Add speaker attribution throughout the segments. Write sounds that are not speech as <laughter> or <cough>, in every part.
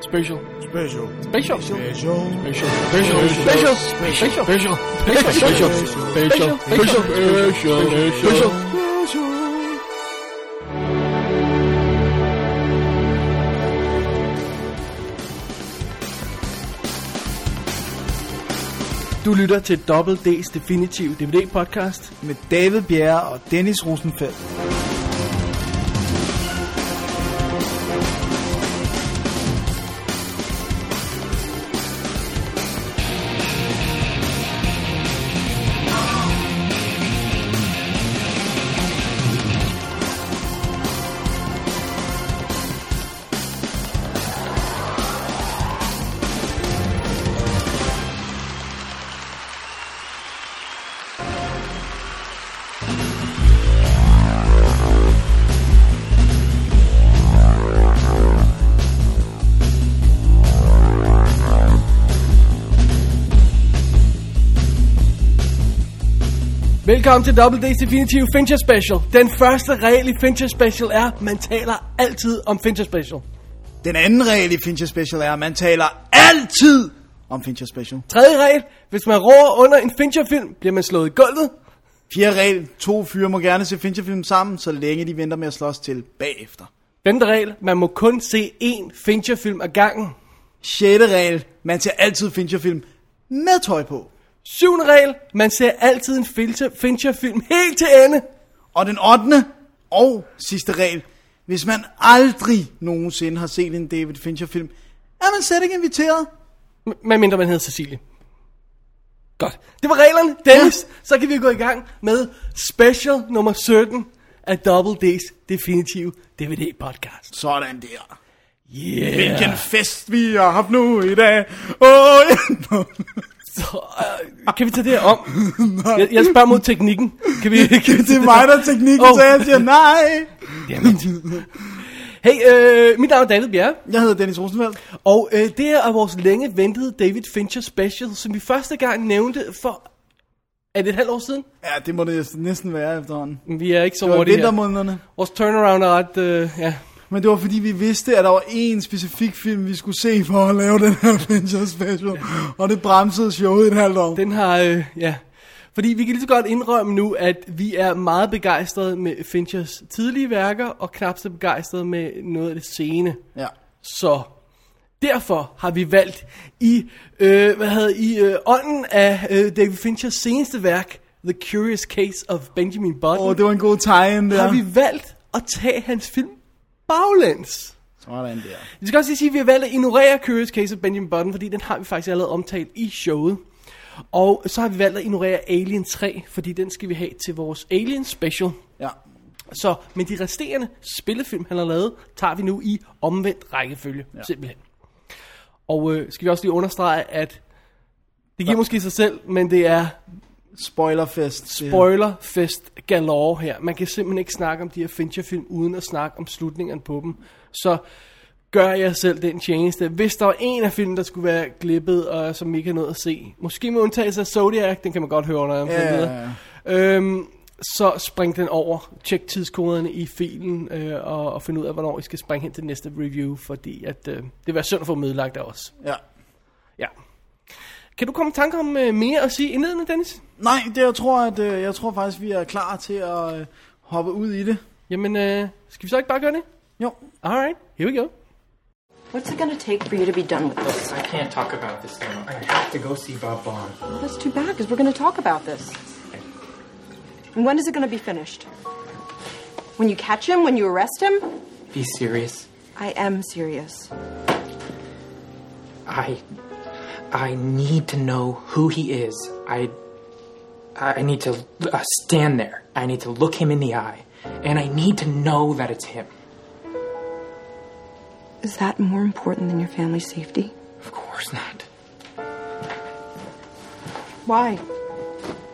Speaker 1: Special.
Speaker 2: Special.
Speaker 1: Special. Special. Special.
Speaker 2: Special.
Speaker 1: Special. Special. Special. Special. Special. Special. Special. Special. Special.
Speaker 3: Du lytter til Double D's Definitive DVD podcast.
Speaker 2: Med David Bjerre og Dennis Rosenfeldt.
Speaker 3: Velkommen til Double D's Definitive Fincher Special. Den første regel i Fincher Special er, man taler altid om Fincher Special.
Speaker 2: Den anden regel i Fincher Special er, at man taler altid om Fincher Special.
Speaker 3: Tredje regel, hvis man roer under en Fincher-film, bliver man slået i gulvet.
Speaker 2: Fjerde regel, to fyre må gerne se Fincher-film sammen, så længe de venter med at slås til bagefter.
Speaker 3: Femte regel, man må kun se én Fincher-film ad gangen.
Speaker 2: Sjette regel, man ser altid Fincher-film med tøj på.
Speaker 3: Syvende regel, man ser altid en Fincher- Fincher-film helt til ende.
Speaker 2: Og den ottende og sidste regel, hvis man aldrig nogensinde har set en David Fincher-film, er man slet ikke inviteret.
Speaker 3: M- Medmindre man hedder Cecilie. Godt. Det var reglerne, Dennis. Ja. Så kan vi gå i gang med special nummer 17 af Double D's Definitive DVD Podcast.
Speaker 2: Sådan der.
Speaker 3: Yeah.
Speaker 2: Hvilken fest vi har haft nu i dag. Åh, oh,
Speaker 3: Så, øh, kan vi tage det her om? jeg, jeg spørger mod teknikken. Kan vi, kan vi
Speaker 2: <laughs> det er mig, der er teknikken, oh.
Speaker 3: Åh.
Speaker 2: så jeg siger nej.
Speaker 3: Hey, øh, mit navn er David Bjerre,
Speaker 2: Jeg hedder Dennis Rosenfeldt.
Speaker 3: og øh, det her er vores længe ventede David Fincher special, som vi første gang nævnte for... Er det et halvt år siden?
Speaker 2: Ja, det må det næsten være efterhånden.
Speaker 3: Vi er ikke så
Speaker 2: Det var i
Speaker 3: hurtige her.
Speaker 2: vintermånederne.
Speaker 3: Vores turnaround er ret... Øh, ja.
Speaker 2: Men det var fordi, vi vidste, at der var én specifik film, vi skulle se for at lave den her Fincher Special. Og det bremsede showet i et halvt år.
Speaker 3: Den har, øh, ja. Fordi vi kan lige så godt indrømme nu, at vi er meget begejstrede med Finchers tidlige værker, og knap så begejstrede med noget af det sene.
Speaker 2: Ja.
Speaker 3: Så derfor har vi valgt i, øh, hvad hedder, i øh, ånden af øh, David Finchers seneste værk, The Curious Case of Benjamin Button,
Speaker 2: Åh,
Speaker 3: oh,
Speaker 2: det var en god tegn der.
Speaker 3: har vi valgt at tage hans film baglæns.
Speaker 2: Sådan der.
Speaker 3: Vi skal også lige sige, at vi har valgt at ignorere Curious Case of Benjamin Button, fordi den har vi faktisk allerede omtalt i showet. Og så har vi valgt at ignorere Alien 3, fordi den skal vi have til vores Alien Special.
Speaker 2: Ja.
Speaker 3: Så, men de resterende spillefilm, han har lavet, tager vi nu i omvendt rækkefølge, ja. simpelthen. Og øh, skal vi også lige understrege, at det giver måske sig selv, men det er
Speaker 2: Spoilerfest.
Speaker 3: spoilerfest galore her. Man kan simpelthen ikke snakke om de her Fincher-film, uden at snakke om slutningerne på dem. Så gør jeg selv den tjeneste. Hvis der var en af filmene, der skulle være glippet, og som I ikke har noget at se. Måske med undtagelse af Zodiac, den kan man godt høre under omstændigheder.
Speaker 2: Ja.
Speaker 3: Øhm, så spring den over. Tjek tidskoderne i filen, øh, og, og find ud af, hvornår I skal springe hen til den næste review, fordi at, øh, det vil være synd at få dem ødelagt af os.
Speaker 2: ja.
Speaker 3: Ja. Kan du komme i tanke om øh, mere at sige indledende, Dennis?
Speaker 2: Nej, det jeg tror, at øh, jeg tror faktisk, vi er klar til at øh, hoppe ud i det.
Speaker 3: Jamen, øh, skal vi så ikke bare gøre det?
Speaker 2: Jo.
Speaker 3: Alright, here we go.
Speaker 4: What's it gonna take for you to be done with this?
Speaker 5: I can't talk about this now. I have to go see Bob Bond.
Speaker 4: That's too bad, because we're gonna talk about this. And when is it gonna be finished? When you catch him? When you arrest him?
Speaker 5: Be serious.
Speaker 4: I am serious.
Speaker 5: I. I need to know who he is. I. I need to uh, stand there. I need to look him in the eye. And I need to know that it's him.
Speaker 4: Is that more important than your family's safety?
Speaker 5: Of course not.
Speaker 4: Why?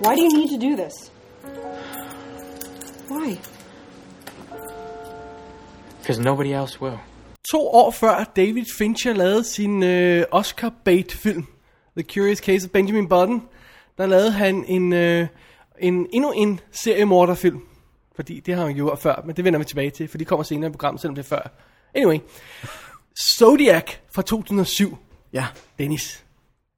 Speaker 4: Why do you need to do this? Why?
Speaker 5: Because nobody else will.
Speaker 3: To år før David Fincher lavede sin øh, Oscar bait film The Curious Case of Benjamin Button, der lavede han en, øh, en endnu en seriemorderfilm. Fordi det har han gjort før, men det vender vi tilbage til, for de kommer senere i programmet, selvom det er før. Anyway. Zodiac fra 2007,
Speaker 2: Ja,
Speaker 3: Dennis,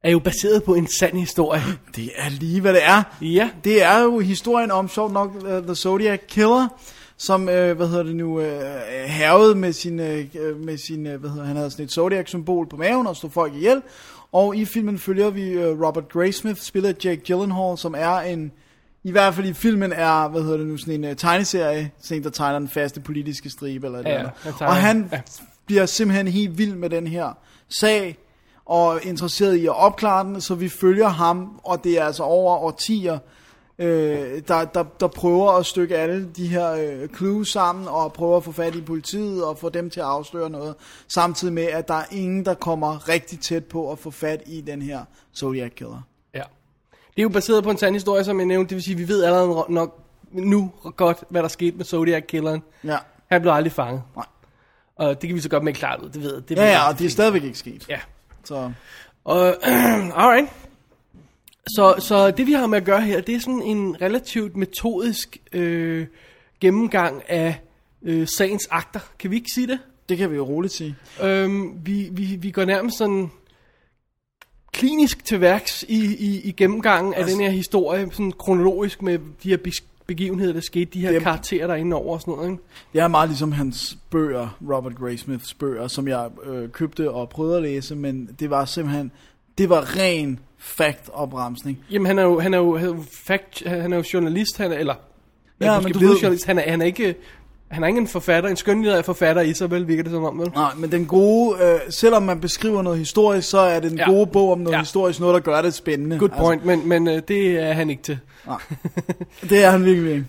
Speaker 3: er jo baseret på en sand historie.
Speaker 2: det er lige, hvad det er.
Speaker 3: Ja.
Speaker 2: Det er jo historien om, sjovt nok, øh, The Zodiac Killer, som, øh, hvad hedder det nu, øh, hervede med sin, øh, med sin øh, hvad hedder, han havde sådan et Zodiac-symbol på maven og slog folk ihjel. Og i filmen følger vi øh, Robert Graysmith, spillet af Jake Gyllenhaal, som er en, i hvert fald i filmen er, hvad hedder det nu, sådan en øh, tegneserie, sådan en, der tegner den faste politiske stribe eller et
Speaker 3: Ja,
Speaker 2: eller andet.
Speaker 3: han tegner-
Speaker 2: Og han
Speaker 3: ja.
Speaker 2: bliver simpelthen helt vild med den her sag, og interesseret i at opklare den, så vi følger ham, og det er altså over årtier, øh, der, der, der prøver at stykke alle de her øh, clues sammen, og prøver at få fat i politiet, og få dem til at afsløre noget, samtidig med, at der er ingen, der kommer rigtig tæt på at få fat i den her Zodiac Killer.
Speaker 3: Ja. Det er jo baseret på en sand historie, som jeg nævnte. Det vil sige, at vi ved allerede nok nu godt, hvad der skete med Zodiac-killeren.
Speaker 2: Ja,
Speaker 3: Han blev aldrig fanget.
Speaker 2: Nej.
Speaker 3: Og det kan vi så godt med klart ud, det ved jeg. Det ved
Speaker 2: ja,
Speaker 3: jeg.
Speaker 2: ja og det er stadigvæk ikke sket.
Speaker 3: Ja.
Speaker 2: Så,
Speaker 3: Og, <clears throat> alright. Så, så det vi har med at gøre her, det er sådan en relativt metodisk øh, gennemgang af øh, sagens akter. Kan vi ikke sige det?
Speaker 2: det kan vi jo roligt sige.
Speaker 3: Øhm, vi, vi, vi går nærmest sådan klinisk til værks i, i, i gennemgangen af altså, den her historie, sådan kronologisk med de her bes- begivenheder, der skete, de her
Speaker 2: Dem-
Speaker 3: karakterer, der er inde over og sådan noget. Ikke?
Speaker 2: Det er meget ligesom hans bøger, Robert Graysmiths bøger, som jeg øh, købte og prøvede at læse, men det var simpelthen, det var ren fact-opremsning.
Speaker 3: Jamen, han er jo, han er jo, han er jo, fact, han er jo journalist, han er, eller...
Speaker 2: Ja,
Speaker 3: måske
Speaker 2: men du
Speaker 3: blevet
Speaker 2: ved-
Speaker 3: journalist, han er, han er ikke... Han er ikke en forfatter, en skønlitterær forfatter i sig, vel, virker det som om, vel?
Speaker 2: Nej, men den gode, øh, selvom man beskriver noget historisk, så er det den
Speaker 3: Ja.
Speaker 2: ja. gode bog om noget
Speaker 3: Ja.
Speaker 2: ja. historisk, noget der gør det spændende.
Speaker 3: Good point, men, men øh, det er han ikke til.
Speaker 2: Altså, det er han virkelig ikke.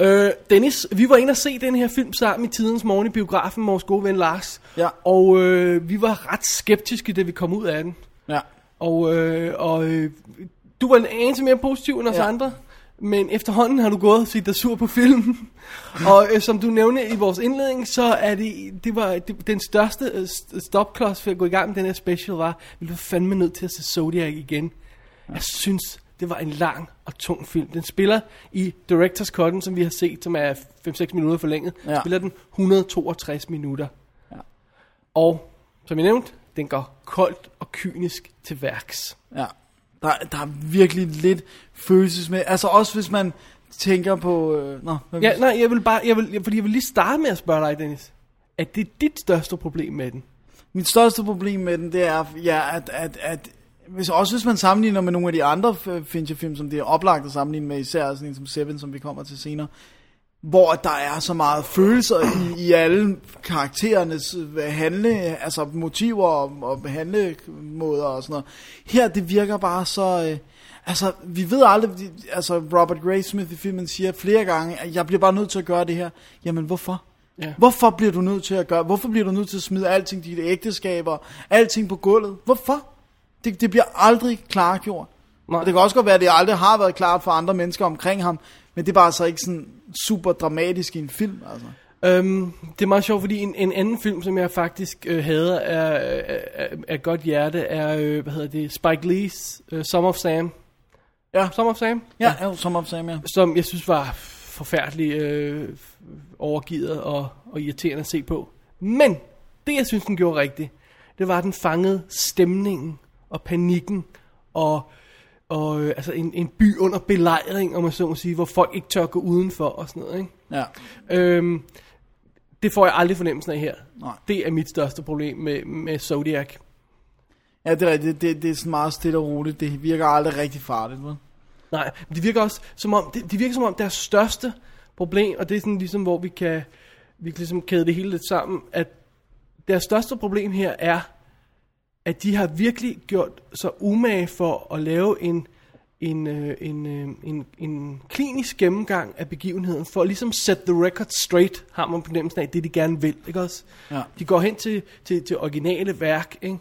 Speaker 3: Øh, Dennis, vi var inde og se den her film sammen i tidens morgen i biografen med vores gode ven Lars.
Speaker 2: Ja.
Speaker 3: Og øh, vi var ret skeptiske, da vi kom ud af den.
Speaker 2: Ja.
Speaker 3: Og, øh, og øh, du var en anelse mere positiv end os ja.
Speaker 2: Ja.
Speaker 3: andre. Men efterhånden har du gået og set dig sur på filmen. og øh, som du nævnte i vores indledning, så er det, det var det, den største øh, st- stopklods for at gå i gang med den her special var, vi var fandme nødt til at se Zodiac igen. Ja. Jeg synes, det var en lang og tung film. Den spiller i Director's Cut'en, som vi har set, som er 5-6 minutter forlænget, ja.
Speaker 2: Ja.
Speaker 3: spiller den 162 minutter. Og som jeg nævnte, den går koldt og kynisk til værks.
Speaker 2: Ja. Der, der er virkelig lidt følelses med, altså også hvis man tænker på, øh, nå, hvad
Speaker 3: Ja, nej, jeg vil bare, jeg vil, jeg- fordi jeg vil lige starte med at spørge dig, Dennis. Er det dit største problem med den?
Speaker 2: Mit største problem med den, det er, ja, at, at, at hvis, også hvis man sammenligner med nogle af de andre øh, Fincher-film, som det er oplagt at sammenligne med, især sådan en som Seven, som vi kommer til senere, hvor der er så meget følelser i, i alle karakterernes øh, handle, altså motiver og, og handlemåder og sådan noget. Her, det virker bare så... Øh, altså, vi ved aldrig... de- Altså, Robert Graysmith i filmen siger flere gange, at jeg bliver bare nødt til at gøre det her. Jamen, hvorfor?
Speaker 3: Ja.
Speaker 2: Hvorfor bliver du nødt til at gøre? Hvorfor bliver du nødt til at smide alting, dine ægteskaber, alting på gulvet? Hvorfor? Det, det bliver aldrig klargjort.
Speaker 3: Nej.
Speaker 2: Og det kan også godt være, at det aldrig har været klart for andre mennesker omkring ham, men det er bare så ikke sådan super dramatisk i en film, altså.
Speaker 3: Øhm, det er meget sjovt, fordi en, en anden film, som jeg faktisk øh, hader er, er, er, er godt hjerte, er, øh, hvad hedder det, Spike Lee's øh, Some of Sam.
Speaker 2: Ja.
Speaker 3: Some of Sam?
Speaker 2: Ja, ja. som om Sam, ja.
Speaker 3: Som jeg synes var forfærdelig øh, overgivet og, og irriterende at se på. Men det, jeg synes, den gjorde rigtigt, det var, at den fangede stemningen og panikken og, og øh, altså en, en by under belejring, om man så må sige, hvor folk ikke tør gå udenfor og sådan noget. Ikke?
Speaker 2: ja.
Speaker 3: Øhm, det får jeg aldrig fornemmelsen af her.
Speaker 2: Nej.
Speaker 3: Det er mit største problem med, med Zodiac.
Speaker 2: Ja, det er rigtigt. Det, det er sådan meget stille og roligt. Det virker aldrig rigtig farligt, vel?
Speaker 3: Nej, men det virker også som om, det, det virker som om deres største problem, og det er sådan ligesom, hvor vi kan, vi kan ligesom kæde det hele lidt sammen, at deres største problem her er, at de har virkelig gjort sig umage for at lave en, en, øh, en, øh, en, en klinisk gennemgang af begivenheden, for at ligesom set the record straight, har man fornemmelsen af, det de gerne vil, ikke også?
Speaker 2: Ja.
Speaker 3: De går hen til, til, til originale værk, ikke?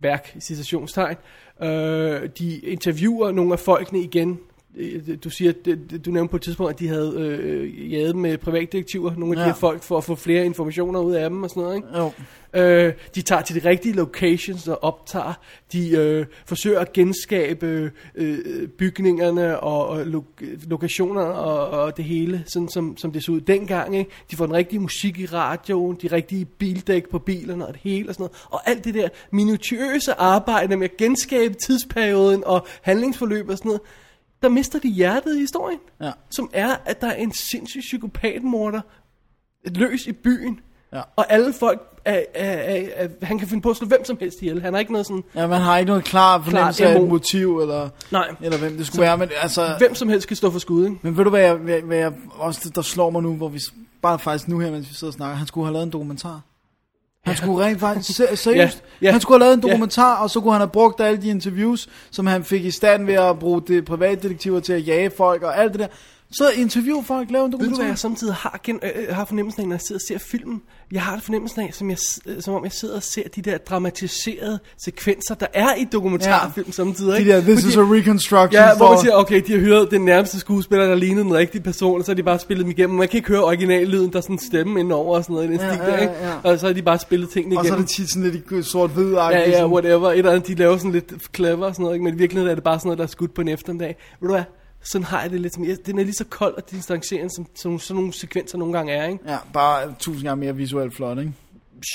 Speaker 3: værk i citationstegn. Øh, de interviewer nogle af folkene igen øh, du siger, det- du nævnte på et tidspunkt, at de havde øh, jaget med privatdetektiver, nogle af ja. de
Speaker 2: Ja.
Speaker 3: her folk, for at få flere informationer ud af dem og sådan noget, ikke?
Speaker 2: Jo.
Speaker 3: Øh, de tager til de rigtige locations og optager. De øh, forsøger at genskabe øh, øh, bygningerne og, og lo- lokationerne og, og det hele, sådan som, som det så ud dengang. Ikke? De får den rigtige musik i radioen, de rigtige bildæk på bilerne og det hele og sådan noget. Og alt det der minutiøse arbejde med at genskabe tidsperioden og handlingsforløb og sådan noget, der mister de hjertet i historien.
Speaker 2: Ja.
Speaker 3: Som er, at der er en sindssyg psykopatmorder løs i byen.
Speaker 2: Ja.
Speaker 3: Og alle folk, er, er, er, er, han kan finde på at slå hvem som helst ihjel. Han har ikke noget sådan,
Speaker 2: Ja, man har ikke noget klar fornemmelse
Speaker 3: Klart
Speaker 2: af
Speaker 3: emo.
Speaker 2: et motiv, eller,
Speaker 3: nej,
Speaker 2: eller hvem det skulle være, men altså...
Speaker 3: hvem som helst kan stå for skud, ikke?
Speaker 2: Men ved du, hvad jeg, hvad, hvad jeg også det, der slår mig nu, hvor vi s- bare faktisk nu her, mens vi sidder og snakker, han skulle have lavet en dokumentar. Han skulle rent faktisk,
Speaker 3: <laughs>
Speaker 2: se- seriøst,
Speaker 3: Ja, ja.
Speaker 2: han skulle have lavet en
Speaker 3: Ja.
Speaker 2: dokumentar, og så kunne han have brugt alle de interviews, som han fik i stand ved at bruge det privatdetektiver til at jage folk og alt det der. Så interview folk, lave en
Speaker 3: Ved du, hvad jeg
Speaker 2: dokumentar.
Speaker 3: samtidig har, gen, øh, øh, har fornemmelsen af, når jeg sidder og ser filmen? Jeg har fornemmelsen af, som, jeg, s- øh, som om jeg sidder og ser de der dramatiserede sekvenser, der er i dokumentarfilm ja.
Speaker 2: Ja.
Speaker 3: samtidig.
Speaker 2: De
Speaker 3: Ikke?
Speaker 2: der, this
Speaker 3: Fordi-
Speaker 2: is a reconstruction
Speaker 3: Ja, hvor man
Speaker 2: for...
Speaker 3: siger, okay, de har hørt den nærmeste skuespiller, der lignede den rigtige person, og så har de bare spillet dem igennem. Man kan ikke høre originallyden, der er sådan en stemme indover og sådan noget i den
Speaker 2: Ja,
Speaker 3: stil
Speaker 2: ja,
Speaker 3: der, ikke?
Speaker 2: ja.
Speaker 3: Og så har de bare spillet tingene
Speaker 2: Og så er
Speaker 3: igennem.
Speaker 2: det tit sådan lidt sort-hvid
Speaker 3: Ja, ja, whatever. Et eller andet, de laver sådan lidt clever og sådan noget, ikke? men i virkeligheden er det bare sådan noget, der er skudt på en eftermiddag. Ved du hvad? Sådan har jeg det lidt som, jeg- den er lige så kold og distancerende, som, som sådan nogle sekvenser nogle gange er, ikke?
Speaker 2: Ja, bare tusind gange mere visuelt flot, ikke?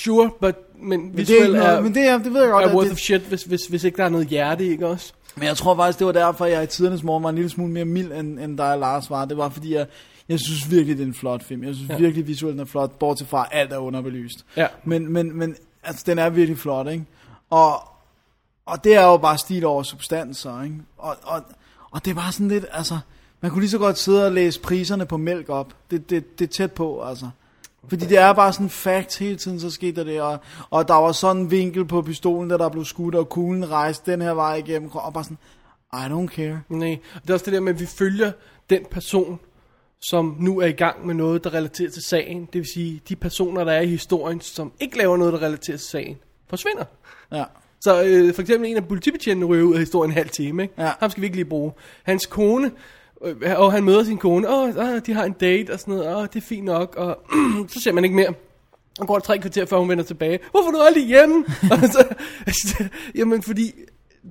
Speaker 3: Sure, but, men
Speaker 2: Men det, er,
Speaker 3: visuelt
Speaker 2: ikke
Speaker 3: er,
Speaker 2: noget,
Speaker 3: er,
Speaker 2: men det, er, det ved jeg godt, at
Speaker 3: er worth
Speaker 2: det-
Speaker 3: of shit, hvis, hvis, hvis ikke der er noget hjerte, ikke også?
Speaker 2: Men jeg tror faktisk, det var derfor, jeg i tidernes morgen var en lille smule mere mild, end, end dig og Lars var. Det var fordi, jeg, jeg synes virkelig, det er en flot film. Jeg synes
Speaker 3: Ja.
Speaker 2: ja. virkelig, visuelt den er flot, bortset fra, at alt er underbelyst.
Speaker 3: Ja.
Speaker 2: Men, men, men altså, den er virkelig flot, ikke? Og, og det er jo bare stil over substanser, ikke? Og, og, og det er bare sådan lidt, altså... Man kunne lige så godt sidde og læse priserne på mælk op. Det, det, det er tæt på, altså. Fordi det er bare sådan facts hele tiden, så skete der det, og, og der var sådan en vinkel på pistolen, der der blev skudt, og kuglen rejste den her vej igennem, og bare sådan, I don't care.
Speaker 3: Nej, og det er også det der med, at vi følger den person, som nu er i gang med noget, der relaterer til sagen. Det vil sige, de personer, der er i historien, som ikke laver noget, der relaterer til sagen, forsvinder.
Speaker 2: Ja.
Speaker 3: Så øh, for eksempel en af politibetjentene ryger ud af historien en halv time, ikke?
Speaker 2: Ja.
Speaker 3: Ham skal vi ikke lige bruge. Hans kone, øh, og han møder sin kone, og øh, de har en date og sådan noget, og det er fint nok, og <clears throat> så ser man ikke mere. Og går der tre kvarter, før hun vender tilbage. Hvorfor er du aldrig hjemme? Og så, altså, jamen, fordi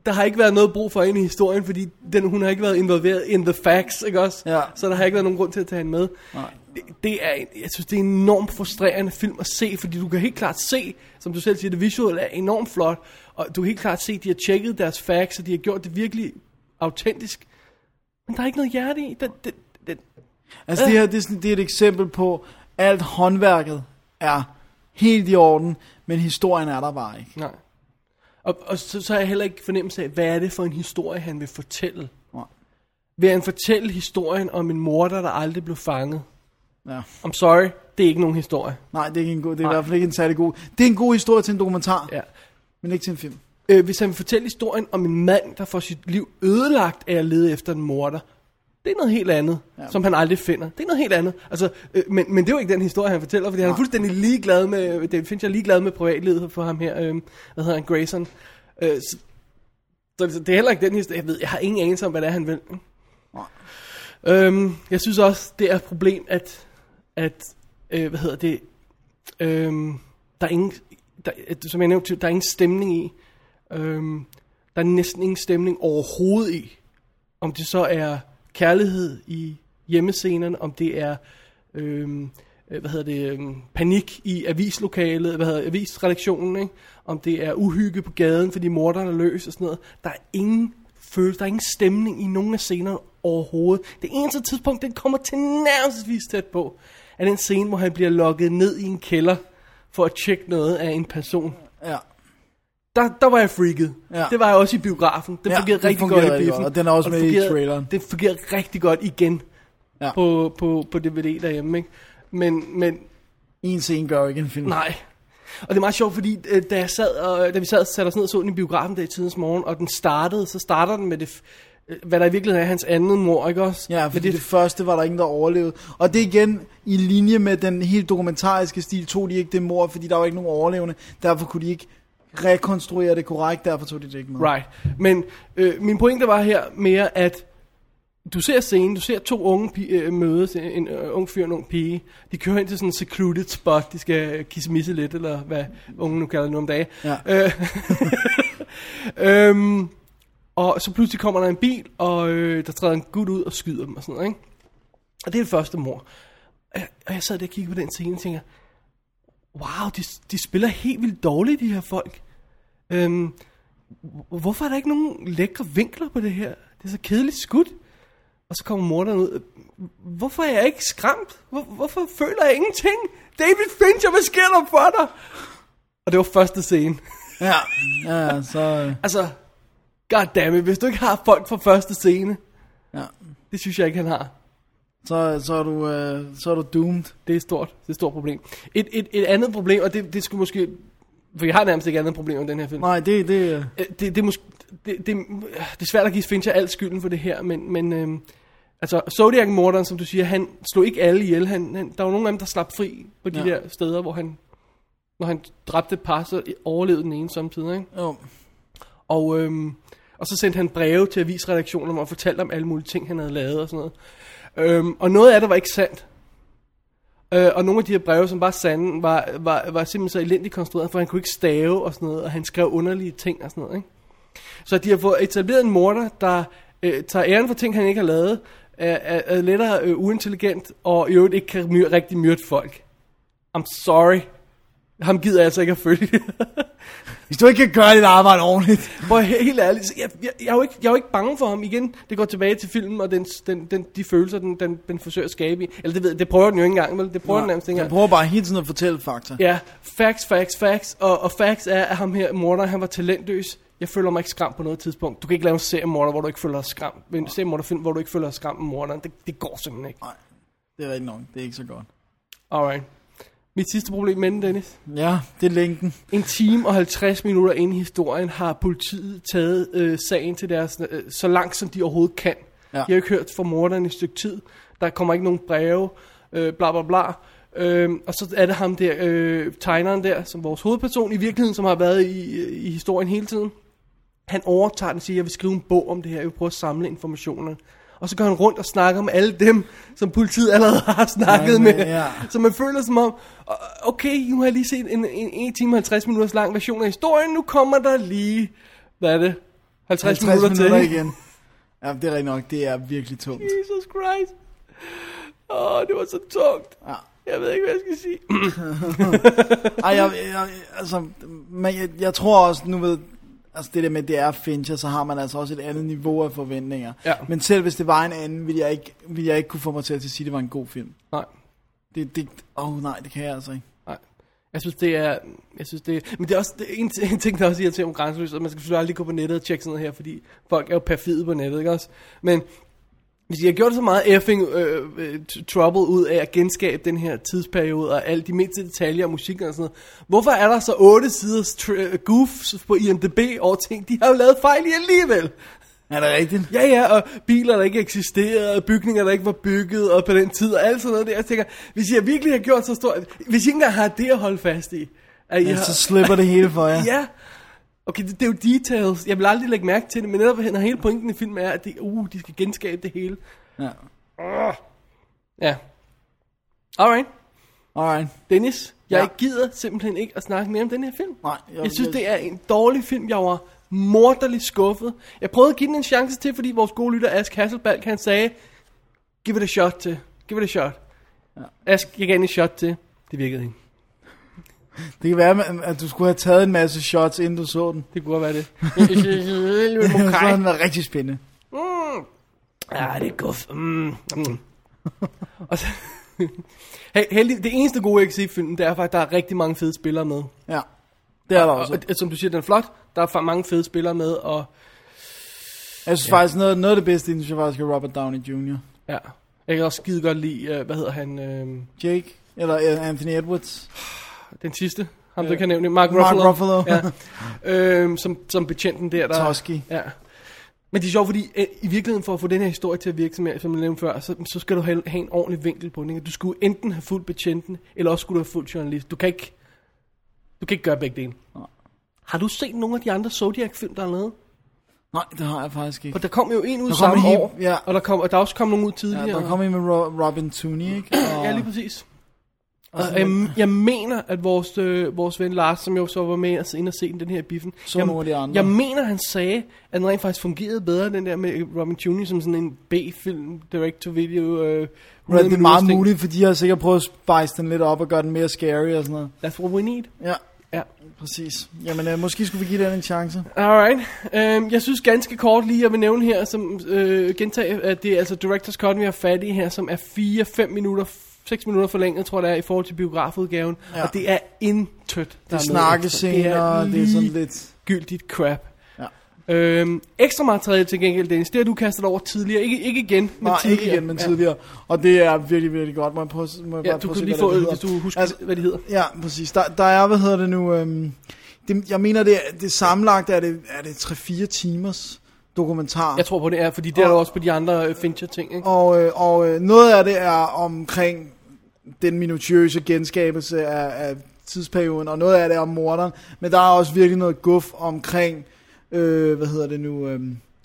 Speaker 3: der har ikke været noget brug for hende i historien, fordi den, hun har ikke været involveret in the facts, ikke også?
Speaker 2: Ja.
Speaker 3: Så der har ikke været nogen grund til at tage hende med.
Speaker 2: Nej.
Speaker 3: Det, det er, en- jeg synes, det er en enormt frustrerende film at se, fordi du kan helt klart se, som du selv siger, det visuelle er enormt flot, og du kan helt klart se, at de har tjekket deres facts, og de har gjort det virkelig autentisk. Men der er ikke noget hjerte i. Det, det, det,
Speaker 2: Altså det her, det er, sådan, det er et eksempel på, alt håndværket er helt i orden, men historien er der bare ikke.
Speaker 3: nej. Og, og så, så har jeg heller ikke fornemmelse af, hvad er det for en historie, han vil fortælle.
Speaker 2: Nej.
Speaker 3: Vil han fortælle historien om en morder, der aldrig blev fanget?
Speaker 2: Ja.
Speaker 3: I'm sorry, det er ikke nogen historie.
Speaker 2: Nej, det er, ikke en god, det er
Speaker 3: Nej.
Speaker 2: i hvert fald ikke en særlig god. Det er en god historie til en dokumentar,
Speaker 3: Ja.
Speaker 2: men ikke til en film.
Speaker 3: Øh, hvis han vil fortælle historien om en mand, der får sit liv ødelagt af at lede efter en morder, det er noget helt andet, ja. som han aldrig finder. Det er noget helt andet. Altså, øh, men, men det er jo ikke den historie, han fortæller, fordi han er fuldstændig ligeglad med, det findes jeg ligeglad med privatlivet for ham her, øh, hvad hedder han, Grayson. Øh, så, så, så det er heller ikke den historie, jeg ved, jeg har ingen anelse om, hvad det er, han vil. Øhm, jeg synes også, det er et problem, at, at øh, hvad hedder det, øhm, der er ingen, der, at- som jeg nævnte, der er ingen stemning i. Øhm, der er næsten ingen stemning overhovedet i. Om det så er kærlighed i hjemmescenerne, om det er øhm, øh, hvad hedder det, øhm, panik i avislokalet, hvad hedder det, avisredaktionen, ikke? om det er uhygge på gaden, fordi morderen er løs og sådan noget. Der er ingen følelse, der er ingen stemning i nogen af scenerne overhovedet. Det eneste tidspunkt, den kommer til nærmest tæt på, er den scene, hvor han bliver lukket ned i en kælder for at tjekke noget af en person
Speaker 2: Ja.
Speaker 3: der, der var jeg freaket. Ja.
Speaker 2: Ja.
Speaker 3: Det var jeg også i biografen. Den ja,
Speaker 2: Ja,
Speaker 3: fungerede
Speaker 2: den
Speaker 3: rigtig
Speaker 2: fungerede
Speaker 3: godt i
Speaker 2: rigtig
Speaker 3: biffen.
Speaker 2: godt, og den er også
Speaker 3: det
Speaker 2: med i
Speaker 3: fungerede-
Speaker 2: traileren.
Speaker 3: Den fungerede rigtig godt igen ja.
Speaker 2: Ja.
Speaker 3: på, på, på DVD derhjemme. Ikke? Men, men
Speaker 2: En scene gør jo ikke en film.
Speaker 3: nej. Og det er meget sjovt, fordi øh, da, jeg sad, og, da vi sad og satte os ned og så den i biografen der i tidens morgen, og den startede, så starter den med det, f- øh, hvad der i virkeligheden er hans anden mor, ikke også?
Speaker 2: Ja,
Speaker 3: Men
Speaker 2: fordi det... det første var der ingen, der overlevede. Og det er igen i linje med den helt dokumentariske stil, tog de ikke det mor, fordi der var ikke nogen overlevende. Derfor kunne de ikke rekonstruere det korrekt, derfor tog de det ikke med.
Speaker 3: Right. Men øh, min pointe var her mere, at du ser scenen, du ser to unge pi- øh, mødes, en øh, ung fyr og en ung pige. De kører ind til sådan en secluded spot, de skal kissemisse lidt, eller hvad unge nu kalder det nu om dagen.
Speaker 2: Ja.
Speaker 3: Øh, øhm, og så pludselig kommer der en bil, og øh, der træder en gut ud og skyder dem og sådan noget, ikke? Og det er det første mor. Og jeg, og jeg sad der og kiggede på den scene og tænker, wow, de, de spiller helt vildt dårligt, de her folk. Øhm, hvor- hvorfor er der ikke nogen lækre vinkler på det her? Det er så kedeligt skudt. Og så kommer morderen ud. Hvorfor er jeg ikke skræmt? Hvor, hvorfor føler jeg ingenting? David Fincher, hvad sker der for dig? Og det var første scene.
Speaker 2: Ja, ja, så... øh,
Speaker 3: Altså, goddammit, hvis du ikke har folk fra første scene,
Speaker 2: Ja.
Speaker 3: det synes jeg ikke, han har.
Speaker 2: Så, så, er du, øh, så er du doomed.
Speaker 3: Det er stort. Det er et stort problem. Et, et, et andet problem, og det, det skulle måske... For jeg har nærmest ikke andet problem end den her film.
Speaker 2: Nej, det, det, øh,
Speaker 3: Øh, det, det, er måske, det, det, det er svært at give Fincher al skylden for det her, men, men øhm, altså, Zodiac-morderen, som du siger, han slog ikke alle ihjel. Han, han, der var nogle af dem, der slap fri på de
Speaker 2: Ja.
Speaker 3: ja. der steder, hvor han, når han dræbte et par, så overlevede den ene samtidig. Ikke?
Speaker 2: jo.
Speaker 3: Og, øhm, og så sendte han breve til avisredaktionerne og fortalte om alle mulige ting, han havde lavet og sådan noget. Øhm, og noget af det var ikke sandt. Øh, og nogle af de her breve, som var sande, var, var, var simpelthen så elendigt konstrueret, for han kunne ikke stave og sådan noget, og han skrev underlige ting og sådan noget. Ikke? Så de har fået etableret en morder, der øh, tager æren for ting, han ikke har lavet, er, er, er lettere øh, uintelligent, og i øvrigt ikke kan myr, rigtig myrde folk. I'm sorry. Ham gider jeg altså ikke at følge. <laughs>
Speaker 2: Hvis du ikke kan gøre dit arbejde ordentligt.
Speaker 3: Prøv at he- helt ærligt, så jeg, jeg, jeg, er jo ikke, jeg er jo ikke bange for ham igen. Det går tilbage til filmen og den, den, den, de følelser, den, den, den forsøger at skabe i. Eller det, ved, jeg- det prøver den jo ikke engang, vel? Det prøver den nærmest ikke
Speaker 2: Jeg
Speaker 3: engang.
Speaker 2: prøver bare hele tiden at fortælle fakta.
Speaker 3: Ja, facts, facts, facts. Og, og facts er, at ham her, morder, han var talentløs. Jeg føler mig ikke skræmt på noget tidspunkt. Du kan ikke lave en seriemorder, hvor du ikke føler dig skræmt. En seriemorderfilm, hvor du ikke føler dig skræmt med morderen. Det, det går simpelthen ikke.
Speaker 2: Nej, det er rigtigt nok. Det er ikke så godt.
Speaker 3: Alright. Mit sidste problem med den, Dennis.
Speaker 2: Ja, det er længden.
Speaker 3: En time og 50 minutter inde i historien har politiet taget øh, sagen til deres, øh, så langt som de overhovedet kan.
Speaker 2: Ja.
Speaker 3: Ja. Jeg har ikke hørt fra morderen i et stykke tid. Der kommer ikke nogen breve, øh, bla bla bla. Øhm, og så er det ham der, øh, tegneren der, som vores hovedperson i virkeligheden, som har været i, øh, i historien hele tiden. Han overtager den og siger, jeg vil skrive en bog om det her, jeg vil prøve at samle informationerne. Og så går han rundt og snakker med alle dem, som politiet allerede har snakket
Speaker 2: Ja,
Speaker 3: med.
Speaker 2: men, ja.
Speaker 3: <laughs> Så man føler som om, "Åh, okay, nu har jeg lige set en, en 1 time og 50 minutters lang version af historien, nu kommer der lige, hvad er det, 50,
Speaker 2: 50 minutter, minutter
Speaker 3: til.
Speaker 2: igen. Ja, det er rigtigt nok. Det er virkelig tungt.
Speaker 3: <laughs> Jesus Christ. Åh, oh, det var så tungt.
Speaker 2: Ja.
Speaker 3: Jeg ved ikke, hvad jeg skal sige. <clears throat>
Speaker 2: Ej, jeg, jeg, altså, men jeg, jeg tror også, nu ved, altså det der med, at det er Fincher, så har man altså også et andet niveau af forventninger.
Speaker 3: Ja.
Speaker 2: Men selv hvis det var en anden, ville jeg ikke, ville jeg ikke kunne få mig til at sige, at det var en god film.
Speaker 3: Nej,
Speaker 2: Det, det, åh oh, nej, det kan jeg altså ikke.
Speaker 3: nej. Jeg synes, det er... Jeg synes, det er men det er også det er en, en, ting, der også irriterer mig grænseløst, at man skal selvfølgelig aldrig gå på nettet og tjekke sådan noget her, fordi folk er jo perfide på nettet, ikke også? Men hvis jeg har gjort så meget effing øh, øh, t- trouble ud af at genskabe den her tidsperiode og alle de mindste detaljer og musikken og sådan noget, hvorfor er der så otte sider tr- øh, goofs på IMDb over ting, de har jo lavet fejl i alligevel?
Speaker 2: Er det rigtigt?
Speaker 3: Ja, ja, og biler, der ikke eksisterede, og bygninger, der ikke var bygget, og på den tid, og alt sådan noget der. Jeg tænker, hvis jeg virkelig har gjort så stort... Hvis I ikke engang har det at holde fast i... At I
Speaker 2: Ja.
Speaker 3: har,
Speaker 2: Så slipper det hele for jer.
Speaker 3: ja. Okay, det, det, er jo details. Jeg vil aldrig lægge mærke til det, men netop når hele pointen i filmen er, at de, uh, de skal genskabe det hele.
Speaker 2: ja.
Speaker 3: Ja. Alright,
Speaker 2: Alright.
Speaker 3: Dennis. Jeg
Speaker 2: Ja.
Speaker 3: ja. gider simpelthen ikke at snakke mere om den her film.
Speaker 2: Nej,
Speaker 3: Jeg, jeg synes, det er en dårlig film. Jeg var morderligt skuffet. Jeg prøvede at give den en chance til, fordi vores gode lytter Ask Hasselbalg, han sagde, give it a shot til. Give it a shot. Ja. Ask, jeg gav den en shot til. Det virkede ikke.
Speaker 2: Det kan være, at du skulle have taget en masse shots, inden du så den.
Speaker 3: Det kunne godt være det.
Speaker 2: Okay. <laughs> så den var rigtig spændende.
Speaker 3: Ja, Mm. det er guf. Mm. <laughs> Mm. Og så, <laughs> hey, heldig, det eneste gode, jeg kan se i filmen, det er faktisk, at der er rigtig mange fede spillere med.
Speaker 2: Ja. Det er der
Speaker 3: Og,
Speaker 2: også.
Speaker 3: og, som du siger, den er flot. Der er fa- mange fede spillere med, og
Speaker 2: Jeg synes ja. faktisk, noget, noget af det bedste, synes jeg faktisk, er Robert Downey Jr.
Speaker 3: ja. Jeg kan også skide godt lide, øh, hvad hedder han, øh,
Speaker 2: Jake, eller øh, Anthony Edwards.
Speaker 3: den sidste, ham du kan nævne, Mark
Speaker 2: Mark
Speaker 3: Ruffalo.
Speaker 2: Ruffalo.
Speaker 3: Ja. øhm, som, som betjenten der. der
Speaker 2: Toski.
Speaker 3: Ja. Men det er sjovt, fordi øh, i virkeligheden for at få den her historie til at virke, som jeg, som jeg nævnte før, så, så skal du have, have en ordentlig vinkel på den. ikke? Du skulle enten have fuldt betjenten, eller også skulle du have fuldt journalist. Du kan ikke, du kan ikke gøre begge dele. Har du set nogle af de andre Zodiac-film, der er lavet?
Speaker 2: Nej, det har jeg faktisk ikke.
Speaker 3: For der kom jo en ud
Speaker 2: Der kom
Speaker 3: samme
Speaker 2: en hel-
Speaker 3: år,
Speaker 2: ja.
Speaker 3: og der, kom, og der er også kom nogen ud
Speaker 2: Ja,
Speaker 3: tidligere.
Speaker 2: der kom en med Ro- Robin Tooney, ikke? Og,
Speaker 3: Ja, lige præcis.
Speaker 2: og
Speaker 3: Og,
Speaker 2: sådan,
Speaker 3: øhm, jeg mener, at vores, øh, vores ven Lars, som jo så var med os ind og se den her i biffen,
Speaker 2: Så
Speaker 3: jeg,
Speaker 2: nogle af de andre.
Speaker 3: jeg mener, han sagde, at den rent faktisk fungerede bedre, den der med Robin Tooney, som sådan en B-film, direct-to-video. Øh,
Speaker 2: noget. det er meget
Speaker 3: ting.
Speaker 2: muligt, fordi jeg har sikkert prøvet at spice den lidt op og gøre den mere scary og sådan noget.
Speaker 3: That's what we need.
Speaker 2: Ja,
Speaker 3: Ja.
Speaker 2: præcis. Jamen, øh, måske skulle vi give den en chance.
Speaker 3: Alright. Øhm, jeg synes ganske kort lige, jeg vil nævne her, som øh, gentage, at det er altså Directors Cut, vi har fat i her, som er 4-5 minutter, 6 minutter forlænget, tror jeg det er, i forhold til biografudgaven.
Speaker 2: Ja.
Speaker 3: Ja. Og det er intet, der
Speaker 2: Det
Speaker 3: er med
Speaker 2: snakkes
Speaker 3: ekstra. Det er
Speaker 2: senere, det er sådan
Speaker 3: lige-
Speaker 2: lidt...
Speaker 3: gyldigt crap.
Speaker 2: Ja.
Speaker 3: Øhm, ekstra materiale til gengæld, Dennis, det har du kastet over tidligere. Ikke, ikke igen, men
Speaker 2: Nej,
Speaker 3: tidligere.
Speaker 2: ikke igen, men tidligere. Og det er virkelig, virkelig godt. Må jeg prøve, må jeg
Speaker 3: Ja,
Speaker 2: bare
Speaker 3: ja du
Speaker 2: prøve at
Speaker 3: kan
Speaker 2: se,
Speaker 3: lige
Speaker 2: hvad
Speaker 3: få,
Speaker 2: det
Speaker 3: øh,
Speaker 2: hedder?
Speaker 3: hvis du husker,
Speaker 2: Altså,
Speaker 3: altså, hvad det hedder.
Speaker 2: Ja, præcis. Der, der er, hvad hedder det nu? Øhm, det, jeg mener, det, er- det sammenlagt er det, er det 3-4 timers dokumentar.
Speaker 3: Jeg tror på det er, fordi det er
Speaker 2: Og-
Speaker 3: der også på de andre øh, Fincher-ting, ikke?
Speaker 2: Og, øh, og øh, noget af det er omkring den minutiøse genskabelse af, af tidsperioden, og noget af det er om morderen, men der er også virkelig noget guf omkring, øh, hvad hedder det nu, øh,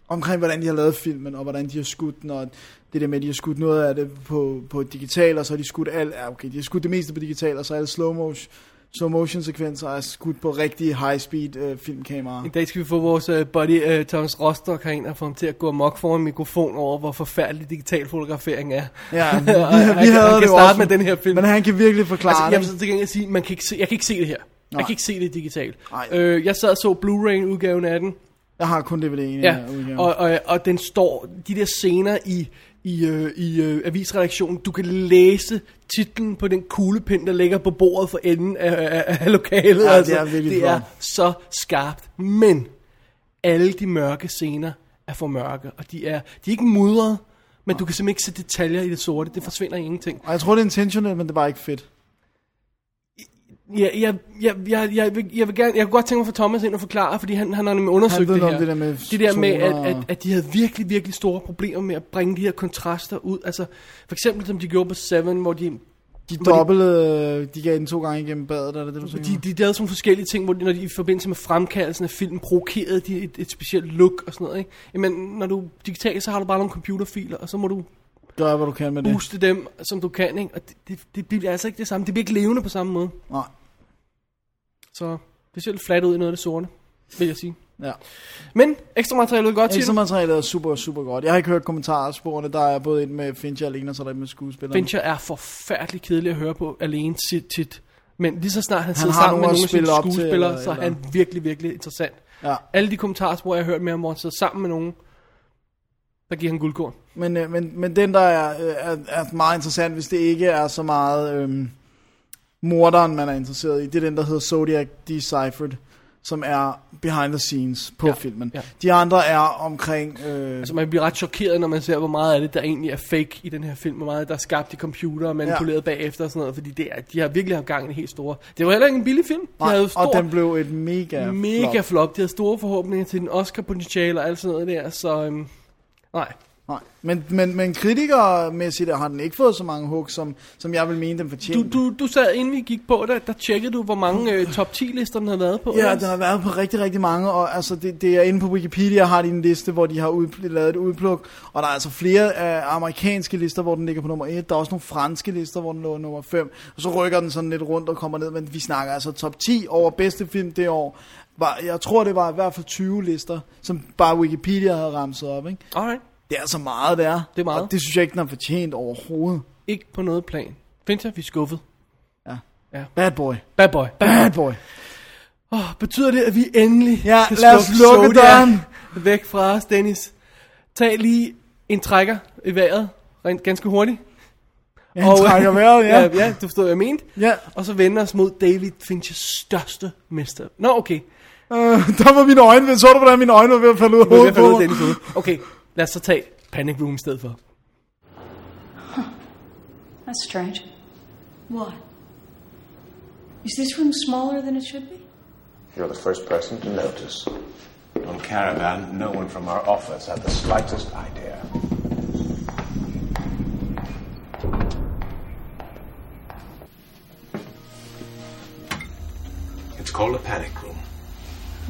Speaker 2: omkring hvordan de har lavet filmen, og hvordan de har skudt den, og det der med, at de har skudt noget af det på, på digital, og så har de skudt alt, ja, okay, de har skudt det meste på digital, og så er det slow motion, slow motion sekvenser er skudt på rigtige high speed øh, filmkameraer.
Speaker 3: En dag skal vi få vores uh, buddy uh, Thomas Rostock herind og få ham til at gå amok for en mikrofon over, hvor forfærdelig digital fotografering er.
Speaker 2: <laughs> Ja, vi,
Speaker 3: Og han
Speaker 2: vi
Speaker 3: kan-
Speaker 2: havde
Speaker 3: han kan
Speaker 2: det jo
Speaker 3: starte
Speaker 2: også,
Speaker 3: med den her film.
Speaker 2: Men han kan virkelig forklare
Speaker 3: Altså, jeg vil
Speaker 2: det.
Speaker 3: så til gengæld sige, man kan ikke se, jeg kan ikke se det her. Nej.
Speaker 2: Nej.
Speaker 3: Jeg kan ikke se det digitalt.
Speaker 2: Nej.
Speaker 3: Øh, jeg sad og så Blu-ray-udgaven af den,
Speaker 2: Jeg har kun DVD'en i den her
Speaker 3: Ja,
Speaker 2: udgave.
Speaker 3: og, og, og den står, de der scener i, i, øh, i øh, avisredaktionen, du kan læse titlen på den kuglepind, der ligger på bordet for enden af, af, af lokalet.
Speaker 2: Ja, det
Speaker 3: altså,
Speaker 2: er virkelig
Speaker 3: det er
Speaker 2: flot.
Speaker 3: så skarpt, men alle de mørke scener er for mørke, og de er, de er ikke mudret, men du kan simpelthen ikke se detaljer i det sorte, det forsvinder i ingenting.
Speaker 2: Og jeg tror, det er intentionelt, men det var ikke fedt.
Speaker 3: Ja, jeg, jeg, jeg, jeg, vil, jeg, vil gerne, jeg kunne godt tænke mig at få Thomas ind og forklare, fordi han, han har nemlig undersøgt
Speaker 2: ved
Speaker 3: det
Speaker 2: noget
Speaker 3: her.
Speaker 2: om det der med
Speaker 3: det der med
Speaker 2: toner
Speaker 3: at,
Speaker 2: og-
Speaker 3: at, at de havde virkelig, virkelig store problemer med at bringe de her kontraster ud. Altså, for eksempel som de gjorde på Seven, hvor de...
Speaker 2: De
Speaker 3: de-
Speaker 2: dobbelte, øh, de gav den to gange igennem badet, er det det, du
Speaker 3: De,
Speaker 2: tænker?
Speaker 3: de lavede sådan nogle forskellige ting, hvor de, når de i forbindelse med fremkaldelsen af filmen provokerede de et, et specielt look og sådan noget. Ikke? Jamen, når du er digital, så har du bare nogle computerfiler, og så må du
Speaker 2: Gør, hvad du kan med det.
Speaker 3: booste dem, som du kan. Ikke? Og det, det, det bliver altså ikke det samme. Det bliver ikke levende på samme måde.
Speaker 2: Nej.
Speaker 3: Så det ser lidt flat ud i noget af det sorte, vil jeg sige.
Speaker 2: Ja.
Speaker 3: Men ekstra materiale er godt, siger
Speaker 2: Ekstra
Speaker 3: du?
Speaker 2: materialet er super, super godt. Jeg har ikke hørt kommentarer af sporene. Der er både et med Fincher alene, og så er der et med skuespillerne.
Speaker 3: Fincher er forfærdelig kedelig at høre på alene sit, tit. Men lige så snart han,
Speaker 2: Han
Speaker 3: sidder
Speaker 2: har
Speaker 3: sammen med
Speaker 2: nogen
Speaker 3: nogle
Speaker 2: at
Speaker 3: af sine
Speaker 2: spille op til,
Speaker 3: skuespillere,
Speaker 2: eller-
Speaker 3: så er han virkelig, virkelig interessant.
Speaker 2: Ja.
Speaker 3: Alle de kommentarspor, jeg har hørt med ham, hvor han sidder sammen med nogen, der giver han guldkorn.
Speaker 2: Men, øh, men, men den, der er, øh, er, er meget interessant, hvis det ikke er så meget øhm, morderen, man er interesseret i, det er den, der hedder Zodiac Deciphered, som er behind the scenes på ja. filmen. Ja.
Speaker 3: ja.
Speaker 2: De andre er omkring... Øh,
Speaker 3: Altså man bliver ret chokeret, når man ser, hvor meget af det, der egentlig er fake i den her film. Hvor meget der er skabt i computer og manipuleret ja. bagefter og sådan noget. Fordi det er, de har virkelig haft gang i det helt store. Det var heller ikke en billig film. De
Speaker 2: nej,
Speaker 3: havde jo stor,
Speaker 2: og den blev et mega,
Speaker 3: mega
Speaker 2: flop.
Speaker 3: flop. De havde store forhåbninger til den Oscar-potentiale og alt sådan noget der. Så øhm, nej,
Speaker 2: Nej, men, men, men kritikermæssigt har den ikke fået så mange hug, som, som jeg vil mene, den
Speaker 3: Du,
Speaker 2: fortjener.
Speaker 3: du, du sad, inden vi gik på, der, der tjekkede du, hvor mange øh, top 10 lister den havde været på.
Speaker 2: Ja,
Speaker 3: ikke?
Speaker 2: den har været på rigtig, rigtig mange, og altså, det, det er inde på Wikipedia, har de en liste, hvor de har ud, lavet et udpluk, og der er altså flere øh, amerikanske lister, hvor den ligger på nummer 1, der er også nogle franske lister, hvor den lå nummer 5, og så rykker den sådan lidt rundt og kommer ned, men vi snakker altså top 10 over bedste film det år. Var, jeg tror, det var i hvert fald 20 lister, som bare Wikipedia havde ramset op, ikke?
Speaker 3: Alright.
Speaker 2: Det er så meget, det er.
Speaker 3: Det er meget.
Speaker 2: Og det synes jeg ikke, den har fortjent overhovedet.
Speaker 3: Ikke på noget plan. Fincher, vi er skuffet.
Speaker 2: Bad boy.
Speaker 3: Bad boy.
Speaker 2: Bad boy.
Speaker 3: Oh, betyder det, at vi endelig
Speaker 2: Ja,
Speaker 3: kan
Speaker 2: lad os
Speaker 3: slukke
Speaker 2: lukke
Speaker 3: Zodiac væk fra os, Dennis? Tag lige en trækker i vejret, rent ganske hurtigt.
Speaker 2: Ja, og, trækker vejret, ja.
Speaker 3: <laughs> ja, ja, du forstod, hvad jeg mente.
Speaker 2: Ja,
Speaker 3: Og så vender os mod David Finchers største mester. Nå, okay.
Speaker 2: øh, der var mine øjne. Så du, hvordan mine øjne var ved at falde ud af
Speaker 3: Nu er jeg
Speaker 2: hovedet
Speaker 3: faldet
Speaker 2: på
Speaker 3: ud af
Speaker 2: mig?
Speaker 3: Dennis hoved. Okay, lad os så tage Panic Room i stedet for.
Speaker 6: That's strange. What? Is this room smaller than it should be?
Speaker 7: You're the first person to notice. On Caravan, no one from our office had the slightest idea. It's called a panic room.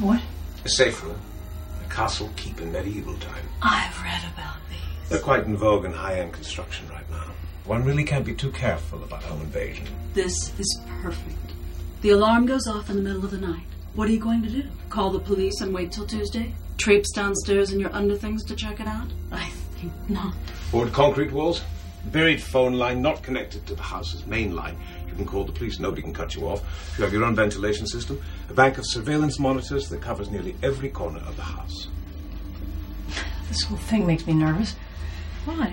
Speaker 6: What?
Speaker 7: A safe room. A castle keep in medieval time.
Speaker 6: I've read about these.
Speaker 7: They're quite in vogue in high-end construction right now. One really can't be too careful about home invasion.
Speaker 6: This is perfect. The alarm goes off in the middle of the night. What are you going to do? Call the police and wait till Tuesday? Traipse downstairs in your underthings to check it out? I think not.
Speaker 7: Board concrete walls, buried phone line not connected to the house's main line. You can call the police, nobody can cut you off. You have your own ventilation system, a bank of surveillance monitors that covers nearly every corner of the house.
Speaker 6: This whole thing makes me nervous. Why?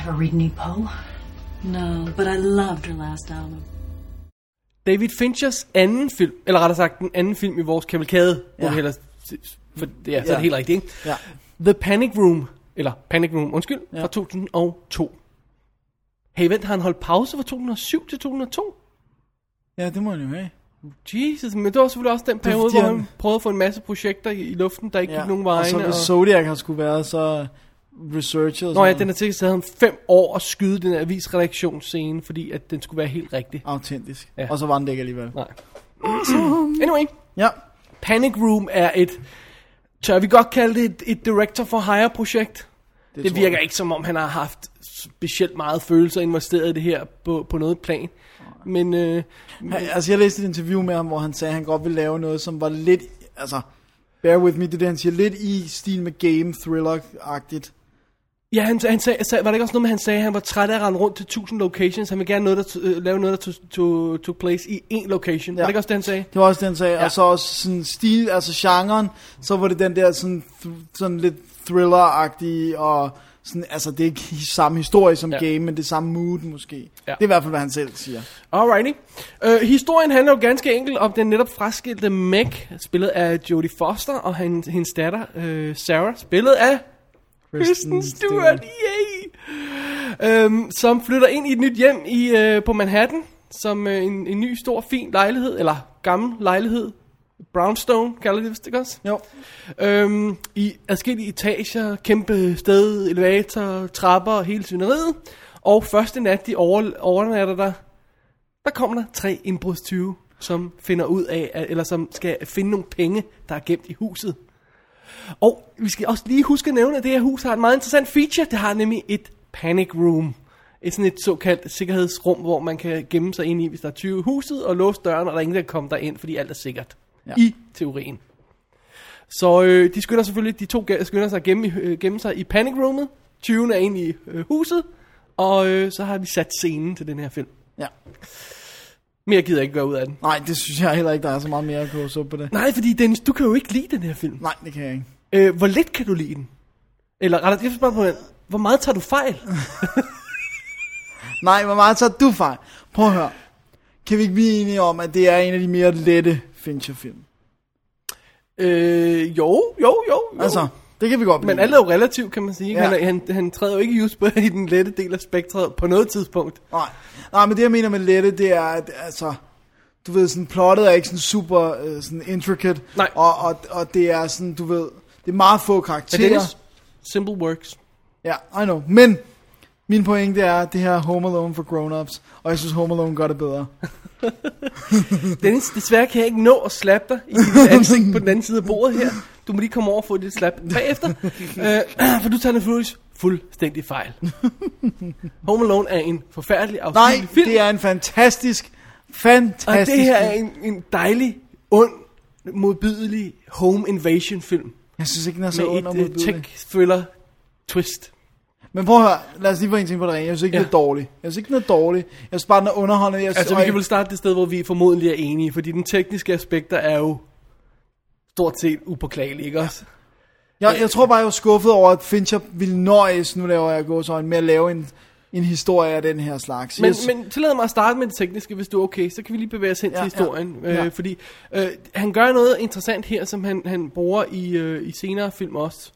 Speaker 8: Ever read any Poe?
Speaker 6: No, but I loved her last album.
Speaker 3: David Finchers anden film, eller rettere sagt den anden film i vores kavalkade, ja. hvor vi hellere, for, ja,
Speaker 2: Ja.
Speaker 3: så er det helt rigtigt, ikke?
Speaker 2: Ja.
Speaker 3: The Panic Room, eller Panic Room, undskyld, ja.
Speaker 2: Ja.
Speaker 3: fra 2002. Hey, vent, har han holdt pause fra 2007 til 2002?
Speaker 2: Ja, det må han jo have.
Speaker 3: Jesus, men det var selvfølgelig også den periode,
Speaker 2: fordi
Speaker 3: hvor han
Speaker 2: han-
Speaker 3: prøvede at få en masse projekter i, i luften, der ikke ja.
Speaker 2: Ja.
Speaker 3: gik nogen
Speaker 2: og så
Speaker 3: veje.
Speaker 2: hvis Zodiac har skulle være så researchet og
Speaker 3: Nå ja,
Speaker 2: sådan
Speaker 3: den har sikkert taget ham fem år at skyde den her avisredaktionsscene, fordi at den skulle være helt rigtig.
Speaker 2: noget autentisk.
Speaker 3: Ja.
Speaker 2: Og så var den det ikke alligevel. <clears throat>
Speaker 3: Nej. anyway,
Speaker 2: Ja,
Speaker 3: Panic Room er et, tør vi godt kalde det et, et director for hire projekt? Det, det
Speaker 2: tror
Speaker 3: virker
Speaker 2: jeg.
Speaker 3: ikke som om, han har haft specielt meget følelser investeret i det her på, på noget plan. Men øh,
Speaker 2: Han, altså jeg læste et interview med ham, hvor han sagde, at han godt ville lave noget, som var lidt, altså, bear with me, det der han siger, lidt i stil med game thriller-agtigt.
Speaker 3: ja, han, han sag, sag, var det ikke også noget med, han sagde, at han var træt af at rende rundt til 1000 locations. Han ville gerne noget, der t- øh, lave noget, der tog to, to place i én location. Ja. Var
Speaker 2: Ja.
Speaker 3: det ikke også det, han sagde?
Speaker 2: Det var også den sag, ja.
Speaker 3: Ja.
Speaker 2: og så også sådan stil, altså genren, så var det den der sådan, th- sådan lidt thriller-agtige, og sådan, altså det er ikke samme historie som
Speaker 3: Ja.
Speaker 2: ja. game, men det er samme mood måske.
Speaker 3: Ja.
Speaker 2: Ja. Det er i hvert fald, hvad han selv siger.
Speaker 3: Alrighty. Øh, historien handler jo ganske enkelt om den netop fraskilte Meg, spillet af Jodie Foster, og hendes, hendes datter, øh, Sarah, spillet af Kristen Stewart, yay! Øhm, som flytter ind i et nyt hjem i, øh, på Manhattan, som øh, en, en ny, stor, fin lejlighed, eller gammel lejlighed. Brownstone kalder det vist ikke også?
Speaker 2: Jo,
Speaker 3: Øhm, I adskillige etager, kæmpe sted, elevator, trapper og hele syneriet. Og første nat, de over, overnatter der, der kommer der tre indbrudstyve, som finder ud af, at- eller som skal finde nogle penge, der er gemt i huset. Og vi skal også lige huske at nævne, at det her hus har et meget interessant feature. Det har nemlig et panic room. Et sådan et såkaldt sikkerhedsrum, hvor man kan gemme sig ind i, hvis der er 20 i huset, og låse døren, og der er ingen, der kan komme derind, fordi alt er sikkert. Ja. I teorien. Så øh, de skynder selvfølgelig, de to gæ- skynder sig at gemme, i- øh, gemme sig i panic roomet. 20'en er inde i øh, huset, og øh, så har vi sat scenen til den her film.
Speaker 2: ja.
Speaker 3: Mere gider jeg ikke gøre ud af den.
Speaker 2: Nej, det synes jeg heller ikke, der er så meget mere at kåse op på det.
Speaker 3: Nej, fordi Dennis, du kan jo ikke lide den her film.
Speaker 2: Nej, det kan jeg ikke.
Speaker 3: Øh, hvor lidt kan du lide den? Eller rettere, jeg vil spørge på den. Hvor meget tager du fejl?
Speaker 2: Nej, hvor meget tager du fejl? Prøv at høre. Kan vi ikke blive enige om, at det er en af de mere lette Fincher-film?
Speaker 3: øh, jo, jo, jo, jo.
Speaker 2: Altså, det kan vi godt blive.
Speaker 3: Men alt er jo relativt, kan man sige. Ja.
Speaker 2: Ja.
Speaker 3: Han, er- han, han træder jo ikke i just på i den lette del af spektret på noget tidspunkt.
Speaker 2: Nej. Nej, men det jeg mener med lette, det er, at altså, du ved, sådan plottet er ikke sådan super øh, sådan intricate.
Speaker 3: Nej.
Speaker 2: Og, og, og det er sådan, du ved, det er meget få
Speaker 3: Men
Speaker 2: karakterer.
Speaker 3: Dennis, simple works.
Speaker 2: Ja, I know. Men, min pointe er, at det her er Home Alone for grown-ups, og jeg synes Home Alone gør det bedre.
Speaker 3: Dennis, desværre kan jeg ikke nå at slappe dig
Speaker 2: <laughs>
Speaker 3: i dit ansigt på den anden side af bordet her. Du må lige komme over og få dit slap
Speaker 2: <laughs>
Speaker 3: bagefter, øh, <clears throat> for du tager naturligvis fuldstændig fejl. Home Alone er en forfærdelig
Speaker 2: Nej,
Speaker 3: afsluttende film.
Speaker 2: det er en fantastisk,
Speaker 3: Og
Speaker 2: fantastisk
Speaker 3: det her er
Speaker 2: film.
Speaker 3: en, en dejlig, ond, modbydelig home invasion film.
Speaker 2: Jeg synes ikke, den er så
Speaker 3: Med et uh,
Speaker 2: undermodbydelig.
Speaker 3: tech thriller twist.
Speaker 2: Men prøv at høre, lad os lige få en ting på det rene. Jeg synes ikke,
Speaker 3: Ja.
Speaker 2: ja. den er dårlig. Jeg synes ikke, den er dårlig. Jeg synes bare, den er underholdende. Jeg synes,
Speaker 3: Altså, vi
Speaker 2: og-
Speaker 3: kan vel starte det sted, hvor vi formodentlig er enige, fordi den tekniske aspekter er jo stort set upåklagelige, ikke også?
Speaker 2: Jeg, jeg tror bare, jeg var skuffet over, at Fincher ville nøjes, nu laver jeg gåsøjne, med at lave en, en historie af den her slags.
Speaker 3: Men,
Speaker 2: jeg,
Speaker 3: yes. men tillad mig at starte med det tekniske, hvis du er okay. Så kan vi lige bevæge os hen ja,
Speaker 2: Ja,
Speaker 3: til
Speaker 2: ja.
Speaker 3: historien. Ja.
Speaker 2: Ja.
Speaker 3: Øh, fordi øh, han gør noget interessant her, som han, han bruger i, øh, i senere film også.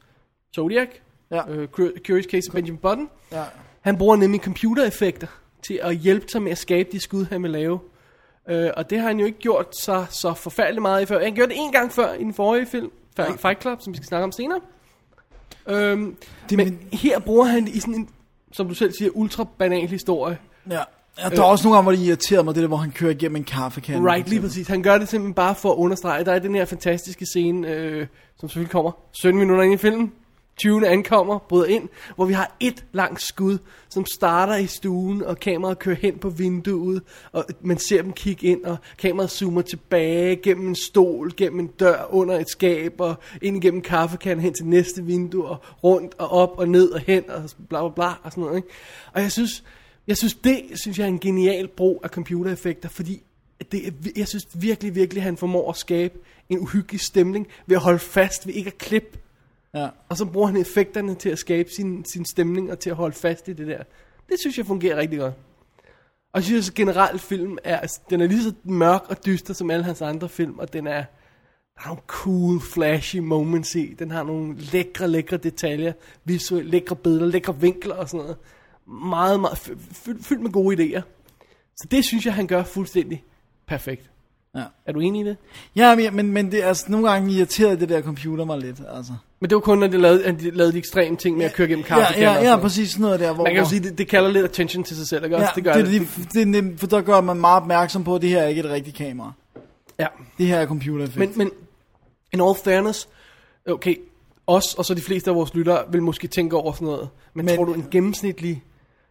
Speaker 3: Zodiac,
Speaker 2: Ja,
Speaker 3: øh, Cur- Curious Case of Benjamin Button.
Speaker 2: ja.
Speaker 3: Han bruger nemlig computereffekter til at hjælpe sig med at skabe de skud, han vil lave. Øh, og det har han jo ikke gjort så, så forfærdeligt meget i før. Han gjorde det en gang før i den forrige film, ja. Fight Club, som vi skal snakke om senere. Øhm, det, men,
Speaker 2: men-
Speaker 3: her bruger han det i sådan en, som du selv siger, ultra banal historie.
Speaker 2: ja. Ja, der er også nogle gange, hvor det irriterer mig, det der, hvor han kører igennem en kaffekande.
Speaker 3: Øh.
Speaker 2: altså.
Speaker 3: Right, lige præcis. Han gør det simpelthen bare for at understrege. Der er den her fantastiske scene, øh, som selvfølgelig kommer 17 minutter ind i filmen. 20. ankommer, bryder ind, hvor vi har et langt skud, som starter i stuen, og kameraet kører hen på vinduet, og man ser dem kigge ind, og kameraet zoomer tilbage gennem en stol, gennem en dør, under et skab, og ind igennem kaffekanden hen til næste vindue, og rundt og op og ned og hen, og bla bla bla, og sådan noget. Ikke? Og jeg synes, jeg synes, det synes jeg er en genial brug af computereffekter, fordi det, er vi- jeg synes virkelig, virkelig, han formår at skabe en uhyggelig stemning ved at holde fast ved ikke at klippe.
Speaker 2: Ja.
Speaker 3: Og så bruger han effekterne til at skabe sin, sin stemning og til at holde fast i det der. Det synes jeg fungerer rigtig godt. Og jeg synes generelt, film er, altså, den er lige så mørk og dyster som alle hans andre film, og den er, der er nogle cool, flashy moments i. Den har nogle lækre, lækre detaljer, visuelt lækre billeder, lækre vinkler og sådan noget. Meget, meget fy- fyldt fyldt med gode idéer. Så det synes jeg, han gør fuldstændig perfekt.
Speaker 2: Ja.
Speaker 3: Er du enig i det?
Speaker 2: Ja, men- men, men det er altså, nogle gange irriterer det der computer mig lidt, altså.
Speaker 3: Men det var kun, når de lavede, at de lavede de ekstreme ting med at køre gennem kaffe.
Speaker 2: Ja, ja, ja, præcis sådan noget der, hvor...
Speaker 3: Man kan jo
Speaker 2: hvor-
Speaker 3: sige, det, det kalder lidt attention til sig selv, ikke også?
Speaker 2: ja,
Speaker 3: det gør
Speaker 2: det,
Speaker 3: det.
Speaker 2: er lige- det, er nemt, for der gør man meget opmærksom på, at det her er ikke et rigtigt kamera.
Speaker 3: Ja.
Speaker 2: Det her er computereffekt.
Speaker 3: Men, men in all fairness, okay, os og så de fleste af vores lyttere vil måske tænke over sådan noget. Men, men
Speaker 2: Men-
Speaker 3: tror du, en gennemsnitlig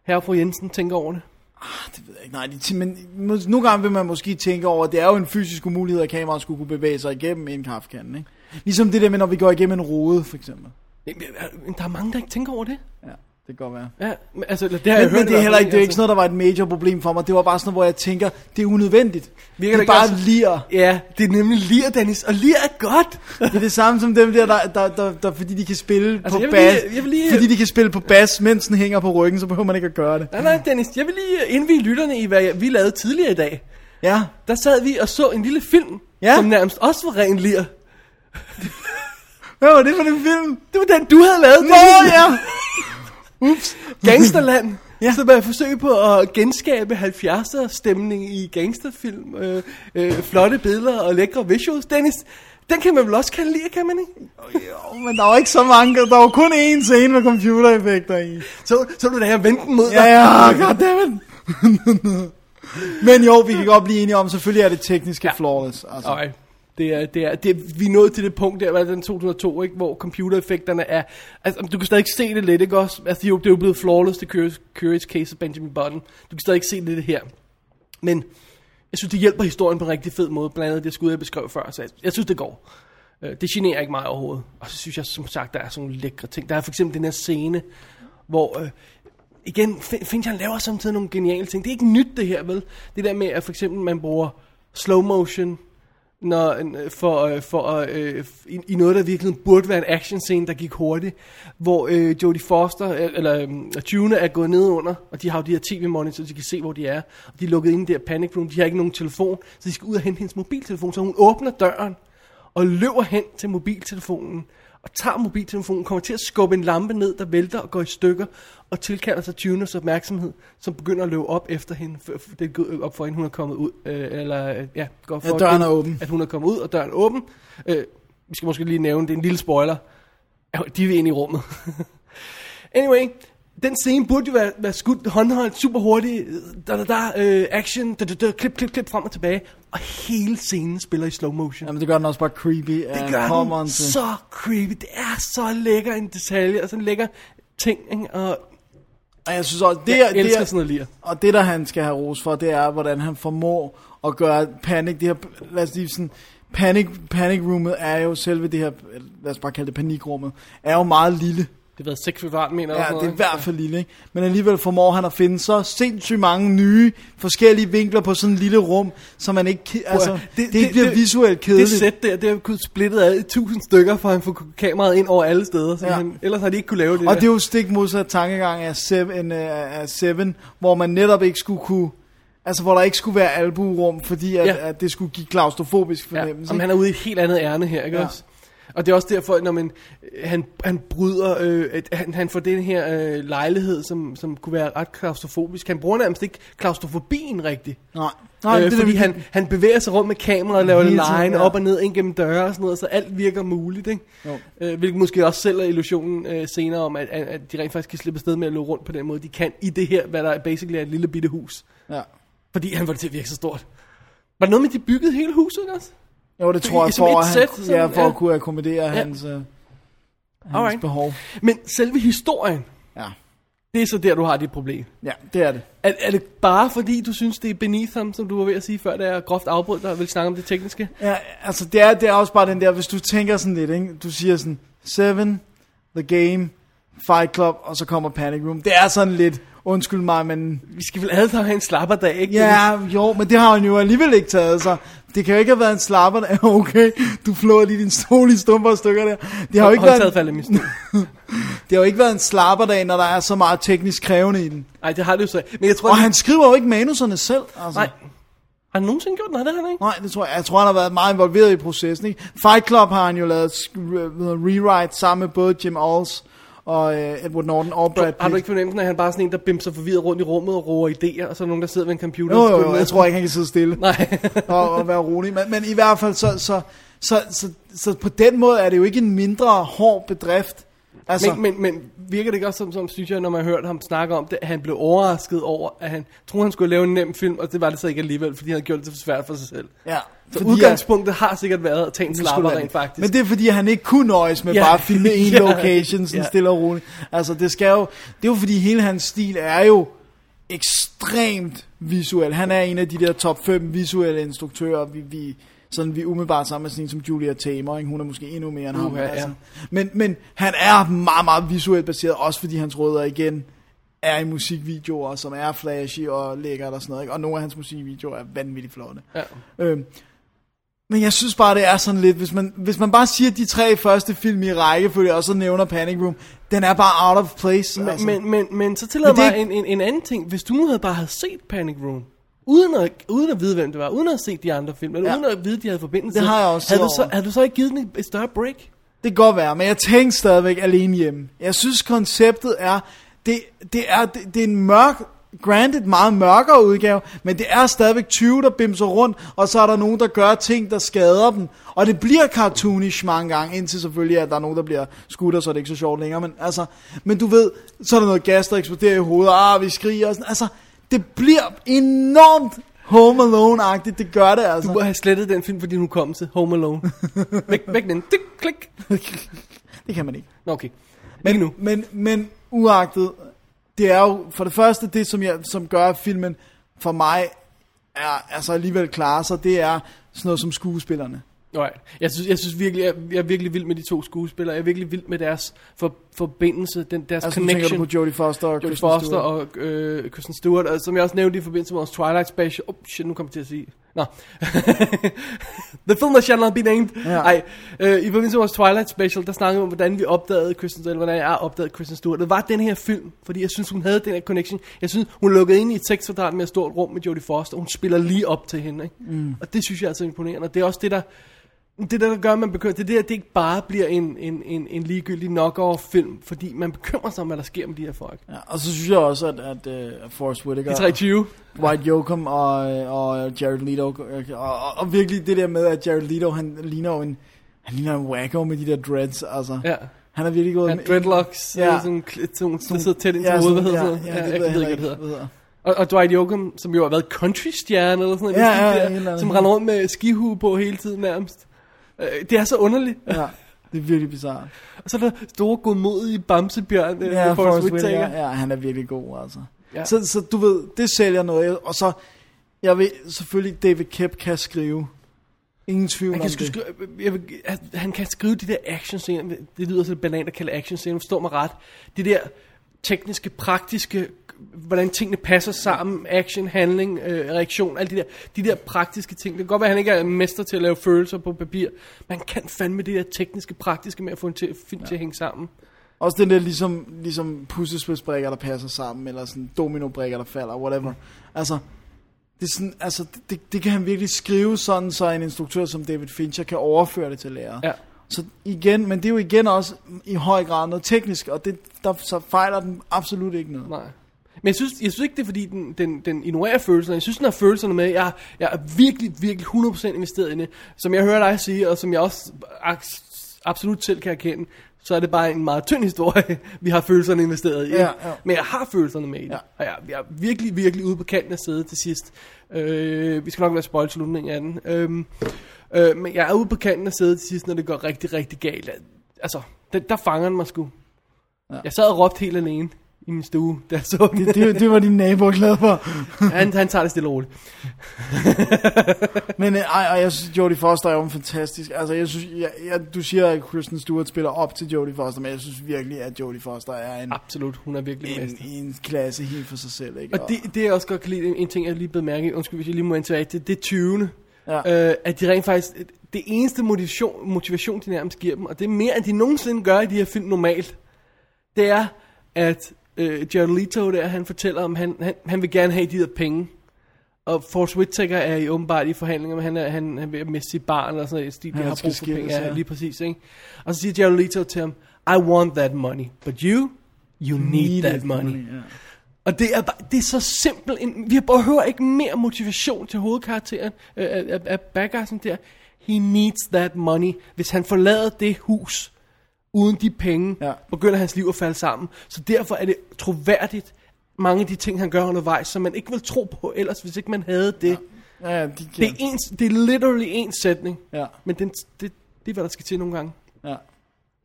Speaker 3: herre fru Jensen tænker over det?
Speaker 2: Det ved jeg ikke, nej, de, ti- men mås- nogle gange vil man måske tænke over, at det er jo en fysisk umulighed, at kameraet skulle kunne bevæge sig igennem en kaffekande, ikke? Ligesom det der med, når vi går igennem en rode, for eksempel.
Speaker 3: Men der er mange, der ikke tænker over det.
Speaker 2: Ja, det kan godt være.
Speaker 3: Ja, men, altså, eller det har jeg
Speaker 2: Men,
Speaker 3: hørt.
Speaker 2: men det er
Speaker 3: i hvert
Speaker 2: heller
Speaker 3: fald, altså.
Speaker 2: ikke, det er ikke sådan noget, der var et major problem for mig. Det var bare sådan noget, hvor jeg tænker, det er unødvendigt. det
Speaker 3: Virker det
Speaker 2: er
Speaker 3: ikke
Speaker 2: bare
Speaker 3: også-
Speaker 2: lir.
Speaker 3: Ja, det er nemlig lir, Dennis, og lir er godt.
Speaker 2: Det er det samme som dem der, der, der, der, der fordi de kan spille
Speaker 3: Altså,
Speaker 2: altså, på
Speaker 3: jeg vil
Speaker 2: bas.
Speaker 3: lige- jeg vil lige-
Speaker 2: Fordi de kan spille på bas, mens den hænger på ryggen, så behøver man ikke at gøre det.
Speaker 3: <laughs> Nej, nej, Dennis, jeg vil lige indvige lytterne i, hvad jeg- vi lavede tidligere i dag.
Speaker 2: Ja,
Speaker 3: Der sad vi og så en lille film,
Speaker 2: Ja.
Speaker 3: som nærmest også var ren lir.
Speaker 2: hvad var det for en film?
Speaker 3: Det var den, du havde lavet.
Speaker 2: Nå
Speaker 3: Dennis.
Speaker 2: ja!
Speaker 3: Gangsterland. ja.
Speaker 2: Ja.
Speaker 3: Så var jeg forsøg på at genskabe 70'er stemning i gangsterfilm. Øh, øh, flotte billeder og lækre visuals. Dennis, den kan man vel også kalde lide, kan man ikke?
Speaker 2: Jo, men der var ikke så mange, der var kun én scene med computereffekter i.
Speaker 3: Så, så du da jeg vendte den mod
Speaker 2: Ja, <laughs>
Speaker 3: dig.
Speaker 2: ja, goddammit. Men jo, vi kan godt blive enige om, selvfølgelig er det tekniske ja. flawless. Altså.
Speaker 3: Nej. Det er, det er, det er, vi er nået til det punkt der, hvad er det, den 2002, ikke, hvor computereffekterne er... Altså, du kan stadig ikke se det lidt, ikke også? Altså, det er jo, det er jo blevet flawless, det Curious, Curious Case af Benjamin Button. Du kan stadig ikke se det her. Men jeg synes, det hjælper historien på en rigtig fed måde, blandt andet det skud, jeg beskrev før. Så jeg, jeg synes, det går. Øh, Det generer ikke mig overhovedet. Og så synes jeg, som sagt, der er sådan nogle lækre ting. Der er for eksempel den her scene, hvor... Øh, igen, Fin- Fincher han laver samtidig nogle geniale ting. Det er ikke nyt, det her, vel? Det der med, at for eksempel man bruger slow motion når, øh, for, øh, for, øh, i, i noget, der virkelig burde være en action scene, der gik hurtigt, hvor øh, Jodie Foster, øh, eller øh, Tuna er gået ned under, og de har jo de her tv-monitors, så de kan se, hvor de er, og de er lukket inde i det her panic room, de har ikke nogen telefon, så de skal ud og hente hendes mobiltelefon, så hun åbner døren, og løber hen til mobiltelefonen, og tager mobiltelefonen, kommer til at skubbe en lampe ned, der vælter og går i stykker, og tilkalder sig Tuners opmærksomhed, som begynder at løbe op efter hende, for, for det går op for hende, hun er kommet ud, øh, eller øh, ja, går for
Speaker 2: Ja, døren er åben.
Speaker 3: at hun er kommet ud, og døren er åben. Øh, vi skal måske lige nævne, det er en lille spoiler. Ja, De vil ind i rummet. <laughs> anyway, den scene burde jo være, være skudt håndholdt super hurtigt. Da, da, da, øh, action, da, da, da, klip, klip, klip frem og tilbage. Og hele scenen spiller i slow motion.
Speaker 2: Jamen, det gør den også bare creepy. at
Speaker 3: Det gør
Speaker 2: kommer
Speaker 3: den
Speaker 2: til.
Speaker 3: så creepy. Det er så lækker en detalje, og sådan en lækker ting. Ikke? Og
Speaker 2: Og jeg synes også, det,
Speaker 3: jeg
Speaker 2: er, det
Speaker 3: elsker
Speaker 2: er,
Speaker 3: sådan noget lige.
Speaker 2: Og det, der han skal have ros for, det er, hvordan han formår at gøre panik, det her, lad os lige sådan, panic, panic roomet er jo selve det her, lad os bare kalde det panikrummet, er jo meget lille.
Speaker 3: Det har været 6 kvadratmeter.
Speaker 2: Ja,
Speaker 3: eller sådan
Speaker 2: det
Speaker 3: noget,
Speaker 2: er i
Speaker 3: ikke?
Speaker 2: hvert fald lille, ikke? Men alligevel formår han at finde så sindssygt mange nye, forskellige vinkler på sådan en lille rum, så man ikke, ke- altså, det, det, ikke bliver visuelt kedeligt.
Speaker 3: Det sæt der, det har vi kunnet splittet ad i tusind stykker, for han får kameraet ind over alle steder. Så ja.
Speaker 2: Ja.
Speaker 3: han, ellers har de ikke kunne lave det
Speaker 2: Og
Speaker 3: der.
Speaker 2: det er jo stik modsat tankegang af Seven, øh, af Seven, hvor man netop ikke skulle kunne... Altså, hvor der ikke skulle være albuerum, fordi at,
Speaker 3: Ja.
Speaker 2: ja. at det skulle give klaustrofobisk
Speaker 3: ja.
Speaker 2: fornemmelse.
Speaker 3: Om
Speaker 2: ikke?
Speaker 3: han er ude i et helt andet ærne her, ikke ja.
Speaker 2: Ja.
Speaker 3: også? Og det er også derfor, når man, øh, han, han bryder, øh, at han, han får den her øh, lejlighed, som, som kunne være ret klaustrofobisk. Han bruger nærmest ikke klaustrofobien rigtigt.
Speaker 2: Nej. Nej,
Speaker 3: øh,
Speaker 2: det er
Speaker 3: fordi
Speaker 2: det, vi-
Speaker 3: han, han bevæger sig rundt med kameraet og laver
Speaker 2: Hele tiden,
Speaker 3: line
Speaker 2: ja.
Speaker 3: op og ned ind gennem døre og sådan noget, så alt virker muligt. Ikke?
Speaker 2: Jo.
Speaker 3: Øh, hvilket måske også selv er illusionen øh, senere om, at, at, at de rent faktisk kan slippe afsted med at løbe rundt på den måde, de kan i det her, hvad der basically er et lille bitte hus.
Speaker 2: Ja.
Speaker 3: Fordi han var det til at virke så stort. Var det noget med, at de byggede hele huset ikke også?
Speaker 2: Jo, det tror jeg,
Speaker 3: Som
Speaker 2: for,
Speaker 3: et
Speaker 2: at, han,
Speaker 3: sæt,
Speaker 2: kunne-
Speaker 3: sådan,
Speaker 2: ja, for
Speaker 3: ja.
Speaker 2: at kunne akkommodere hans, øh, hans
Speaker 3: Alright.
Speaker 2: behov.
Speaker 3: Men selve historien,
Speaker 2: Ja.
Speaker 3: det er så der, du har dit problem.
Speaker 2: ja, det er det.
Speaker 3: Er, er det bare fordi, du synes, det er beneath ham, som du var ved at sige før, da jeg groft afbrød dig og ville snakke om det tekniske?
Speaker 2: Ja, altså det er, det er også bare den der, hvis du tænker sådan lidt, ikke? du siger sådan, Seven, The Game, Fight Club, og så kommer Panic Room. Det er sådan lidt, undskyld mig, men
Speaker 3: Vi skal vel alle sammen have en slapper dag, ikke?
Speaker 2: ja, jo, men det har han jo alligevel ikke taget sig. Det kan jo ikke have været en slapper, der- <laughs> okay, du flår lige din stol i stumper og stykker der. Det har, jo
Speaker 3: Hold-
Speaker 2: ikke været,
Speaker 3: håndtaget falder i
Speaker 2: <laughs>
Speaker 3: min stol.
Speaker 2: det har jo ikke været en slapperdag, når der er så meget teknisk krævende i den.
Speaker 3: Nej, det har det jo så. Men jeg tror,
Speaker 2: Og
Speaker 3: det-
Speaker 2: han skriver jo ikke manuserne selv. Altså.
Speaker 3: Nej. Har han nogensinde gjort noget? Nej, det har han ikke.
Speaker 2: Nej, det tror jeg. Jeg tror, han har været meget involveret i processen. Ikke? Fight Club har han jo lavet sk- re- hvad hedder det, rewrite sammen med både Jim Alls og øh, Edward Norton og Brad Pitt.
Speaker 3: Har du ikke fornemmelsen, at han bare er sådan en, der bimser forvirret rundt i rummet og roer idéer, og så er der nogen, der sidder ved en computer?
Speaker 2: Jo,
Speaker 3: og
Speaker 2: jo,
Speaker 3: spiller
Speaker 2: jo,
Speaker 3: med?
Speaker 2: jeg tror ikke, han kan sidde stille
Speaker 3: Nej.
Speaker 2: <laughs>
Speaker 3: <laughs>
Speaker 2: og, og være rolig. Men, men i hvert fald, så, så, så, så, så på den måde er det jo ikke en mindre hård bedrift. Altså,
Speaker 3: Men, men, men virker det ikke også som, som synes jeg, når man hørte ham snakke om det, at han blev overrasket over, at han troede, han skulle lave en nem film, og det var det så ikke alligevel, fordi han havde gjort det for svært for sig selv.
Speaker 2: ja,
Speaker 3: Så
Speaker 2: fordi,
Speaker 3: udgangspunktet har sikkert været at tage en
Speaker 2: at- det skulle
Speaker 3: slapper
Speaker 2: være
Speaker 3: rent
Speaker 2: det.
Speaker 3: faktisk.
Speaker 2: Men det er fordi, han ikke kunne nøjes med
Speaker 3: Ja.
Speaker 2: bare at
Speaker 3: <laughs>
Speaker 2: filme en
Speaker 3: Ja.
Speaker 2: location, sådan
Speaker 3: Ja.
Speaker 2: stille og roligt. Altså, det skal jo... Det er jo fordi, hele hans stil er jo ekstremt visuel. Han er en af de der top 5 visuelle instruktører, vi, vi, sådan vi umiddelbart sammen med sådan en som Julia Tamer, ikke? hun er måske endnu mere end ham. altså.
Speaker 3: Uha, ja.
Speaker 2: men, men han er meget, meget visuelt baseret, også fordi hans rødder igen er i musikvideoer, som er flashy og lækkert og sådan noget, ikke? og nogle af hans musikvideoer er vanvittigt flotte.
Speaker 3: Ja.
Speaker 2: Øhm, men jeg synes bare, det er sådan lidt, hvis man, hvis man bare siger de tre første film i rækkefølge, og så nævner Panic Room, den er bare out of place.
Speaker 3: Men,
Speaker 2: altså.
Speaker 3: men, men, men så tillader
Speaker 2: Men det er
Speaker 3: mig en, en, en anden ting. Hvis du nu havde bare havde set Panic Room, uden at, uden at vide, hvem det var, uden at have set de andre film, eller
Speaker 2: Ja.
Speaker 3: ja. uden at vide, de havde forbindelse,
Speaker 2: Det har jeg også
Speaker 3: havde du,
Speaker 2: siddet
Speaker 3: så,
Speaker 2: over.
Speaker 3: havde du så ikke givet den et- et større break?
Speaker 2: Det kan godt være, men jeg tænker stadigvæk alene hjemme. Jeg synes, konceptet er, det, det er, det, det er en mørk, granted meget mørkere udgave, men det er stadigvæk 20, der bimser rundt, og så er der nogen, der gør ting, der skader dem. Og det bliver cartoonish mange gange, indtil selvfølgelig, at der er nogen, der bliver skudt, og så er det ikke så sjovt længere. Men, altså, men du ved, så er der noget gas, der eksploderer i hovedet, ah, vi skriger og sådan. Altså, det bliver enormt Home Alone-agtigt, det gør det altså.
Speaker 3: Du burde have slettet den film for din hukommelse, Home
Speaker 2: <laughs>
Speaker 3: Alone. væk, væk den. Tik, klik.
Speaker 2: Det kan man ikke.
Speaker 3: Nå, okay.
Speaker 2: Men,
Speaker 3: Men, Ikke nu.
Speaker 2: men, men uagtet, det er jo for det første det, som, jeg, som gør, at filmen for mig er, altså alligevel klarer sig, det er sådan noget som skuespillerne.
Speaker 3: Nej, jeg synes, jeg synes virkelig, jeg, jeg er virkelig vild med de to skuespillere. Jeg er virkelig vild med deres for, forbindelse, den, deres
Speaker 2: Altså
Speaker 3: altså,
Speaker 2: nu tænker du
Speaker 3: connection.
Speaker 2: på Jodie Foster og
Speaker 3: Jodie
Speaker 2: Kristen
Speaker 3: Foster
Speaker 2: Stewart.
Speaker 3: og øh, Kristen Stewart, og som jeg også nævnte i forbindelse med vores Twilight Special. Oh shit, nu kommer jeg til at sige. Nå. <laughs> The film that shall not be named.
Speaker 2: Ja.
Speaker 3: Ej, øh, i forbindelse med vores Twilight Special, der snakkede vi om, hvordan vi opdagede Kristen Stewart, eller hvordan jeg opdagede Kristen Stewart. Det var den her film, fordi jeg synes, hun havde den her connection. Jeg synes, hun lukkede ind i et 6 kvadrat med et stort rum med Jodie Foster, og hun spiller lige op til hende. Ikke? Mm. Og det synes jeg er altså imponerende, og det er også det, der det der, der gør, at man bekymrer, det er det, at det ikke bare bliver en, en, en, en ligegyldig knock-off-film, fordi man bekymrer sig om, hvad der sker med de her folk.
Speaker 2: Ja, og så synes jeg også, at, at uh, Forrest Whitaker,
Speaker 3: De 23.
Speaker 2: Dwight Yoakam og, øh, og Jared Leto, øh, og, og, og virkelig det der med, at Jared Leto, han ligner jo en, han ligner en wacko med de der dreads, altså.
Speaker 3: Ja.
Speaker 2: Han er virkelig gået...
Speaker 3: Han dreadlocks,
Speaker 2: Ja.
Speaker 3: ja. sådan, kl- sådan, sådan, der sidder tæt ind til
Speaker 2: ja,
Speaker 3: hovedet, hvad
Speaker 2: sådan- ja,
Speaker 3: hedder sådan noget?
Speaker 2: ja, det
Speaker 3: jeg
Speaker 2: ved
Speaker 3: ved
Speaker 2: jeg
Speaker 3: ikke,
Speaker 2: ikke,
Speaker 3: hvad det hedder.
Speaker 2: hvad det hedder.
Speaker 3: Og, og Dwight Yoakam, som jo har været country-stjerne eller sådan noget,
Speaker 2: Ja,
Speaker 3: ja,
Speaker 2: ja,
Speaker 3: ja,
Speaker 2: en eller
Speaker 3: der,
Speaker 2: anden.
Speaker 3: som render rundt med skihue på hele tiden nærmest. Øh, Det er så underligt.
Speaker 2: Ja, det er virkelig bizarrt.
Speaker 3: Og så er der store, godmodige bamsebjørn, øh,
Speaker 2: Ja, Forrest
Speaker 3: med Forrest
Speaker 2: Whitaker.
Speaker 3: Whitaker.
Speaker 2: Ja, han er virkelig god, altså. Ja.
Speaker 3: Ja.
Speaker 2: Så, så du ved, det sælger noget. Og så, jeg ved selvfølgelig, David Kep kan skrive. Ingen tvivl
Speaker 3: Han
Speaker 2: om
Speaker 3: kan,
Speaker 2: det.
Speaker 3: sgu skrive, øh, jeg vil, han- han kan skrive de der action scener. Det lyder så banalt at kalde action scener, forstår mig ret. De der tekniske, praktiske, hvordan tingene passer sammen, action, handling, øh, reaktion, alle de der, de der praktiske ting. Det kan godt være, at han ikke er en mester til at lave følelser på papir, men han kan fandme det der tekniske, praktiske med at få en til, film ja. til at hænge sammen.
Speaker 2: Også den der ligesom, ligesom puslespilsbrikker, der passer sammen, eller sådan dominobrikker, der falder,
Speaker 3: Mm.
Speaker 2: whatever. Altså, det, er sådan, altså det, det, det, kan han virkelig skrive sådan, så en instruktør som David Fincher kan overføre det til lærer.
Speaker 3: Ja.
Speaker 2: Så igen, men det er jo igen også i høj grad noget teknisk, og det, der så fejler den absolut ikke noget.
Speaker 3: Nej. Men jeg synes, jeg synes ikke, det er fordi, den, den, den ignorerer følelserne. Jeg synes, den har følelserne med. Jeg, jeg er virkelig, virkelig 100% investeret i det. Som jeg hører dig sige, og som jeg også ak- absolut selv kan erkende, så er det bare en meget tynd historie, <laughs> vi har følelserne investeret i.
Speaker 2: Ja, ja.
Speaker 3: Men jeg har følelserne med i det.
Speaker 2: Ja.
Speaker 3: Ja. Og jeg, jeg er virkelig, virkelig ude på kanten af sædet til sidst. Øh, vi skal nok være spoil slutningen af den. Øhm, øh, men jeg er ude på kanten af sædet til sidst, når det går rigtig, rigtig galt. Altså, der, der fanger den mig sgu. Ja. Jeg sad og råbte helt alene i min stue, da jeg så <laughs> den.
Speaker 2: Det, det var din nabo glad for.
Speaker 3: Han, han tager det stille og roligt.
Speaker 2: Men øh, ej, ej, jeg synes, Jodie Foster er jo en fantastisk... Altså, jeg synes, jeg, jeg, du siger, at Kristen Stewart spiller op til Jodie Foster, men jeg synes virkelig, at Jodie Foster er en,
Speaker 3: Absolut, hun Ah, er virkelig en,
Speaker 2: en, en klasse helt for sig selv. Ikke?
Speaker 3: Og det, det jeg også godt kan lide, en en ting jeg lige blev mærke i, undskyld hvis jeg lige må interagere til, det er 20.
Speaker 2: Ja.
Speaker 3: Øh, at de rent faktisk, det eneste motivation, motivation de nærmest giver dem, og det er mere end de nogensinde gør i de her film normalt, det er, at øh, Jared Leto der, han fortæller om, han, han, han vil gerne have de der penge. Og Forrest Whitaker er i åbenbart i forhandlinger, men han er, han, han er ved at miste sit barn eller sådan noget. De, de
Speaker 2: Han
Speaker 3: har
Speaker 2: skal
Speaker 3: brug for
Speaker 2: skilles,
Speaker 3: penge, ja,
Speaker 2: ja.
Speaker 3: lige præcis. Ikke? Og så siger Jared Leto til ham, I want that money, but you, you need, need that money. money.
Speaker 2: Ja.
Speaker 3: Og det er, bare, det er så simpelt. En, vi behøver ikke mere motivation til hovedkarakteren øh, af, af, af Baggersen der. He needs that money. Hvis han forlader det hus uden de penge,
Speaker 2: Ja.
Speaker 3: ja. begynder hans liv at falde sammen. Så derfor er det troværdigt, mange af de ting, han gør undervejs, som man ikke vil tro på ellers, hvis ikke man havde det. Ja.
Speaker 2: Ja, de giver,
Speaker 3: Det, er ens, det er literally en sætning,
Speaker 2: Ja.
Speaker 3: men den, det, det er, hvad der skal til nogle gange.
Speaker 2: ja.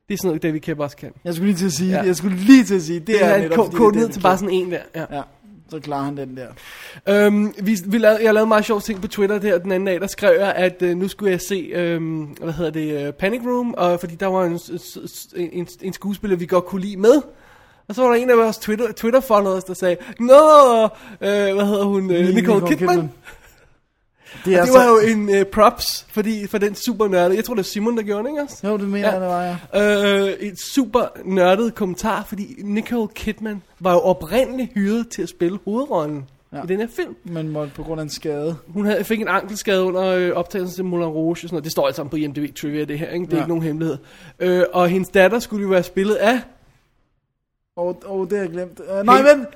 Speaker 3: Det er sådan noget, David Kæp også kan.
Speaker 2: Jeg skulle lige til at sige, ja.
Speaker 3: Ja.
Speaker 2: jeg skulle lige til at sige, det,
Speaker 3: Det
Speaker 2: er
Speaker 3: er,
Speaker 2: netop,
Speaker 3: ko-
Speaker 2: fordi
Speaker 3: kodet
Speaker 2: det er
Speaker 3: ned
Speaker 2: det,
Speaker 3: til
Speaker 2: vi
Speaker 3: bare
Speaker 2: kan.
Speaker 3: sådan en der. Ja.
Speaker 2: Ja, så klarer han den der.
Speaker 3: Øhm, vi, vi lavede, jeg lavede en meget sjov ting på Twitter der den anden dag, der skrev jeg, at øh, nu skulle jeg se, øhm, hvad hedder det, øh, Panic Room, og fordi der var en, s- s- en, en skuespiller, vi godt kunne lide med. Og så var der en af vores Twitter, Twitter followers, der sagde, Nå, øh, hvad hedder hun, øh, Nicole, Nicole Kidman. Kidman.
Speaker 2: Det, er
Speaker 3: Og det var jo en øh, props, fordi for den super nørdede, jeg tror det var Simon, der gjorde den, ikke også?
Speaker 2: Jo, det mener ja. jeg, det var, ja.
Speaker 3: Øh, et super nørdet kommentar, fordi Nicole Kidman var jo oprindeligt hyret til at spille hovedrollen
Speaker 2: Ja.
Speaker 3: ja. i den her film.
Speaker 2: Men måtte på grund af en skade.
Speaker 3: Hun havde, fik en ankelskade under øh, optagelsen til Moulin Rouge og sådan noget. Det står alt sammen på IMDb Trivia, det her, ikke? Det
Speaker 2: Ja.
Speaker 3: er ja. ikke nogen hemmelighed. Øh, og hendes datter skulle jo være spillet af...
Speaker 2: Mm. Åh, oh, oh, det har jeg glemt. Uh, nej, vent!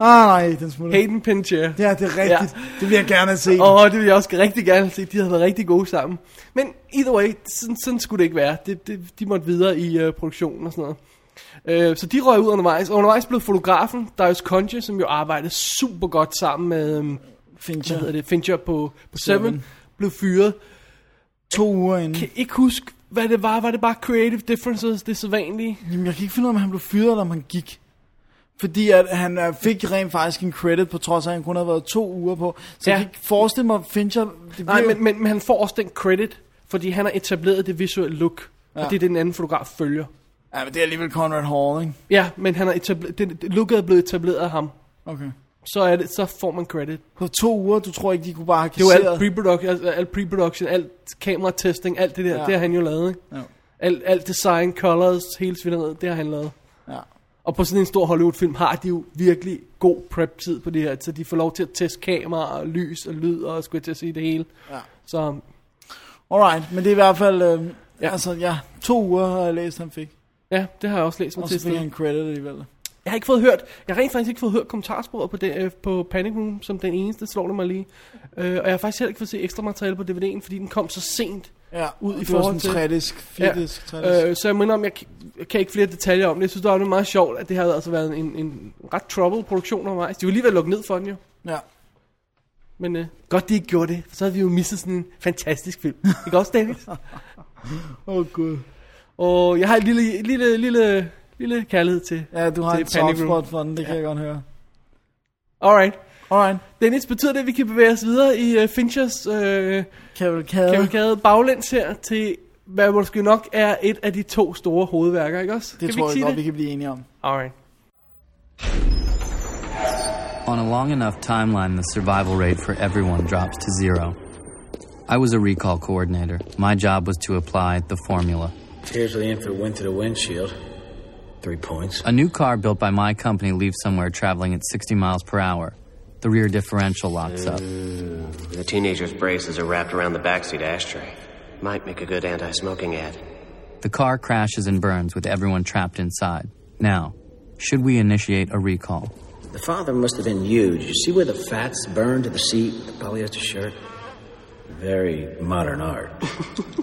Speaker 2: Ah, nej, den smutter.
Speaker 3: Hayden Panettiere.
Speaker 2: Ja, det er rigtigt. Ja. Det vil jeg gerne se.
Speaker 3: Åh, oh, det vil jeg også rigtig gerne se. De havde været rigtig gode sammen. Men either way, sådan, sådan skulle det ikke være. Det, det, de måtte videre i øh, produktionen og sådan noget. Øh, så de røg ud undervejs. Og undervejs blev fotografen, Darius Conje, som jo arbejdede super godt sammen med... Øh,
Speaker 2: Fincher.
Speaker 3: hvad hedder det? Fincher på, på
Speaker 2: Seven.
Speaker 3: Seven, blev fyret.
Speaker 2: To uger inden.
Speaker 3: kan ikke huske, hvad det var. Var det bare Creative Differences, det så vanlige?
Speaker 2: Jamen, jeg kan ikke finde ud af, om han blev fyret, eller om han gik. Fordi at han øh, fik rent faktisk en credit, på trods af, at han kun havde været to uger på. Så ja.
Speaker 3: Ja.
Speaker 2: jeg kan ikke forestille mig, at Fincher... Det
Speaker 3: Nej,
Speaker 2: bliver-
Speaker 3: men, men, men han får også den credit, fordi han har etableret det visuelle look. Ja. Og det er det, den anden fotograf følger.
Speaker 2: Ja, men det er alligevel Conrad Hall, ikke?
Speaker 3: Ja, men han har etableret, det, det, looket er blevet etableret af ham.
Speaker 2: Okay.
Speaker 3: Så, er det, så får man credit.
Speaker 2: På to uger, du tror ikke, de kunne bare have
Speaker 3: Det er jo
Speaker 2: kasseret...
Speaker 3: alt pre-production, alt, alt, pre-production, alt kameratesting, alt det der,
Speaker 2: Ja.
Speaker 3: ja. det har han jo lavet. Ikke?
Speaker 2: Ja.
Speaker 3: Alt, alt design, colors, hele svineriet, det har han lavet.
Speaker 2: Ja.
Speaker 3: Og på sådan en stor Hollywood-film har de jo virkelig god prep-tid på det her, så de får lov til at teste kamera og lys og lyd og skulle jeg til at sige det hele.
Speaker 2: Ja.
Speaker 3: Så
Speaker 2: Alright, men det er i hvert fald... Øh, ja.
Speaker 3: Ja.
Speaker 2: Altså, ja, to uger har jeg læst, han fik.
Speaker 3: Ja, det har jeg også læst mig
Speaker 2: Og
Speaker 3: til.
Speaker 2: så
Speaker 3: et
Speaker 2: fik han
Speaker 3: sted.
Speaker 2: en credit alligevel.
Speaker 3: Jeg har ikke fået hørt, jeg har rent faktisk ikke fået hørt kommentarsporet på, det, øh, på Panic Room, som den eneste, slår det mig lige. Øh, og jeg har faktisk heller ikke fået se ekstra materiale på DVD'en, fordi den kom så sent.
Speaker 2: Ja,
Speaker 3: Ud i
Speaker 2: det var
Speaker 3: forhold
Speaker 2: sådan en
Speaker 3: til-
Speaker 2: tredisk, firedisk, ja. tredisk.
Speaker 3: Øh, så jeg mener om, jeg, k- jeg kan ikke flere detaljer om det. Jeg synes, det var meget sjovt, at det har altså været en, en ret trouble produktion undervejs. De var lige ved at lukke ned for den jo.
Speaker 2: Ja.
Speaker 3: Men øh, godt, de ikke gjorde det, for så havde vi jo misset sådan en fantastisk film. <laughs> Ikke også, Dennis?
Speaker 2: Åh, oh, gud.
Speaker 3: Og jeg har en lille, lille, lille, lille kærlighed til.
Speaker 2: Ja, du har
Speaker 3: Det er
Speaker 2: en
Speaker 3: Panic
Speaker 2: soft spot for den, det kan jeg godt høre.
Speaker 3: Alright.
Speaker 2: Alright,
Speaker 3: Dennis, betyder det, at vi kan bevæge os videre i øh, Finchers... Øh,
Speaker 2: kavalkade.
Speaker 3: kavalkade baglæns her til, hvad måske nok er et af de to store hovedværker, ikke også?
Speaker 2: Det
Speaker 3: kan
Speaker 2: tror
Speaker 3: vi
Speaker 2: jeg
Speaker 3: ikke
Speaker 2: godt, vi
Speaker 3: sige
Speaker 2: kan blive enige om.
Speaker 3: det? Alright.
Speaker 9: On a long enough timeline, the survival rate for everyone drops to zero. I was a recall coordinator. My job was to apply the formula.
Speaker 10: Tears of the infant went to the windshield. Three points.
Speaker 9: A new car built by my company leaves somewhere traveling at 60 miles per hour. The rear differential locks up.
Speaker 11: The teenager's braces are wrapped around the backseat ashtray. Might make a good anti smoking ad.
Speaker 9: The car crashes and burns with everyone trapped inside. Now, should we initiate a recall?
Speaker 10: The father must have been you. Did you see where the fats burned to the seat, the polyester shirt? Very modern art.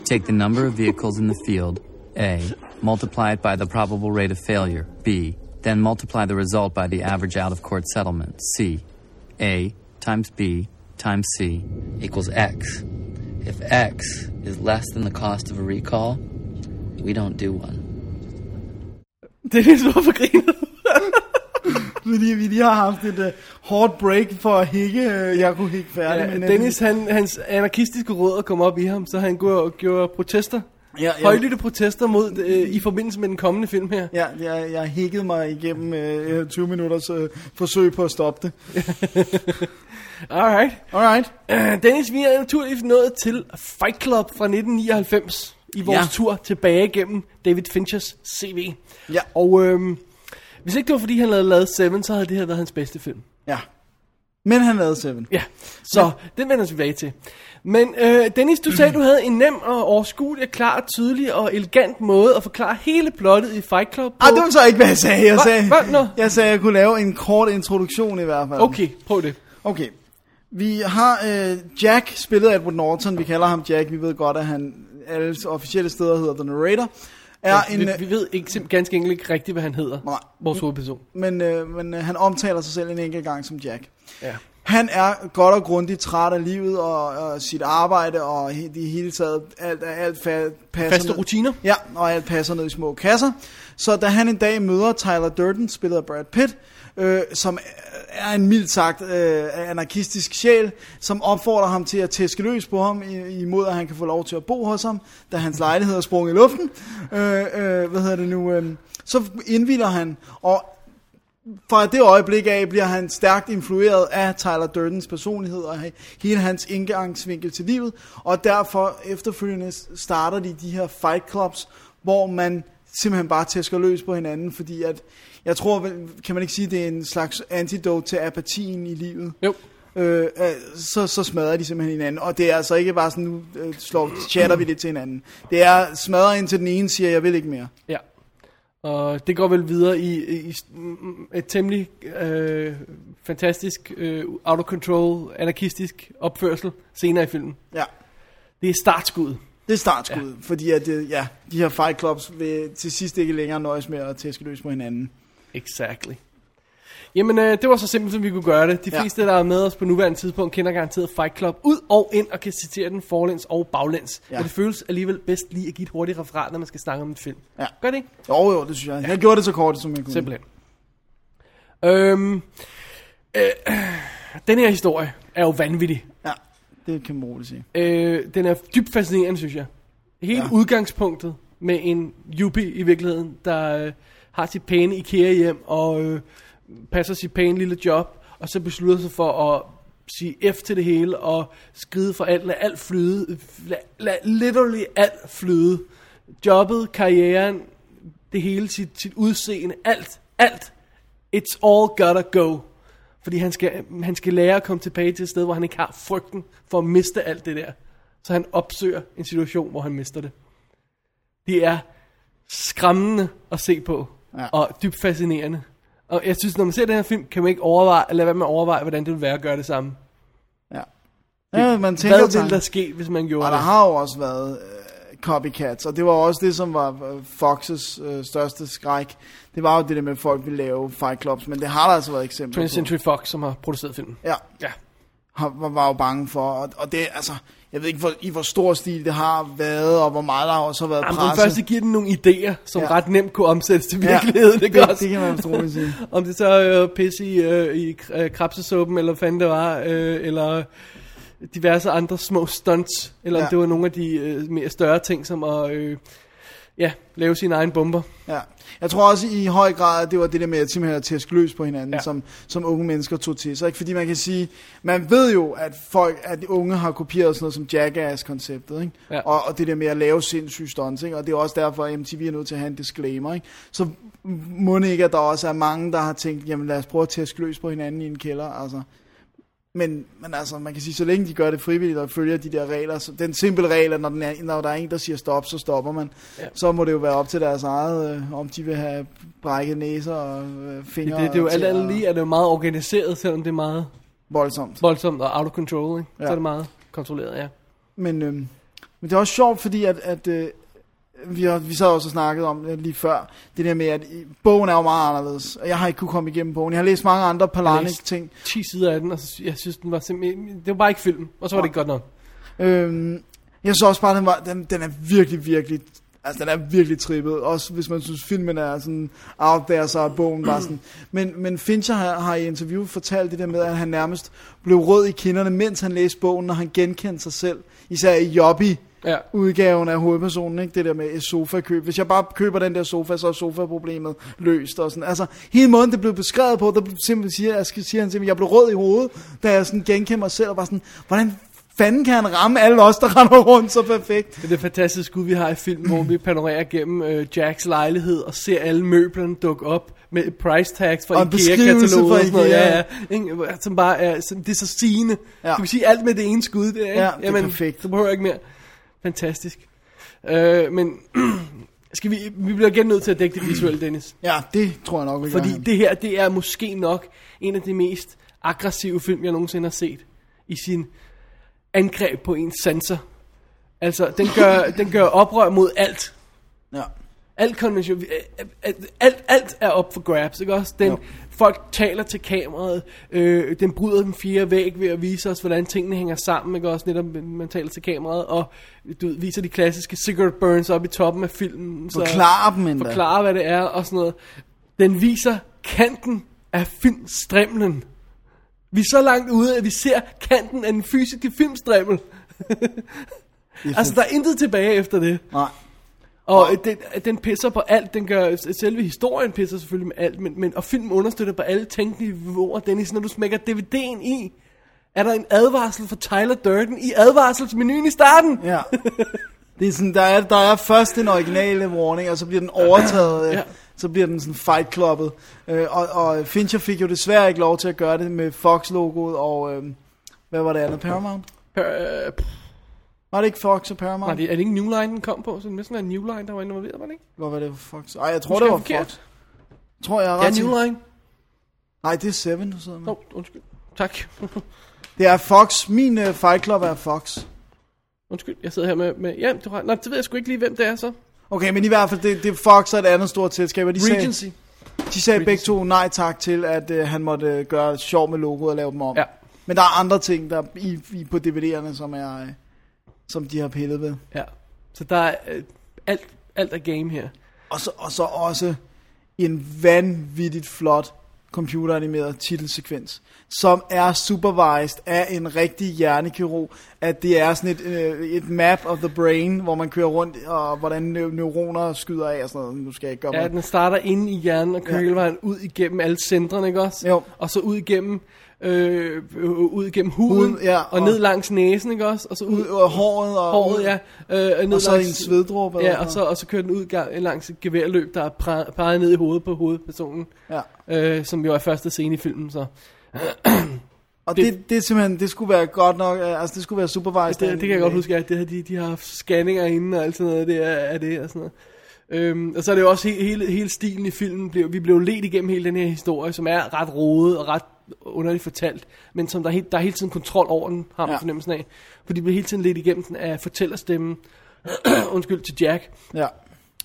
Speaker 9: Take the number of vehicles in the field, A, multiply it by the probable rate of failure, B, then multiply the result by the average out of court settlement, C. A times B times C
Speaker 12: equals X. If X is less than the cost of a recall, we don't do one.
Speaker 3: Dennis, hvorfor griner du?
Speaker 2: Fordi <laughs> vi lige har haft et uh, hårdt break for at hække. øh, Jeg kunne hække færdig.
Speaker 3: Ja,
Speaker 2: men, øh,
Speaker 3: Dennis, han, hans anarkistiske rødder kom op i ham, så han gjorde, gjorde protester.
Speaker 2: Ja, ja.
Speaker 3: Højlytte protester mod, øh, i forbindelse med den kommende film her.
Speaker 2: Ja, jeg, jeg hækkede mig igennem øh, 20 minutters øh, forsøg på at stoppe det.
Speaker 3: Alright.
Speaker 2: Alright.
Speaker 3: Uh, <clears throat> Dennis, vi er naturligvis nået til Fight Club fra 1999 i vores
Speaker 2: Ja.
Speaker 3: ja. tur tilbage gennem David Finchers CV.
Speaker 2: Ja.
Speaker 3: Og øhm, hvis ikke det var fordi, han havde lavet Seven, så havde det her været hans bedste film.
Speaker 2: Ja. Men han lavede Seven.
Speaker 3: Ja, så ja. den vender vi tilbage til. Men øh, Dennis, du sagde, du havde en nem og overskuelig, klar, tydelig og elegant måde at forklare hele plottet i Fight Club på.
Speaker 2: Ah, det var så ikke, hvad jeg sagde. Jeg
Speaker 3: Hva-
Speaker 2: sagde,
Speaker 3: hva- nå?
Speaker 2: jeg sagde, at jeg kunne lave en kort introduktion i hvert fald.
Speaker 3: Okay, prøv det.
Speaker 2: Okay. Vi har øh, Jack, spillet af Edward Norton. Vi kalder ham Jack. Vi ved godt, at han alle officielle steder hedder The Narrator. Er en,
Speaker 3: vi, vi ved ikke, sim- ganske enkelt ikke rigtigt, hvad han hedder, Nej. vores hovedperson.
Speaker 2: men øh, men øh, han omtaler sig selv en enkelt gang som Jack.
Speaker 3: Ja.
Speaker 2: Han er godt og grundigt træt af livet og, og sit arbejde og he, det hele taget alt, alt fa- passer
Speaker 3: Faste
Speaker 2: ned-
Speaker 3: rutiner.
Speaker 2: Ja, og alt passer ned i små kasser. Så da han en dag møder Tyler Durden, spillet af Brad Pitt, øh, som er en mildt sagt øh, anarkistisk sjæl, som opfordrer ham til at tæske løs på ham, i- imod at han kan få lov til at bo hos ham, da hans lejlighed er sprunget i luften. Øh, øh, hvad hedder det nu? Øh, så indviler han, og fra det øjeblik af bliver han stærkt influeret af Tyler Durdens personlighed og he- hele hans indgangsvinkel til livet, og derfor efterfølgende starter de de her fight clubs, hvor man simpelthen bare tæsker løs på hinanden, fordi at, jeg tror, vel- kan man ikke sige, det er en slags antidote til apatien i livet?
Speaker 3: Jo.
Speaker 2: Øh, øh, så, så smadrer de simpelthen hinanden, og det er altså ikke bare sådan, nu øh, slår, chatter vi lidt til hinanden. Det er smadrer indtil den ene siger, jeg vil ikke mere.
Speaker 3: Ja. Og det går vel videre i, i, i mm, et temmelig øh, fantastisk, øh, out of control, anarkistisk opførsel senere i filmen.
Speaker 2: Ja.
Speaker 3: Det er startskuddet.
Speaker 2: Det er startskud, ja. fordi at, øh, ja, de her fight clubs vil til sidst ikke længere nøjes med at tæske løs på hinanden.
Speaker 3: Exactly. Jamen, øh, det var så simpelt, som vi kunne gøre det. De
Speaker 2: Ja.
Speaker 3: fleste, der er med os på nuværende tidspunkt, kender garanteret Fight Club ud og ind, og kan citere den forlæns og baglæns.
Speaker 2: Ja.
Speaker 3: Ja. Og det føles alligevel bedst lige at give et hurtigt referat, når man skal snakke om en film.
Speaker 2: Ja. Mm.
Speaker 3: Gør det ikke?
Speaker 2: Jo, jo, det synes jeg. Jeg gjorde det så kort, som jeg kunne.
Speaker 3: Simpelthen. Øhm, øh, den her historie er jo vanvittig.
Speaker 2: Ja, det kan man roligt sige.
Speaker 3: Øh, den er dybt fascinerende, synes jeg. Hele
Speaker 2: Ja.
Speaker 3: ja. udgangspunktet med en yuppie i virkeligheden, der øh, har sit pæne IKEA hjem og øh, passer sit pæne lille job, og så beslutter sig for at sige F til det hele og skride for alt, lad alt flyde, lad, lad literally alt flyde. Jobbet, karrieren, det hele, sit, sit udseende, alt, alt. It's all gotta go. Fordi han skal, han skal lære at komme tilbage til et sted, hvor han ikke har frygten for at miste alt det der. Så han opsøger en situation, hvor han mister det. Det er skræmmende at se på,
Speaker 2: Ja.
Speaker 3: ja. og dybt fascinerende. Og jeg synes, når man ser den her film, kan man ikke overveje, lade være med at overveje, hvordan det ville være at gøre det samme.
Speaker 2: Ja. Ja, man tænker
Speaker 3: Hvad ville
Speaker 2: tanken.
Speaker 3: der ske, hvis man gjorde
Speaker 2: Og der
Speaker 3: det?
Speaker 2: har jo også været øh, copycats, og det var også det, som var øh, Foxes øh, største skræk. Det var jo det der med, at folk ville lave fight clubs, men det har der altså været eksempler
Speaker 3: 20th Century Fox, som har produceret filmen.
Speaker 2: Ja,
Speaker 3: Ja.
Speaker 2: har, var, var jo bange for, og, og det, altså, jeg ved ikke, hvor, i hvor stor stil det har været, og hvor meget der også har været
Speaker 3: Jamen, den
Speaker 2: presset.
Speaker 3: første giver den nogle idéer, som
Speaker 2: Ja.
Speaker 3: ja. ret nemt kunne omsættes til
Speaker 2: Ja,
Speaker 3: virkeligheden. Ja,
Speaker 2: det- det kan man vist roligt sige.
Speaker 3: Om det så er øh, pisse i, øh, i k- øh, krabsesuppen, eller hvad fanden det var, øh, eller diverse andre små stunts, eller ja.
Speaker 2: Ja.
Speaker 3: om det var nogle af de øh, mere større ting, som at øh, ja, lave sine egne bomber.
Speaker 2: Ja. Jeg tror også i høj grad, at det var det der med at simpelthen at tæske løs på hinanden, ja.
Speaker 3: Ja.
Speaker 2: som, som unge mennesker tog til sig. Ikke? Fordi man kan sige, man ved jo, at folk, at unge har kopieret sådan noget som Jackass-konceptet, ikke?
Speaker 3: Ja.
Speaker 2: Og, og det der med at lave sindssyge stunts, ikke? og det er også derfor, at MTV er nødt til at have en disclaimer. Ikke? Så må det ikke, at der også er mange, der har tænkt, jamen lad os prøve at tæske løs på hinanden i en kælder, altså. Men, men altså, man kan sige, så længe de gør det frivilligt og følger de der regler, så den simple regel, at når, den er, når der er en, der siger stop, så stopper man. Ja. Så må det jo være op til deres eget, øh, om de vil have brækket næser og øh, fingre.
Speaker 3: Det, det, det er jo
Speaker 2: til
Speaker 3: alt
Speaker 2: at-
Speaker 3: andet lige, at det er meget organiseret, selvom det er meget...
Speaker 2: Voldsomt.
Speaker 3: Voldsomt og out of control, ikke? Ja.
Speaker 2: Ja.
Speaker 3: Så er det meget kontrolleret, ja.
Speaker 2: Men, øhm, men det er også sjovt, fordi at, at øh, vi, har, vi sad også og snakkede om det lige før, det der med, at i- bogen er jo meget anderledes, og jeg har ikke kunne komme igennem bogen. Jeg har læst mange andre Palarnik-ting.
Speaker 3: 10 sider af den, og så, sy- jeg synes, den var simpelthen... Det var bare ikke film, og så var det ikke godt nok.
Speaker 2: Øhm, jeg så også bare, den, var, den, den er virkelig, virkelig Altså, den er virkelig trippet. Også hvis man synes, filmen er sådan out there, så er bogen bare sådan. Men, men Fincher har, har i interview fortalt det der med, at han nærmest blev rød i kinderne, mens han læste bogen, når han genkendte sig selv. Især i Jobby,
Speaker 3: Ja.
Speaker 2: udgaven af hovedpersonen, ikke? det der med et sofa-køb. Hvis jeg bare køber den der sofa, så er sofa-problemet løst. Og sådan. Altså, hele måden, det blev beskrevet på, der blev simpelthen siger, jeg skal sige, han simpelthen, jeg blev rød i hovedet, da jeg sådan genkendte mig selv, og var sådan, hvordan fanden kan han ramme alle os, der render rundt så perfekt?
Speaker 3: Det er det fantastiske skud, vi har i filmen, hvor vi panorerer gennem øh, Jacks lejlighed og ser alle møblerne dukke op med price tags fra
Speaker 2: Og en
Speaker 3: IKEA-kataloget.
Speaker 2: beskrivelse fra
Speaker 3: og sådan noget.
Speaker 2: IKEA.
Speaker 3: Ja, ja. Ikke? Som bare er, som, det er så sigende. Ja. Du kan sige alt med det ene skud. Der, ikke?
Speaker 2: Ja, det er perfekt.
Speaker 3: Du behøver ikke mere. Fantastisk. Øh, men <clears throat> skal vi, vi bliver igen nødt til at dække det visuelle, Dennis.
Speaker 2: Ja, det tror jeg nok, vi gør
Speaker 3: Fordi
Speaker 2: her.
Speaker 3: det her, det er måske nok en af de mest aggressive film, jeg nogensinde har set. I sin angreb på ens sanser. Altså, den
Speaker 2: <laughs>
Speaker 3: gør, den gør oprør mod alt.
Speaker 2: Ja.
Speaker 3: Alt, konvention, alt, alt, alt er op for grabs, ikke også? Den, folk taler til kameraet, øh, den bryder den fjerde væg ved at vise os, hvordan tingene hænger sammen, ikke også? Netop øh, man taler til kameraet, og du ved, viser de klassiske cigarette burns op i toppen af filmen.
Speaker 2: Forklarer dem endda.
Speaker 3: Forklarer, hvad det er, og sådan noget. Den viser kanten af filmstrimlen. Vi er så langt ude, at vi ser kanten af den fysiske filmstrimmel. <laughs> altså, der er intet tilbage efter det.
Speaker 2: Nej.
Speaker 3: Og øh, den, øh, den pisser på alt, den gør, selve historien pisser selvfølgelig med alt, men, men og filmen understøtter på alle tænkelige niveauer. Dennis, når du smækker DVD'en i, er der en advarsel for Tyler Durden i advarselsmenuen i starten.
Speaker 2: Ja. Det er sådan, der er, der er først den originale warning, og så bliver den overtaget, ja. så bliver den sådan fight clubbet. Øh, og, og Fincher fik jo desværre ikke lov til at gøre det med Fox-logoet og, øh, hvad var det andet, Paramount?
Speaker 3: Per, øh, pff,
Speaker 2: Var det ikke Fox og Paramount?
Speaker 3: var det, er det ikke New Line, den kom på? Så det næsten er New Line, der var involveret, var det ikke?
Speaker 2: Hvad var det for Fox? Ej, jeg tror,
Speaker 3: Husker
Speaker 2: det
Speaker 3: jeg
Speaker 2: var
Speaker 3: forkert?
Speaker 2: Fox. Tror jeg er
Speaker 3: Ja,
Speaker 2: ret.
Speaker 3: New
Speaker 2: sikker.
Speaker 3: Line.
Speaker 2: Nej, det er Seven, du sidder med.
Speaker 3: Nå, undskyld. Tak. <laughs>
Speaker 2: Det er Fox. Min uh, Fight Club er Fox.
Speaker 3: undskyld, jeg sidder her med... med ja, du har, nej, det ved jeg sgu ikke lige, hvem det er så.
Speaker 2: Okay, men i hvert fald, det, det er Fox og et andet stort selskab. og De
Speaker 3: Regency.
Speaker 2: Sagde, de sagde
Speaker 3: Regency.
Speaker 2: begge to nej tak til, at uh, han måtte uh, gøre sjov med logoet og lave dem om.
Speaker 3: Ja.
Speaker 2: Men der er andre ting der i, i, på DVD'erne, som, er, uh, som de har pillet ved.
Speaker 3: Ja. Så der er øh, alt, alt er game her.
Speaker 2: Og så, og så også en vanvittigt flot computeranimeret titelsekvens, som er supervised af en rigtig hjernekirurg, at det er sådan et, øh, et map of the brain, hvor man kører rundt, og hvordan neu- neuroner skyder af og sådan noget. Nu skal jeg ikke gøre
Speaker 3: Ja,
Speaker 2: mig.
Speaker 3: den starter inde i hjernen og kører
Speaker 2: Ja.
Speaker 3: hele vejen ud igennem alle centrene, ikke også?
Speaker 2: Jo.
Speaker 3: Og så ud igennem, øh, øh, ud igennem huden,
Speaker 2: Huden, ja,
Speaker 3: og,
Speaker 2: og-
Speaker 3: ned langs næsen, ikke også? Og så ud,
Speaker 2: Ud- og håret og-
Speaker 3: håret, ja. Øh, ned
Speaker 2: Og så
Speaker 3: langs-
Speaker 2: en sveddråbe, eller
Speaker 3: Ja, og
Speaker 2: hvad?
Speaker 3: så, og så kører den ud ga- langs et geværløb, der er pre- peget ned i hovedet på hovedpersonen.
Speaker 2: Ja.
Speaker 3: Øh, som jo er første scene i filmen, så
Speaker 2: Og det, det, det, er simpelthen, det skulle være godt nok, øh, altså det skulle være Øh, supervised.
Speaker 3: det, det, kan jeg godt huske, at det her, de, de har haft scanninger inden og alt sådan noget, det er, er det og sådan noget. Øhm, og så er det jo også he, hele, hele stilen i filmen, blev, vi blev ledt igennem hele den her historie, som er ret rodet og ret underligt fortalt, men som der, er helt, der er hele tiden kontrol over den, har man
Speaker 2: Ja.
Speaker 3: ja. fornemmelsen af. Fordi vi bliver hele tiden ledt igennem den af fortællerstemmen, <clears throat> undskyld, til Jack,
Speaker 2: Ja.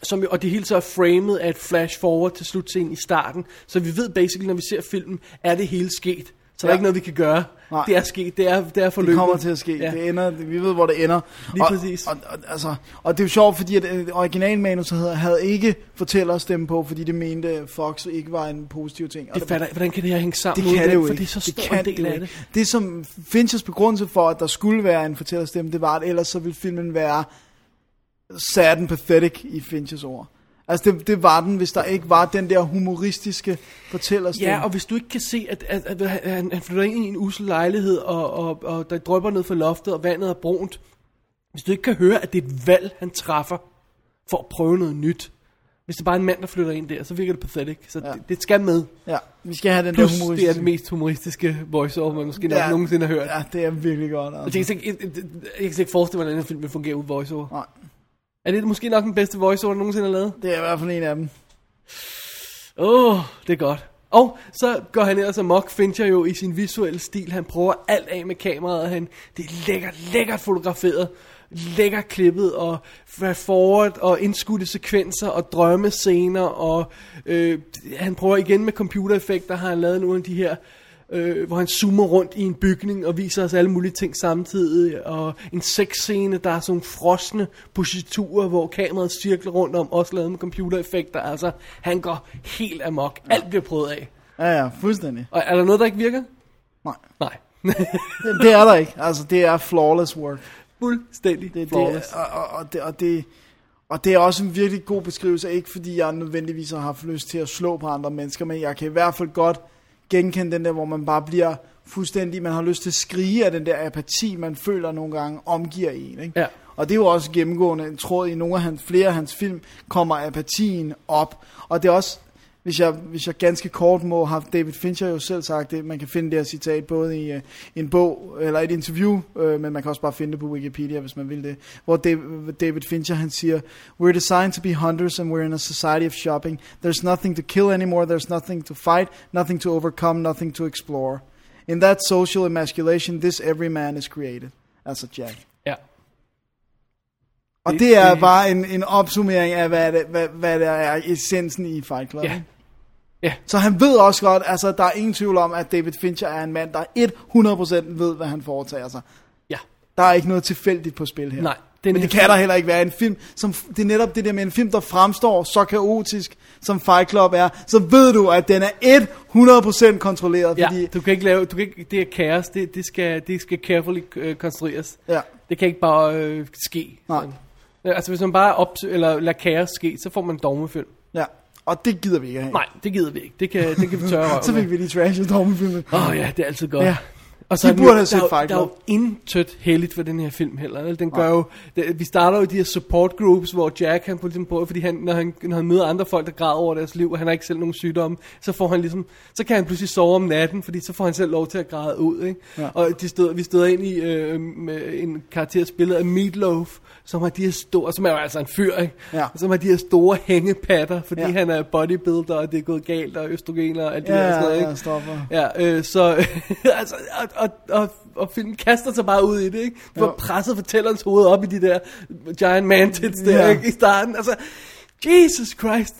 Speaker 3: som, jo- og det hele så er framet af et flash forward til slutscenen i starten. Så vi ved basically, når vi ser filmen, er det hele sket. Så ja.
Speaker 2: Ja.
Speaker 3: der er ikke noget, vi kan gøre.
Speaker 2: Nej.
Speaker 3: Det er sket, det er, det er forløbet.
Speaker 2: Det kommer til at ske. Ja. Det ender, vi ved, hvor det ender.
Speaker 3: Lige
Speaker 2: og,
Speaker 3: præcis.
Speaker 2: Og, og, altså, og det er jo sjovt, fordi at øh, originalmanus havde, havde ikke fortællerstemme på, fordi det mente at Fox ikke var en positiv ting. Og
Speaker 3: Det fatter, jeg- hvordan kan det her hænge sammen?
Speaker 2: det kan det jo
Speaker 3: For
Speaker 2: ikke.
Speaker 3: det er så stor
Speaker 2: kan
Speaker 3: en del
Speaker 2: jo
Speaker 3: af
Speaker 2: ikke.
Speaker 3: det.
Speaker 2: Det som Finchers begrundelse for, at der skulle være en fortællerstemme, det var, at ellers så ville filmen være sad and pathetic i Finchers ord. Altså det, det var den, hvis der ikke var den der humoristiske fortællerstemme.
Speaker 3: Ja, og hvis du ikke kan se, at, at, at han, han flytter ind i en usel lejlighed, og, og, og der drøber ned fra loftet, og vandet er brunt. Hvis du ikke kan høre, at det er et valg, han træffer for at prøve noget nyt. Hvis det bare er en mand, der flytter ind der, så virker det pathetic. Så ja. det, det, skal med.
Speaker 2: Ja, vi skal have den
Speaker 3: Plus,
Speaker 2: der
Speaker 3: det er
Speaker 2: humoristiske.
Speaker 3: det mest humoristiske voiceover, man måske
Speaker 2: Ja.
Speaker 3: nok nogensinde har hørt.
Speaker 2: Ja, det er virkelig godt.
Speaker 3: Altså. Jeg,
Speaker 2: Altså.
Speaker 3: kan ikke, jeg, jeg, jeg kan slet ikke forestille mig, hvordan en film vil fungere uden voiceover.
Speaker 2: Nej.
Speaker 3: Er det måske nok den bedste voiceover, der nogensinde er lavet?
Speaker 2: Det er i hvert fald en af dem.
Speaker 3: Åh, oh, det er godt. Og så går han ellers amok, Fincher jo i sin visuelle stil. Han prøver alt af med kameraet. Han, det er lækkert, lækkert fotograferet. Lækkert klippet og f- forward og indskudte sekvenser og drømmescener. Og øh, han prøver igen med computereffekter, har han lavet nogle af de her øh, hvor han zoomer rundt i en bygning og viser os alle mulige ting samtidig, og en sexscene, der er sådan nogle frosne positurer, hvor kameraet cirkler rundt om, også lavet med computereffekter, altså han går helt amok, alt bliver prøvet af.
Speaker 2: Ja, ja, fuldstændig.
Speaker 3: Og er der noget, der ikke virker?
Speaker 2: Nej.
Speaker 3: Nej. <laughs>
Speaker 2: Det- det er der ikke. Altså, det er flawless work. Det,
Speaker 3: Fuldstændig
Speaker 2: det,
Speaker 3: flawless.
Speaker 2: og, og, og, det, og, det, og det er også en virkelig god beskrivelse, ikke fordi jeg nødvendigvis har haft lyst til at slå på andre mennesker, men jeg kan i hvert fald godt genkende den der, hvor man bare bliver fuldstændig, man har lyst til at skrige af den der apati, man føler nogle gange omgiver en. Ikke?
Speaker 3: Ja.
Speaker 2: Og det er jo også gennemgående en tråd i nogle af hans, flere af hans film, kommer apatien op. Og det er også, hvis jeg, hvis jeg ganske kort må have David Fincher jo selv sagt det, man kan finde det her citat både i øh, en bog, eller et interview, øh, men man kan også bare finde det på Wikipedia, hvis man vil det, hvor Dav- David Fincher han siger, We're designed to be hunters and we're in a society of shopping. There's nothing to kill anymore, there's nothing to fight, nothing to overcome, nothing to explore. In that social emasculation, this every man is created. Altså Jack.
Speaker 3: Ja.
Speaker 2: Og det, det er bare en, en opsummering af, hvad, det, hvad, hvad der er essensen i Fight Club.
Speaker 3: Ja.
Speaker 2: ikke?
Speaker 3: Ja.
Speaker 2: Så han ved også godt, altså der er ingen tvivl om, at David Fincher er en mand, der 100% ved, hvad han foretager sig.
Speaker 3: Ja.
Speaker 2: Der er ikke noget tilfældigt på spil her.
Speaker 3: Nej, den
Speaker 2: Men det
Speaker 3: her
Speaker 2: kan
Speaker 3: film-
Speaker 2: der heller ikke være. En film, som, det er netop det der med en film, der fremstår så kaotisk, som Fight Club er. Så ved du, at den er 100% kontrolleret.
Speaker 3: Ja,
Speaker 2: Fordi,
Speaker 3: du kan ikke lave, du kan ikke, det er kaos, det, det, skal, det skal carefully øh, konstrueres.
Speaker 2: Ja.
Speaker 3: Det kan ikke bare øh, ske.
Speaker 2: Nej.
Speaker 3: Sådan. Ja, Altså hvis man bare opsø- eller lader kaos ske, så får man en dogmefilm.
Speaker 2: ja. Og det gider vi ikke have.
Speaker 3: Nej, det gider vi ikke. Det kan, det kan vi tørre røven
Speaker 2: <laughs> Så
Speaker 3: med.
Speaker 2: fik vi lige trashet dogmefilmen.
Speaker 3: Åh oh, ja, det er altid godt.
Speaker 2: Ja.
Speaker 3: Og
Speaker 2: De
Speaker 3: er den
Speaker 2: burde
Speaker 3: jo-
Speaker 2: have set
Speaker 3: der, er jo-
Speaker 2: Fight
Speaker 3: der er jo
Speaker 2: Club.
Speaker 3: intet heldigt for den her film heller. vel? Den gør jo, det, vi starter jo i de her support groups, hvor Jack han på ligesom prøver, fordi han, når, han, når han møder andre folk, der græder over deres liv, og han har ikke selv nogen sygdomme, så får han ligesom, så kan han pludselig sove om natten, fordi så får han selv lov til at græde ud. Ikke?
Speaker 2: Ja.
Speaker 3: Og de støder, vi støder ind i øh, med en karakter spillet af Meatloaf, som har de her store, som er jo altså en fyr, ikke?
Speaker 2: Ja.
Speaker 3: som har de her store hængepatter, fordi
Speaker 2: Ja.
Speaker 3: ja. han er bodybuilder, og det er gået galt, og østrogener og alt det
Speaker 2: Ja,
Speaker 3: der.
Speaker 2: ja,
Speaker 3: Sådan, noget,
Speaker 2: ja,
Speaker 3: ikke?
Speaker 2: stoffer.
Speaker 3: Ja, øh, så <laughs> altså, og, og, og, og filmen kaster sig bare ud i det, ikke? Du
Speaker 2: Jo.
Speaker 3: har presset fortællerens hoved op i de der giant man tits der,
Speaker 2: Ja.
Speaker 3: ikke? I starten, altså, Jesus Christ.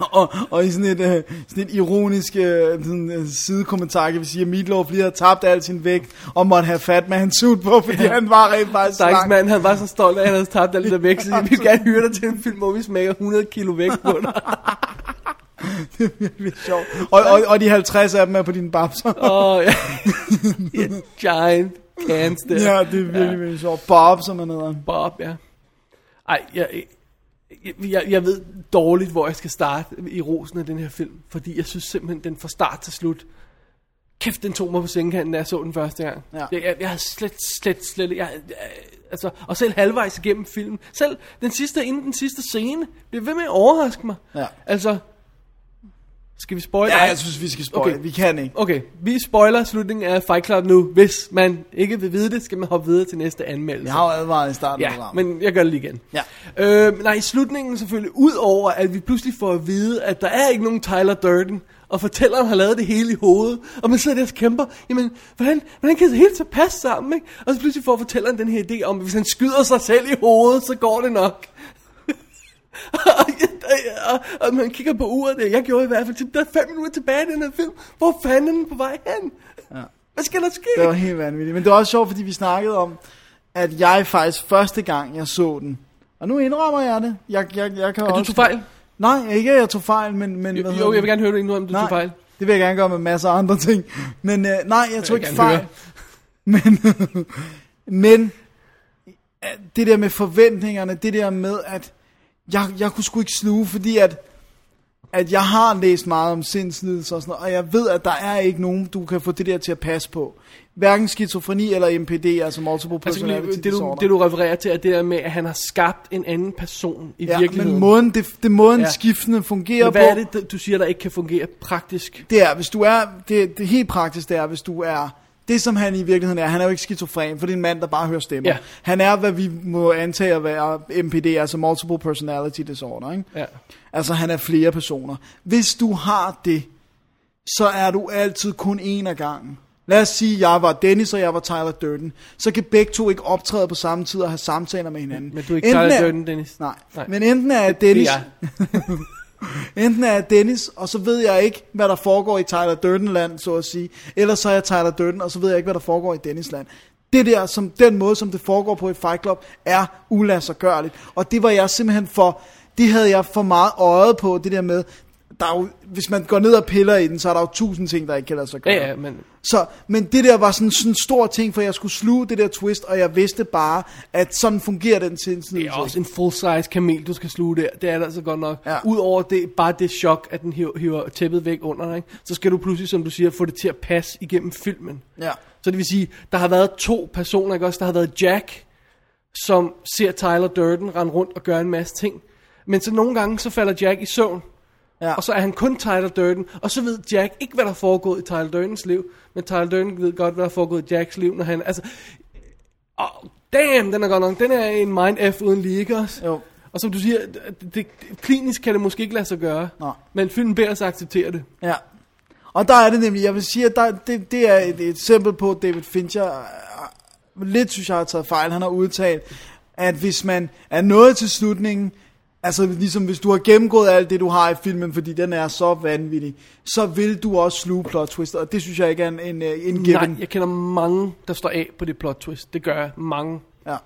Speaker 2: og, og i sådan et, øh, sådan et ironisk øh, sådan, øh, sidekommentar, kan vi sige, at Meatloaf lige havde tabt al sin vægt, og måtte have fat med hans suit på, fordi ja. han var rent faktisk
Speaker 3: Stakkes
Speaker 2: slank.
Speaker 3: mand, han var så stolt af, at han havde tabt alt det der vægt, så vi vil gerne hyre dig til en film, hvor vi smækker 100 kilo vægt på dig.
Speaker 2: Det er sjovt. Og, og, og de 50 af dem er på dine babser. <laughs>
Speaker 3: Og ja, ja, giant cans der.
Speaker 2: Ja, det er virkelig, virkelig sjovt. Bob, som han hedder.
Speaker 3: Bob, ja. Ej, jeg, jeg, jeg, jeg ved dårligt, hvor jeg skal starte i rosen af den her film, fordi jeg synes simpelthen, den fra start til slut, kæft, den tog mig på sengekanten, da jeg så den første gang.
Speaker 2: Ja.
Speaker 3: Jeg, jeg, jeg havde slet, slet, slet, jeg, jeg, altså, og selv halvvejs igennem filmen, selv den sidste, inden den sidste scene, blev ved med at overraske mig.
Speaker 2: Ja.
Speaker 3: Altså, skal vi spoil?
Speaker 2: Ja, jeg synes, vi skal spoil. Okay.
Speaker 3: Okay.
Speaker 2: Vi kan ikke.
Speaker 3: Okay, vi spoiler slutningen af Fight Club nu. Hvis man ikke vil vide det, skal man hoppe videre til næste anmeldelse.
Speaker 2: Jeg har jo advaret i starten af
Speaker 3: Ja,
Speaker 2: programmet.
Speaker 3: men jeg gør det lige igen.
Speaker 2: Ja.
Speaker 3: Øh, nej, i slutningen selvfølgelig, udover at vi pludselig får at vide, at der er ikke nogen Tyler Durden, og fortælleren har lavet det hele i hovedet, og man sidder der og kæmper, jamen, hvordan, hvordan kan det hele så passe sammen, ikke? Og så pludselig får fortælleren den her idé om, at hvis han skyder sig selv i hovedet, så går det nok. <laughs> og, og, og, og, man kigger på uret der, jeg gjorde i hvert fald, til- der er fem minutter tilbage i den her film, hvor fanden er den på vej hen? Ja. Hvad skal der ske?
Speaker 2: Det var helt vanvittigt. Men det var også sjovt, fordi vi snakkede om, at jeg faktisk første gang, jeg så den, og nu indrømmer jeg det. Jeg, jeg, jeg kan
Speaker 3: Er du
Speaker 2: også...
Speaker 3: tog fejl?
Speaker 2: Nej, ikke at jeg tog fejl, men... men hvad
Speaker 3: Jo,
Speaker 2: hedder
Speaker 3: jo, jeg
Speaker 2: det?
Speaker 3: vil gerne høre det endnu, om du
Speaker 2: nej,
Speaker 3: tog fejl.
Speaker 2: det vil jeg gerne gøre med masser af andre ting. Men øh, nej, jeg tog
Speaker 3: vil
Speaker 2: ikke
Speaker 3: gerne
Speaker 2: fejl.
Speaker 3: høre.
Speaker 2: Men, men øh, det der med forventningerne, det der med, at jeg, jeg kunne sgu ikke sluge, fordi at at jeg har læst meget om sindslidelser og sådan noget, og jeg ved, at der er ikke nogen, du kan få det der til at passe på. Hverken skizofreni eller MPD, altså multiple
Speaker 3: Altså,
Speaker 2: personality
Speaker 3: det, det, du,
Speaker 2: disorder.
Speaker 3: det du refererer til er det der med, at han har skabt en anden person i
Speaker 2: ja,
Speaker 3: virkeligheden.
Speaker 2: men måden, det, det måden
Speaker 3: Ja.
Speaker 2: ja. skiftende fungerer
Speaker 3: men hvad
Speaker 2: på,
Speaker 3: er det, du siger, der ikke kan fungere praktisk?
Speaker 2: det er, hvis du er, det, det helt praktisk det er, hvis du er, det som han i virkeligheden er, han er jo ikke skizofren, for det er en mand, der bare hører stemmer.
Speaker 3: Ja.
Speaker 2: Han er, hvad vi må antage at være MPD, altså Multiple Personality Disorder, ikke?
Speaker 3: Ja.
Speaker 2: Altså han er flere personer. Hvis du har det, så er du altid kun en af gangen. Lad os sige, jeg var Dennis, og jeg var Tyler Durden. Så kan begge to ikke optræde på samme tid og have samtaler med hinanden.
Speaker 3: Men du er ikke Tyler Durden, Dennis.
Speaker 2: Nej.
Speaker 3: Nej.
Speaker 2: Nej. Men enten er jeg
Speaker 3: Det er
Speaker 2: Dennis... Enten er jeg Dennis, og så ved jeg ikke, hvad der foregår i Tyler Durden-land, så at sige. Eller så er jeg Tyler Durden, og så ved jeg ikke, hvad der foregår i Dennis-land. Det der, som, den måde, som det foregår på i Fight Club, er ulassergørligt. Og det var jeg simpelthen for, det havde jeg for meget øjet på, det der med, der er jo, hvis man går ned og piller i den, så er der jo tusind ting, der ikke kan lade sig gøre.
Speaker 3: Ja, ja, men
Speaker 2: Så, men det der var sådan, sådan en stor ting, for jeg skulle sluge det der twist, og jeg vidste bare, at sådan fungerer den sindslidelse.
Speaker 3: det er også en full-size kamel, du skal sluge der. Det er det altså godt nok. Ja. Udover det, bare det chok, at den hiver, hiver tæppet væk under dig, ikke? så skal du pludselig, som du siger, få det til at passe igennem filmen.
Speaker 2: Ja.
Speaker 3: Så det vil sige, der har været to personer, ikke også? Der har været Jack, som ser Tyler Durden rende rundt og gøre en masse ting. Men så nogle gange, så falder Jack i søvn.
Speaker 2: Ja.
Speaker 3: Og så er han kun Tyler Durden, og så ved Jack ikke, hvad der er foregået i Tyler Durdens liv, men Tyler Durden ved godt, hvad der er foregået i Jacks liv, når han, altså, oh, damn, den er godt nok, den er en mind F uden lige, ikke også?
Speaker 2: Jo.
Speaker 3: Og som du siger, det, det, det, klinisk kan det måske ikke lade sig gøre,
Speaker 2: Nej.
Speaker 3: men filmen beder os at acceptere det.
Speaker 2: Ja. Og der er det nemlig, jeg vil sige, at der, det, det er et, et eksempel på, at David Fincher øh, lidt, synes jeg, har taget fejl. Han har udtalt, at hvis man er nået til slutningen, altså ligesom hvis du har gennemgået alt det, du har i filmen, fordi den er så vanvittig, så vil du også sluge plot twist, og det synes jeg ikke er en, en, øh, en given.
Speaker 3: Nej, jeg kender mange, der står af på det plot twist. Det gør jeg. Mange.
Speaker 2: Ja.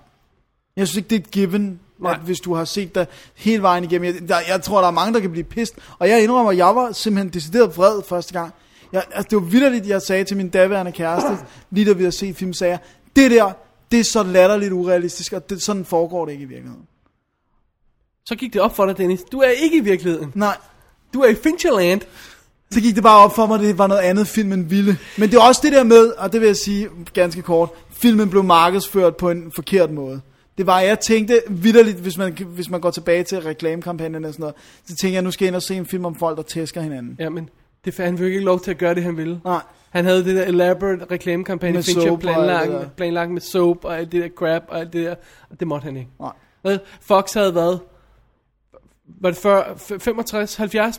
Speaker 2: Jeg synes ikke, det er et given,
Speaker 3: Nej.
Speaker 2: Nej. At hvis du har set dig hele vejen igennem. Jeg, der, jeg tror, der er mange, der kan blive pist. Og jeg indrømmer, at jeg var simpelthen decideret vred første gang. Jeg, altså, det var vildt, jeg sagde til min daværende kæreste, lige da vi havde set film, sagde jeg, det der, det er så latterligt urealistisk, og det, sådan foregår det ikke i virkeligheden.
Speaker 3: Så gik det op for dig, Dennis. Du er ikke i virkeligheden.
Speaker 2: Nej.
Speaker 3: Du er i Fincherland.
Speaker 2: Så gik det bare op for mig, at det var noget andet film end Ville. Men det er også det der med, og det vil jeg sige ganske kort, filmen blev markedsført på en forkert måde. Det var, jeg tænkte vidderligt, hvis man, hvis man går tilbage til reklamekampagnen og sådan noget, så tænkte jeg, nu skal jeg ind og se en film om folk, der tæsker hinanden.
Speaker 3: Jamen, det fandt han virkelig ikke lov til at gøre det, han ville.
Speaker 2: Nej.
Speaker 3: Han havde det der elaborate reklamekampagne,
Speaker 2: Med
Speaker 3: Fincher
Speaker 2: soap og alt
Speaker 3: planlagt,
Speaker 2: det der.
Speaker 3: planlagt med soap og alt det der crap og alt det der. Og det måtte han ikke.
Speaker 2: Nej.
Speaker 3: Hvad? Fox havde været var det før 65-70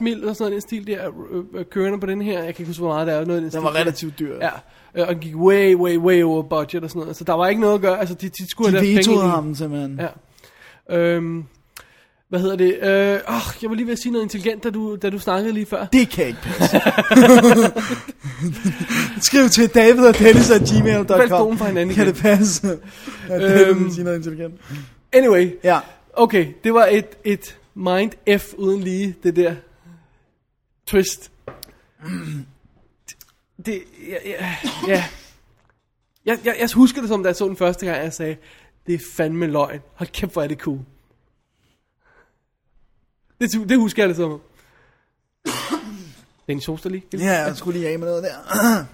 Speaker 3: mil eller sådan noget i den stil der, øh, øh, kørende på den her, jeg kan ikke huske, hvor meget der er, noget i den
Speaker 2: Den
Speaker 3: stil
Speaker 2: var
Speaker 3: der.
Speaker 2: relativt dyr.
Speaker 3: Ja, øh, og den gik way, way, way over budget og sådan noget, så der var ikke noget at gøre, altså de, de skulle
Speaker 2: De
Speaker 3: have lagt penge
Speaker 2: vetoede
Speaker 3: ind i-
Speaker 2: ham simpelthen.
Speaker 3: Ja. Øhm, hvad hedder det? Øh, oh, jeg var lige ved at sige noget intelligent, da du, da du snakkede lige før.
Speaker 2: Det kan ikke passe. <laughs> Skriv til David og Dennis at
Speaker 3: Fald stolen
Speaker 2: gmail.com.
Speaker 3: fra hinanden
Speaker 2: Kan
Speaker 3: igen.
Speaker 2: det passe?
Speaker 3: <laughs>
Speaker 2: Ja, det øhm, sige noget intelligent.
Speaker 3: Anyway,
Speaker 2: Ja.
Speaker 3: okay, det var et, et mind F uden lige, det der twist. <clears throat> Det, ja, ja, ja. Jeg, jeg, jeg husker det som, da jeg så den første gang, jeg sagde, det er fandme løgn. Hold kæft, hvor er det cool. Det, det husker jeg det som. Dennis Hoster lige.
Speaker 2: Ja, jeg skulle lige af med noget der.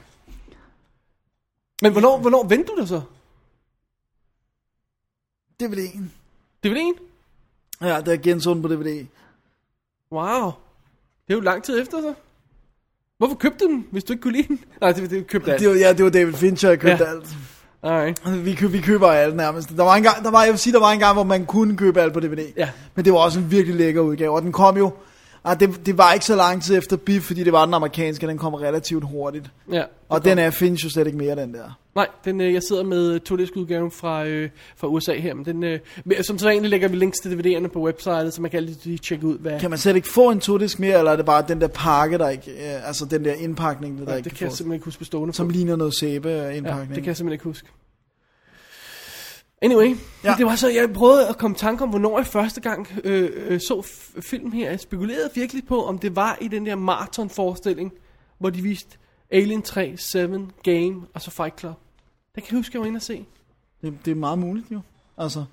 Speaker 3: Men hvornår, hvornår vendte du dig så?
Speaker 2: Det vil en.
Speaker 3: Det var en.
Speaker 2: Ja, der er gensund på DVD.
Speaker 3: Wow. Det er jo lang tid efter så. Hvorfor købte du den, hvis du ikke kunne lide den? Nej, det, det købte alt.
Speaker 2: Det var, ja, det var David Fincher, der købte
Speaker 3: Ja.
Speaker 2: ja. alt.
Speaker 3: Alright.
Speaker 2: Vi, køb, vi køber alt nærmest. Der var en gang, der var, jeg vil sige, der var en gang, hvor man kunne købe alt på DVD.
Speaker 3: Ja.
Speaker 2: Men det var også en virkelig lækker udgave, og den kom jo... Ah, det, det, var ikke så lang tid efter Biff, fordi det var den amerikanske, den kom relativt hurtigt.
Speaker 3: Ja.
Speaker 2: Og den er Fincher slet ikke mere, den der.
Speaker 3: Nej, den, øh, jeg sidder med øh, todiskudgaven fra, øh, fra USA her. Men den, øh, men som så egentlig lægger vi links til DVD'erne på websitet, så man kan altid lige tjekke ud, hvad...
Speaker 2: Kan man slet ikke få en todisk mere, eller er det bare den der pakke, der ikke... Øh, altså den der indpakning, der, der
Speaker 3: det
Speaker 2: ikke
Speaker 3: kan jeg
Speaker 2: fås?
Speaker 3: simpelthen ikke huske på stående
Speaker 2: Som
Speaker 3: fod.
Speaker 2: ligner noget sæbe øh,
Speaker 3: ja, det
Speaker 2: indpakning.
Speaker 3: kan jeg simpelthen ikke huske. Anyway, ja.
Speaker 2: Ja.
Speaker 3: det var så, jeg prøvede at komme i tanke om, hvornår jeg første gang øh, øh, så f- film her. Jeg spekulerede virkelig på, om det var i den der maratonforestilling, hvor de viste Alien 3, Seven, Game og så Fight Club. Det kan jeg huske, jeg var inde og se.
Speaker 2: det, det, er meget muligt jo. Altså,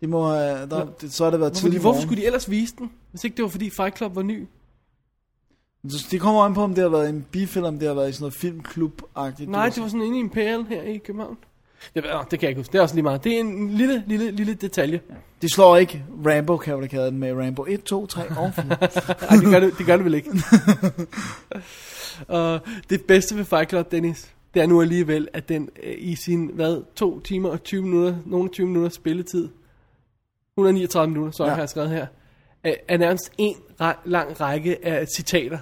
Speaker 2: det må, øh, der, det, så har det været
Speaker 3: Hvorfor, de,
Speaker 2: tidligt
Speaker 3: hvorfor skulle de ellers vise den, hvis ikke det var fordi Fight Club var ny?
Speaker 2: Det kommer an på, om det har været en bifilm, om det har været i sådan noget filmklub-agtigt.
Speaker 3: Nej, det var sådan inde i en pæl her i København. Det, åh, det kan jeg ikke huske. Det er også lige meget. Det er en lille, lille, lille detalje. Ja.
Speaker 2: Det slår ikke Rambo-kavalkaden med Rambo 1, 2, 3 og 4.
Speaker 3: Ej, det gør det, det gør det vel ikke. <laughs> og det bedste ved Fight Club, Dennis, det er nu alligevel, at den øh, i sin, hvad, 2 timer og 20 minutter, nogle 20 minutter spilletid, 139 minutter, så ja.
Speaker 2: Ja.
Speaker 3: har jeg skrevet her, er, er nærmest en re- lang række af citater.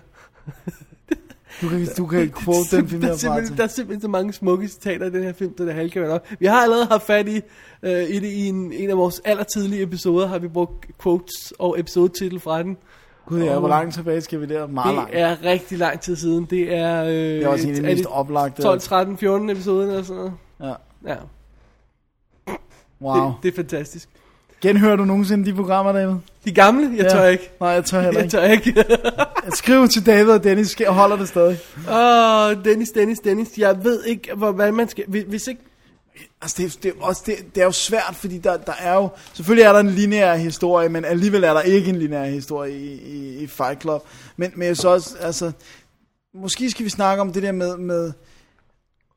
Speaker 2: Du kan, du
Speaker 3: <laughs>
Speaker 2: kan quote den film,
Speaker 3: der,
Speaker 2: jeg
Speaker 3: er
Speaker 2: er parat
Speaker 3: simpelthen,
Speaker 2: til.
Speaker 3: der er simpelthen så mange smukke citater i den her film, så det halvkan op. Vi har allerede haft fat i, øh, i det i en, en af vores allertidlige episoder, har vi brugt quotes og episodetitel fra den.
Speaker 2: Gud ja,
Speaker 3: Og
Speaker 2: hvor langt tilbage skal vi der? Meget langt.
Speaker 3: Det er rigtig lang tid siden. Det er, øh, det
Speaker 2: er også en af de mest oplagte.
Speaker 3: 12, 13, 14 episoder eller sådan noget.
Speaker 2: Ja.
Speaker 3: ja.
Speaker 2: Wow.
Speaker 3: Det, det er fantastisk.
Speaker 2: Genhører du nogensinde de programmer, David?
Speaker 3: De gamle? Jeg tør ikke.
Speaker 2: Nej, jeg
Speaker 3: <laughs>
Speaker 2: tør heller
Speaker 3: Jeg
Speaker 2: ikke.
Speaker 3: tør ikke.
Speaker 2: Skriv til David og Dennis, sk- og holder det stadig.
Speaker 3: Åh, oh, Dennis, Dennis, Dennis. Jeg ved ikke, hvor, hvad man skal... Hvis, hvis ikke...
Speaker 2: Altså, det, det, er også, det, det er jo svært, fordi der, der er jo... Selvfølgelig er der en lineær historie, men alligevel er der ikke en lineær historie i, i, i Fight Club. Men, men jeg så også, altså... Måske skal vi snakke om det der med... med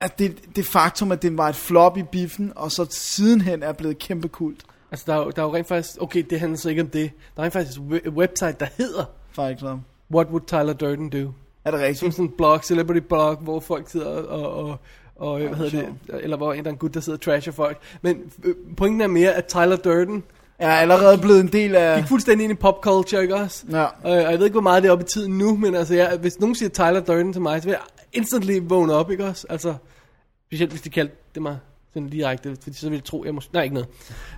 Speaker 2: at det, det faktum, at den var et flop i biffen, og så sidenhen er blevet kæmpe kult.
Speaker 3: Altså, der er, jo- der er jo rent faktisk... Okay, det handler så ikke om det. Der er rent faktisk et we- website, der hedder...
Speaker 2: Fight Club.
Speaker 3: What Would Tyler Durden Do?
Speaker 2: Er det rigtigt?
Speaker 3: Som sådan en blog, celebrity blog, hvor folk sidder og... og, og og hvad hedder det, eller hvor en der er en gut, der sidder og trasher folk. Men øh, pointen er mere, at Tyler Durden
Speaker 2: Er allerede blevet en del af...
Speaker 3: gik fuldstændig ind i pop culture, ikke også?
Speaker 2: Ja.
Speaker 3: Og, og jeg ved ikke, hvor meget det er oppe i tiden nu, men altså, jeg, hvis nogen siger Tyler Durden til mig, så vil jeg instantly vågne op, ikke også? Altså, specielt hvis de kaldte det mig sådan direkte, fordi så ville jeg tro, jeg måske... Nej, ikke noget.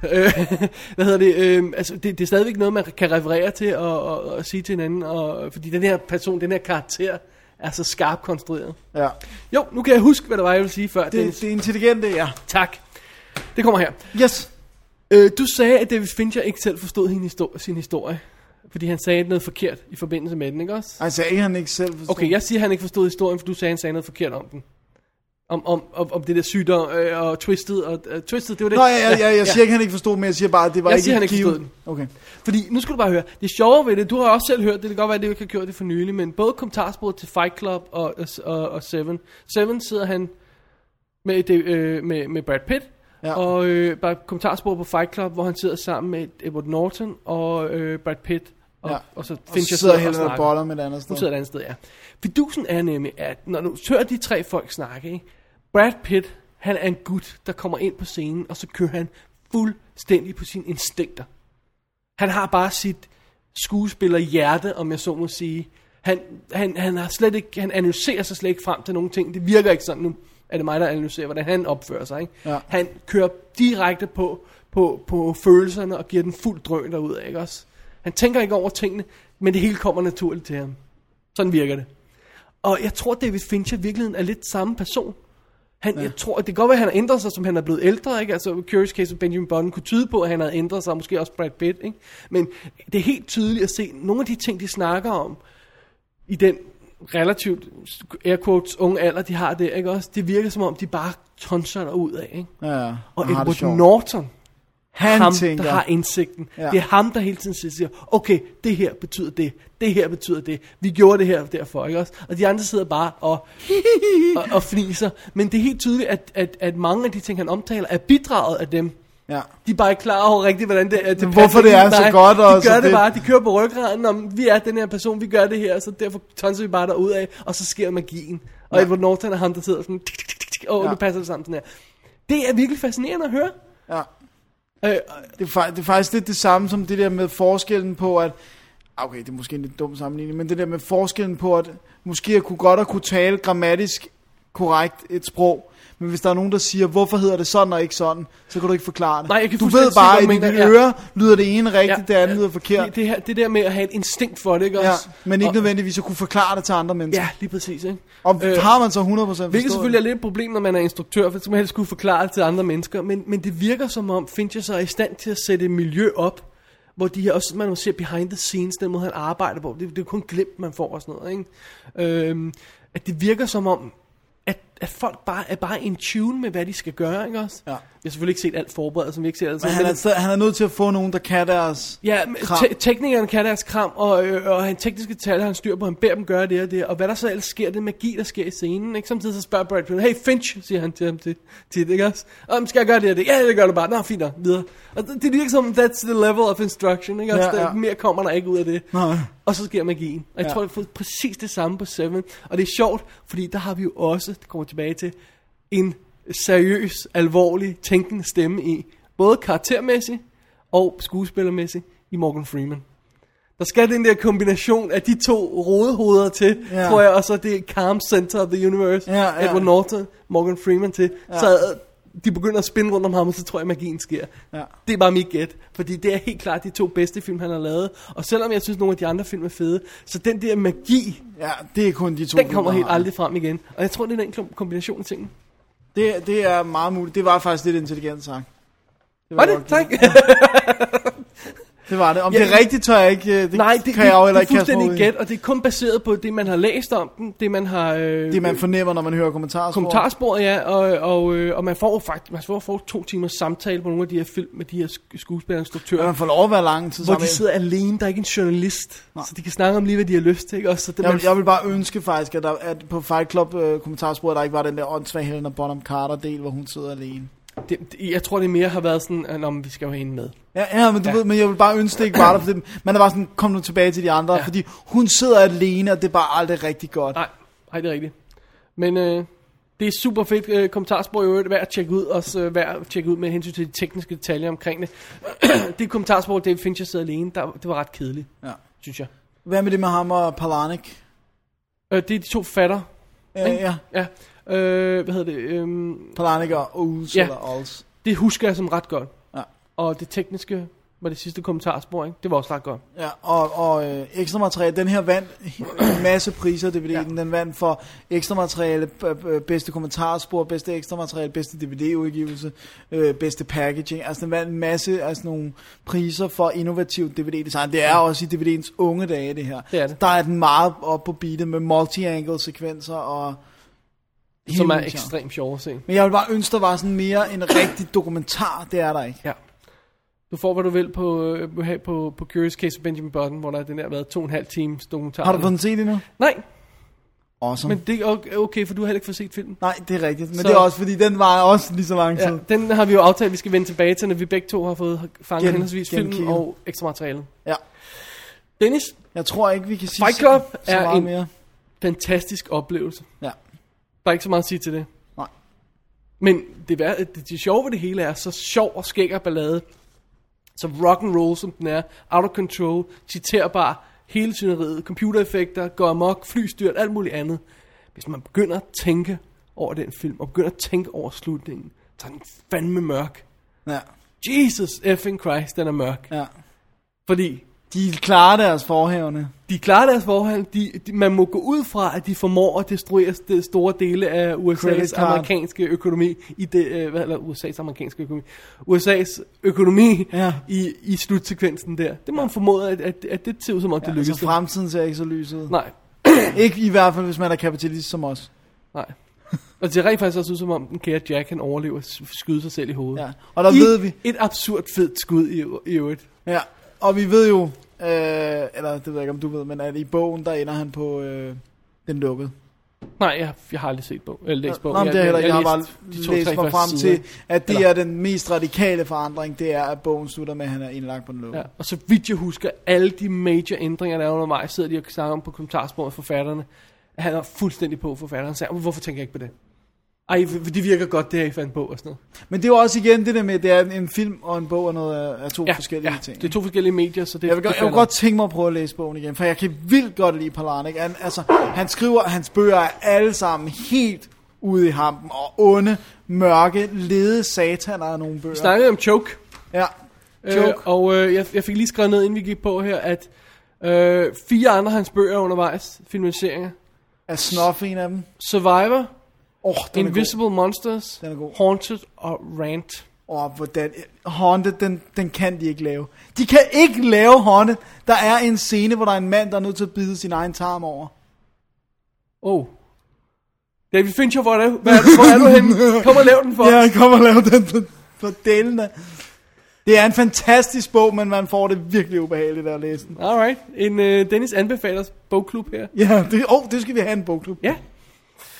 Speaker 3: <laughs> Øh, hvad hedder det? Øh, altså, det, det er stadigvæk noget, man kan referere til og, og, og sige til hinanden, og, fordi den her person, den her karakter, er så skarpt konstrueret.
Speaker 2: Ja.
Speaker 3: Jo, nu kan jeg huske, hvad der var, jeg ville sige før.
Speaker 2: Det, det er intelligente, ja.
Speaker 3: Tak. Det kommer her.
Speaker 2: Yes.
Speaker 3: Øh, du sagde, at David Fincher ikke selv forstod sin, histor- sin historie. Fordi han sagde noget forkert i forbindelse med den, ikke også?
Speaker 2: Altså, er han ikke selv forstået?
Speaker 3: Okay, jeg siger, at han ikke forstod historien, for du sagde, at han sagde noget forkert om den. Om, om, om, om det der sygdom øh, og twistet. Og, øh, twisted, det var det.
Speaker 2: Nå, jeg, jeg, jeg, jeg siger ikke, han ikke forstod, men jeg siger bare, at det var
Speaker 3: Jeg
Speaker 2: ikke
Speaker 3: siger, han
Speaker 2: et
Speaker 3: ikke
Speaker 2: givet-
Speaker 3: forstod den.
Speaker 2: Okay.
Speaker 3: Fordi, nu skal du bare høre, det sjove ved det, du har også selv hørt det, det kan godt være, at du ikke har gjort det for nylig, men både kommentarsporet til Fight Club og, øh, og, og Seven, Seven sidder han med, det, øh, med, med Brad Pitt,
Speaker 2: Ja.
Speaker 3: ja. og øh, bare kommentarsporet på Fight Club, hvor han sidder sammen med Edward Norton og øh, Brad Pitt, og,
Speaker 2: Ja.
Speaker 3: ja. og så
Speaker 2: Og
Speaker 3: Fincher
Speaker 2: så sidder
Speaker 3: og
Speaker 2: Helena
Speaker 3: snakker.
Speaker 2: Bonham et andet sted.
Speaker 3: Hun sidder et andet sted, ja. Fidusen er nemlig, at når du hører de tre folk snakke, ikke? Brad Pitt, han er en gut, der kommer ind på scenen, og så kører han fuldstændig på sine instinkter. Han har bare sit skuespillerhjerte, om jeg så må sige. Han, han, han, har slet ikke, han analyserer sig slet ikke frem til nogle ting. Det virker ikke sådan nu. Er det mig, der analyserer, hvordan han opfører sig? Ikke?
Speaker 2: Ja.
Speaker 3: Han kører direkte på, på, på følelserne og giver den fuld drøn derud af, ikke også? Han tænker ikke over tingene, men det hele kommer naturligt til ham. Sådan virker det. Og jeg tror, David Fincher i virkeligheden er lidt samme person. Han, ja. Jeg tror, at det kan godt være, at han har ændret sig, som han er blevet ældre. Ikke? Altså, Curious Case of Benjamin Button kunne tyde på, at han havde ændret sig, og måske også Brad Pitt. Ikke? Men det er helt tydeligt at se nogle af de ting, de snakker om i den relativt, air quotes, unge alder, de har der. Ikke? Også, det virker som om, de bare tonser derud af. Ikke?
Speaker 2: Ja, ja.
Speaker 3: Og
Speaker 2: Han har det
Speaker 3: Edward
Speaker 2: sjovt.
Speaker 3: Norton,
Speaker 2: Han
Speaker 3: ham,
Speaker 2: tænker,
Speaker 3: der har indsigten.
Speaker 2: Ja.
Speaker 3: Ja. Det er ham, der hele tiden siger- siger, okay, det her betyder det, det her betyder det, vi gjorde det her derfor, ikke også? Og de andre sidder bare og, og, og fniser. Men det er helt tydeligt, at, at, at mange af de ting, han omtaler, er bidraget af dem.
Speaker 2: Ja.
Speaker 3: De er bare ikke klar over rigtigt, hvordan det er. Det
Speaker 2: Men hvorfor
Speaker 3: passer
Speaker 2: det
Speaker 3: ind i
Speaker 2: er så
Speaker 3: dig.
Speaker 2: godt og
Speaker 3: De
Speaker 2: så
Speaker 3: gør det
Speaker 2: fedt?
Speaker 3: bare, de kører på ryggraden, om vi er den her person, vi gør det her, så derfor tonser vi bare derud af, og så sker magien. Og
Speaker 2: Ja.
Speaker 3: Edward Norton er ham, der sidder sådan, tik, tik, tik, tik, åh,
Speaker 2: Ja.
Speaker 3: nu passer det sammen sådan her. Det er virkelig fascinerende at høre.
Speaker 2: Ja.
Speaker 3: Øh,
Speaker 2: Det, er, fa- det er faktisk lidt det samme som det der med forskellen på, at... Okay, det er måske en lidt dum sammenligning, men det der med forskellen på, at måske jeg kunne godt at kunne tale grammatisk korrekt et sprog, men hvis der er nogen, der siger, hvorfor hedder det sådan og ikke sådan, så kan du ikke forklare det.
Speaker 3: Nej, jeg kan
Speaker 2: du ved
Speaker 3: fuldstændig se,
Speaker 2: bare,
Speaker 3: hvad
Speaker 2: at
Speaker 3: du
Speaker 2: i dine
Speaker 3: mener, ja.
Speaker 2: ører lyder det ene rigtigt, det andet lyder
Speaker 3: Det,
Speaker 2: forkert.
Speaker 3: det, her, det der med at have et instinkt for det, ikke
Speaker 2: Ja,
Speaker 3: også?
Speaker 2: men ikke
Speaker 3: og,
Speaker 2: nødvendigvis at kunne forklare det til andre mennesker.
Speaker 3: Ja, lige præcis, ikke?
Speaker 2: Og
Speaker 3: Øh,
Speaker 2: har man så 100% forstået
Speaker 3: Hvilket
Speaker 2: det?
Speaker 3: selvfølgelig er lidt et problem, når man er instruktør, for så må man helst kunne forklare det til andre mennesker. Men, men det virker som om, Fincher så er i stand til at sætte et miljø op, hvor de her også, man ser behind the scenes, den måde han arbejder på. Det, det er kun glimt, man får og sådan noget, ikke? Øhm, at det virker som om, at, at folk bare, er bare in tune med, hvad de skal gøre, ikke også?
Speaker 2: Ja. Jeg
Speaker 3: har selvfølgelig ikke set alt forberedt, som vi ikke ser alt.
Speaker 2: Men han er, så, han er nødt til at få nogen, der kan deres
Speaker 3: Ja, men
Speaker 2: kram.
Speaker 3: te- teknikeren kan deres kram, og, øh, og han tekniske detaljer, han styr på, han beder dem gøre det og det, og hvad der så ellers sker, det er magi, der sker i scenen, ikke? Samtidig så spørger Brad Pitt, hey Finch, siger han til ham til, tit, ikke også? Om skal jeg gøre det og det? Ja, det gør du bare. Nå, fint nok, videre. Og det, det virker som, that's the level of instruction, ikke?
Speaker 2: Ja,
Speaker 3: også?
Speaker 2: ja.
Speaker 3: Ja. Mere kommer der ikke ud af det.
Speaker 2: Nej.
Speaker 3: Og så sker magien. Og jeg
Speaker 2: Ja.
Speaker 3: tror, det er præcis det samme på Seven. Og det er sjovt, fordi der har vi jo også, det kommer jeg tilbage til, en seriøs, alvorlig, tænkende stemme i. Både karaktermæssigt og skuespillermæssigt i Morgan Freeman. Der skal den der kombination af de to rodehoveder til,
Speaker 2: Ja.
Speaker 3: ja. tror jeg, og så det calm center of the universe,
Speaker 2: Ja, ja.
Speaker 3: Edward Norton, Morgan Freeman til.
Speaker 2: Ja.
Speaker 3: Ja. Så øh, de begynder at spinde rundt om ham, og så tror jeg, magien sker.
Speaker 2: Ja.
Speaker 3: Det er bare mit gæt, fordi det er helt klart de to bedste film, han har lavet. Og selvom jeg synes, nogle af de andre film er fede, så den der magi,
Speaker 2: Ja, det er kun de to.
Speaker 3: den kommer
Speaker 2: film,
Speaker 3: helt
Speaker 2: der har.
Speaker 3: aldrig frem igen. Og jeg tror, det er den klum- kombination af tingene.
Speaker 2: Det, det er meget muligt. Det var faktisk lidt intelligent sagt.
Speaker 3: Var det?
Speaker 2: godt
Speaker 3: Tak.
Speaker 2: <laughs> Det var det. Om
Speaker 3: Ja,
Speaker 2: ja, det er
Speaker 3: det-
Speaker 2: rigtigt, tør jeg ikke. øh, Det
Speaker 3: Nej, det,
Speaker 2: kan jeg jo
Speaker 3: det, det
Speaker 2: heller
Speaker 3: er
Speaker 2: ikke kaste mig
Speaker 3: fuldstændig
Speaker 2: ud i.
Speaker 3: gæt, og det er kun baseret på det, man har læst om den, det man har... Øh,
Speaker 2: Det man fornemmer, når man hører kommentarer.
Speaker 3: kommentarsporet, ja, og, og, øh, og man får jo faktisk man får, får to timers samtale på nogle af de her film med de her sk- skuespillere og instruktører.
Speaker 2: Man får lov at være lang tid
Speaker 3: hvor
Speaker 2: sammen.
Speaker 3: de sidder alene, der er ikke en journalist, Nej. så de kan snakke om lige, hvad de har lyst til. Ikke? Også, så det,
Speaker 2: jeg,
Speaker 3: man,
Speaker 2: vil- jeg vil bare ønske faktisk, at, der, at på Fight Club øh, kommentarsporet, der ikke var den der åndssvage Helena Bonham Carter del, hvor hun sidder alene.
Speaker 3: det, det, jeg tror, det mere har været sådan, at "Nå, men vi skal jo have hende med.
Speaker 2: Ja, ja men du ja. ved, men jeg vil bare ønske det ikke var der, for det, man er bare sådan, kom nu tilbage til de andre, ja. fordi hun sidder alene, og det er bare aldrig rigtig godt.
Speaker 3: Nej, nej, det er rigtigt. Men øh, det er super fedt øh, kommentarspor i øvrigt, værd at tjekke ud, også øh, værd at tjekke ud med hensyn til de tekniske detaljer omkring det. <clears throat> det kommentarspor, David Fincher sidder alene, der, det var ret kedeligt,
Speaker 2: Ja.
Speaker 3: synes jeg.
Speaker 2: Hvad med det med ham og Palanik?
Speaker 3: Øh, det er de to fatter.
Speaker 2: Ja,
Speaker 3: ikke?
Speaker 2: ja.
Speaker 3: ja. Øh, hvad hedder det? Øhm,
Speaker 2: Palanik og Ols ja.
Speaker 3: Ja.
Speaker 2: eller Ols.
Speaker 3: Det husker jeg som ret godt.
Speaker 2: Ja.
Speaker 3: Og det tekniske var det sidste kommentarspor, ikke? Det var også ret godt.
Speaker 2: Ja, og, og øh, ekstra materiale, den her vandt en masse priser, DVD'en, ja. den vandt for ekstra materiale, b- b- bedste kommentarspor, bedste ekstra materiale, bedste DVD-udgivelse, øh, bedste packaging, altså den vandt en masse af sådan nogle priser for innovativ DVD-design, det er også i DVD'ens unge dage det her,
Speaker 3: Det er det.
Speaker 2: der er den meget op på beatet med multi-angle sekvenser og
Speaker 3: Som
Speaker 2: Helt
Speaker 3: er
Speaker 2: vildt sjovt.
Speaker 3: ekstremt sjov at se.
Speaker 2: Men jeg vil bare ønske, der var sådan mere en rigtig dokumentar, det er der ikke.
Speaker 3: Ja. Du får, hvad du vil på, øh, have på, på Curious Case of Benjamin Button, hvor der er den der været to og en halv times dokumentar.
Speaker 2: Har du fået den set endnu?
Speaker 3: Nej,
Speaker 2: Awesome.
Speaker 3: men det er ok- okay, for du har heller ikke fået set filmen.
Speaker 2: Nej, det er rigtigt, men
Speaker 3: Så-
Speaker 2: det er også, fordi den var også lige så lang tid.
Speaker 3: Ja, den har vi jo aftalt, at vi skal vende tilbage til, når vi begge to har fået fanget
Speaker 2: Gen-
Speaker 3: henholdsvis filmen
Speaker 2: genkigget.
Speaker 3: og ekstra materialet.
Speaker 2: Ja.
Speaker 3: Dennis,
Speaker 2: Jeg tror ikke, vi kan sige
Speaker 3: Fight
Speaker 2: så-
Speaker 3: Club
Speaker 2: så
Speaker 3: er
Speaker 2: meget
Speaker 3: en-
Speaker 2: mere.
Speaker 3: fantastisk oplevelse.
Speaker 2: Ja.
Speaker 3: Der er ikke så meget at sige til det.
Speaker 2: Nej.
Speaker 3: Men det, vær, det, det sjove ved det hele er, så sjov og skæg og ballade, så rock and roll som den er, out of control, citerbar, hele syneriet, computereffekter, går amok, flystyrt, alt muligt andet. Hvis man begynder at tænke over den film, og begynder at tænke over slutningen, så er den fandme mørk.
Speaker 2: Ja,
Speaker 3: Jesus effing Christ, den er mørk.
Speaker 2: ja.
Speaker 3: Fordi
Speaker 2: De klarer deres forhævne.
Speaker 3: de klarer deres forhold. De, de, man må gå ud fra, at de formår at destruere st- store dele af
Speaker 2: Credit
Speaker 3: USA's
Speaker 2: card.
Speaker 3: amerikanske økonomi. I det, øh, hvad, eller USA's amerikanske økonomi. USA's økonomi
Speaker 2: Ja.
Speaker 3: ja. i, i slutsekvensen der. Det må man formode, at, at, at det ser ud som om, ja, det
Speaker 2: Ja, altså så
Speaker 3: lykkedes. dem.
Speaker 2: fremtiden ser ikke så lys ud.
Speaker 3: Nej,
Speaker 2: Ikke i hvert fald, hvis man er kapitalist som os.
Speaker 3: nej. Og det ser rent faktisk også ud som om, den kære Jack, han overlever at s- skyde sig selv i hovedet.
Speaker 2: Ja. Og der
Speaker 3: I
Speaker 2: ved vi...
Speaker 3: et absurd fedt skud i, i øvrigt.
Speaker 2: Ja. Og vi ved jo... Øh, eller det ved jeg ikke, om du ved, men at i bogen, der ender han på øh, den lukkede.
Speaker 3: Nej, jeg, jeg har aldrig set bog, eller læst bog.
Speaker 2: Nå, men det er heller ikke. Jeg har bare
Speaker 3: læste de to,
Speaker 2: læst
Speaker 3: tre
Speaker 2: mig
Speaker 3: første
Speaker 2: frem
Speaker 3: sider.
Speaker 2: til, at det
Speaker 3: Eller-
Speaker 2: er den mest radikale forandring, det er, at bogen slutter med, at han er indlagt på den lukkede.
Speaker 3: Ja, og så vidt jeg husker, alle de major ændringer, der er undervejs, sidder de og snakker om på kommentarsporet med forfatterne. at Han er fuldstændig på forfatteren. Så hvorfor tænker jeg ikke på det? Ej, for det virker godt, det her I fandt på og sådan noget.
Speaker 2: Men det er jo også igen det der med, at det er en- en film og en bog og noget af, af to
Speaker 3: Ja,
Speaker 2: forskellige
Speaker 3: ja,
Speaker 2: ting.
Speaker 3: det er to forskellige medier, så det
Speaker 2: Jeg vil, godt,
Speaker 3: det
Speaker 2: jeg vil
Speaker 3: falder.
Speaker 2: godt tænke mig at prøve at læse bogen igen, for jeg kan vildt godt lide Polanik. Han, altså, han skriver, hans bøger er alle sammen helt ude i hampen, og onde, mørke, lede sataner af nogle bøger.
Speaker 3: Vi snakkede om Choke,
Speaker 2: Ja,
Speaker 3: øh,
Speaker 2: Choke.
Speaker 3: og øh, jeg, jeg fik lige skrevet ned, inden vi gik på her, at øh, fire andre af hans bøger er undervejs, filmatiseringer.
Speaker 2: er Snuff en af dem.
Speaker 3: Survivor,
Speaker 2: Åh, oh, den er god.
Speaker 3: Invisible Monsters,
Speaker 2: Den er god.
Speaker 3: Haunted og Rant.
Speaker 2: Åh, oh, hvordan... Haunted, den, den kan de ikke lave. De kan ikke lave Haunted. Der er en scene, hvor der er en mand, der er nødt til at bide sin egen tarm over.
Speaker 3: Oh. David Fincher, hvor er du, hvor er, hvor er du henne? Kom og lav den for os.
Speaker 2: Ja, kom og lav den for, for delen af. Det er en fantastisk bog, men man får det virkelig ubehageligt at læse den.
Speaker 3: Alright. En, øh, Dennis anbefaler os bogklub her.
Speaker 2: Ja, det, oh, det skal vi have en bogklub.
Speaker 3: Ja.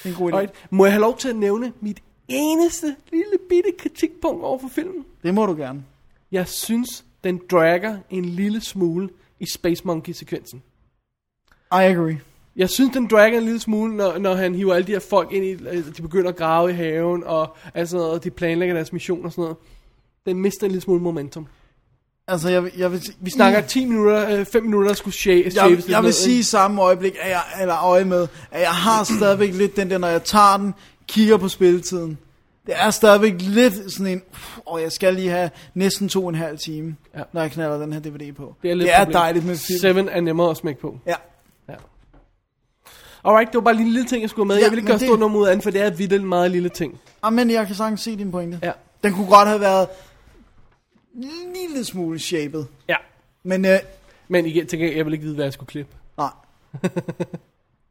Speaker 2: En god idé.
Speaker 3: Alright. Må jeg have lov til at nævne mit eneste lille bitte kritikpunkt over for filmen?
Speaker 2: Det må du gerne.
Speaker 3: Jeg synes, den dragger en lille smule i Space Monkey-sekvensen.
Speaker 2: I agree.
Speaker 3: Jeg synes, den dragger en lille smule, når, når han hiver alle de her folk ind i... øh, De begynder at grave i haven, og, altså, og de planlægger deres mission og sådan noget. Den mister en lille smule momentum.
Speaker 2: Altså, jeg, vil- jeg vil sige...
Speaker 3: Vi snakker 10 minutter, øh, 5 minutter der skulle shaves.
Speaker 2: jeg, jeg, jeg vil sige i samme øjeblik, at jeg, eller øje med, at jeg har stadigvæk lidt den der, når jeg tager den, kigger på spilletiden. Det er stadigvæk lidt sådan en, pff, og jeg skal lige have næsten to og en halv time,
Speaker 3: Ja.
Speaker 2: ja. når jeg knaller den her DVD på.
Speaker 3: Det er, lidt
Speaker 2: det er
Speaker 3: problem.
Speaker 2: dejligt med film.
Speaker 3: Seven er nemmere at smække på.
Speaker 2: Ja.
Speaker 3: Ja. Alright, det var bare lige en lille ting, jeg skulle have med. Ja,
Speaker 2: Ja,
Speaker 3: jeg ville ikke
Speaker 2: men
Speaker 3: gøre
Speaker 2: det-
Speaker 3: stort nummer ud af den, for det er vildt en meget lille ting.
Speaker 2: Amen, jeg kan sagtens se din pointe.
Speaker 3: Ja.
Speaker 2: Den kunne godt have været en lille smule shaped.
Speaker 3: Ja.
Speaker 2: Men øh,
Speaker 3: Men igen, til gengæld, jeg vil ikke vide, hvad jeg skulle klippe. <laughs>
Speaker 2: nej.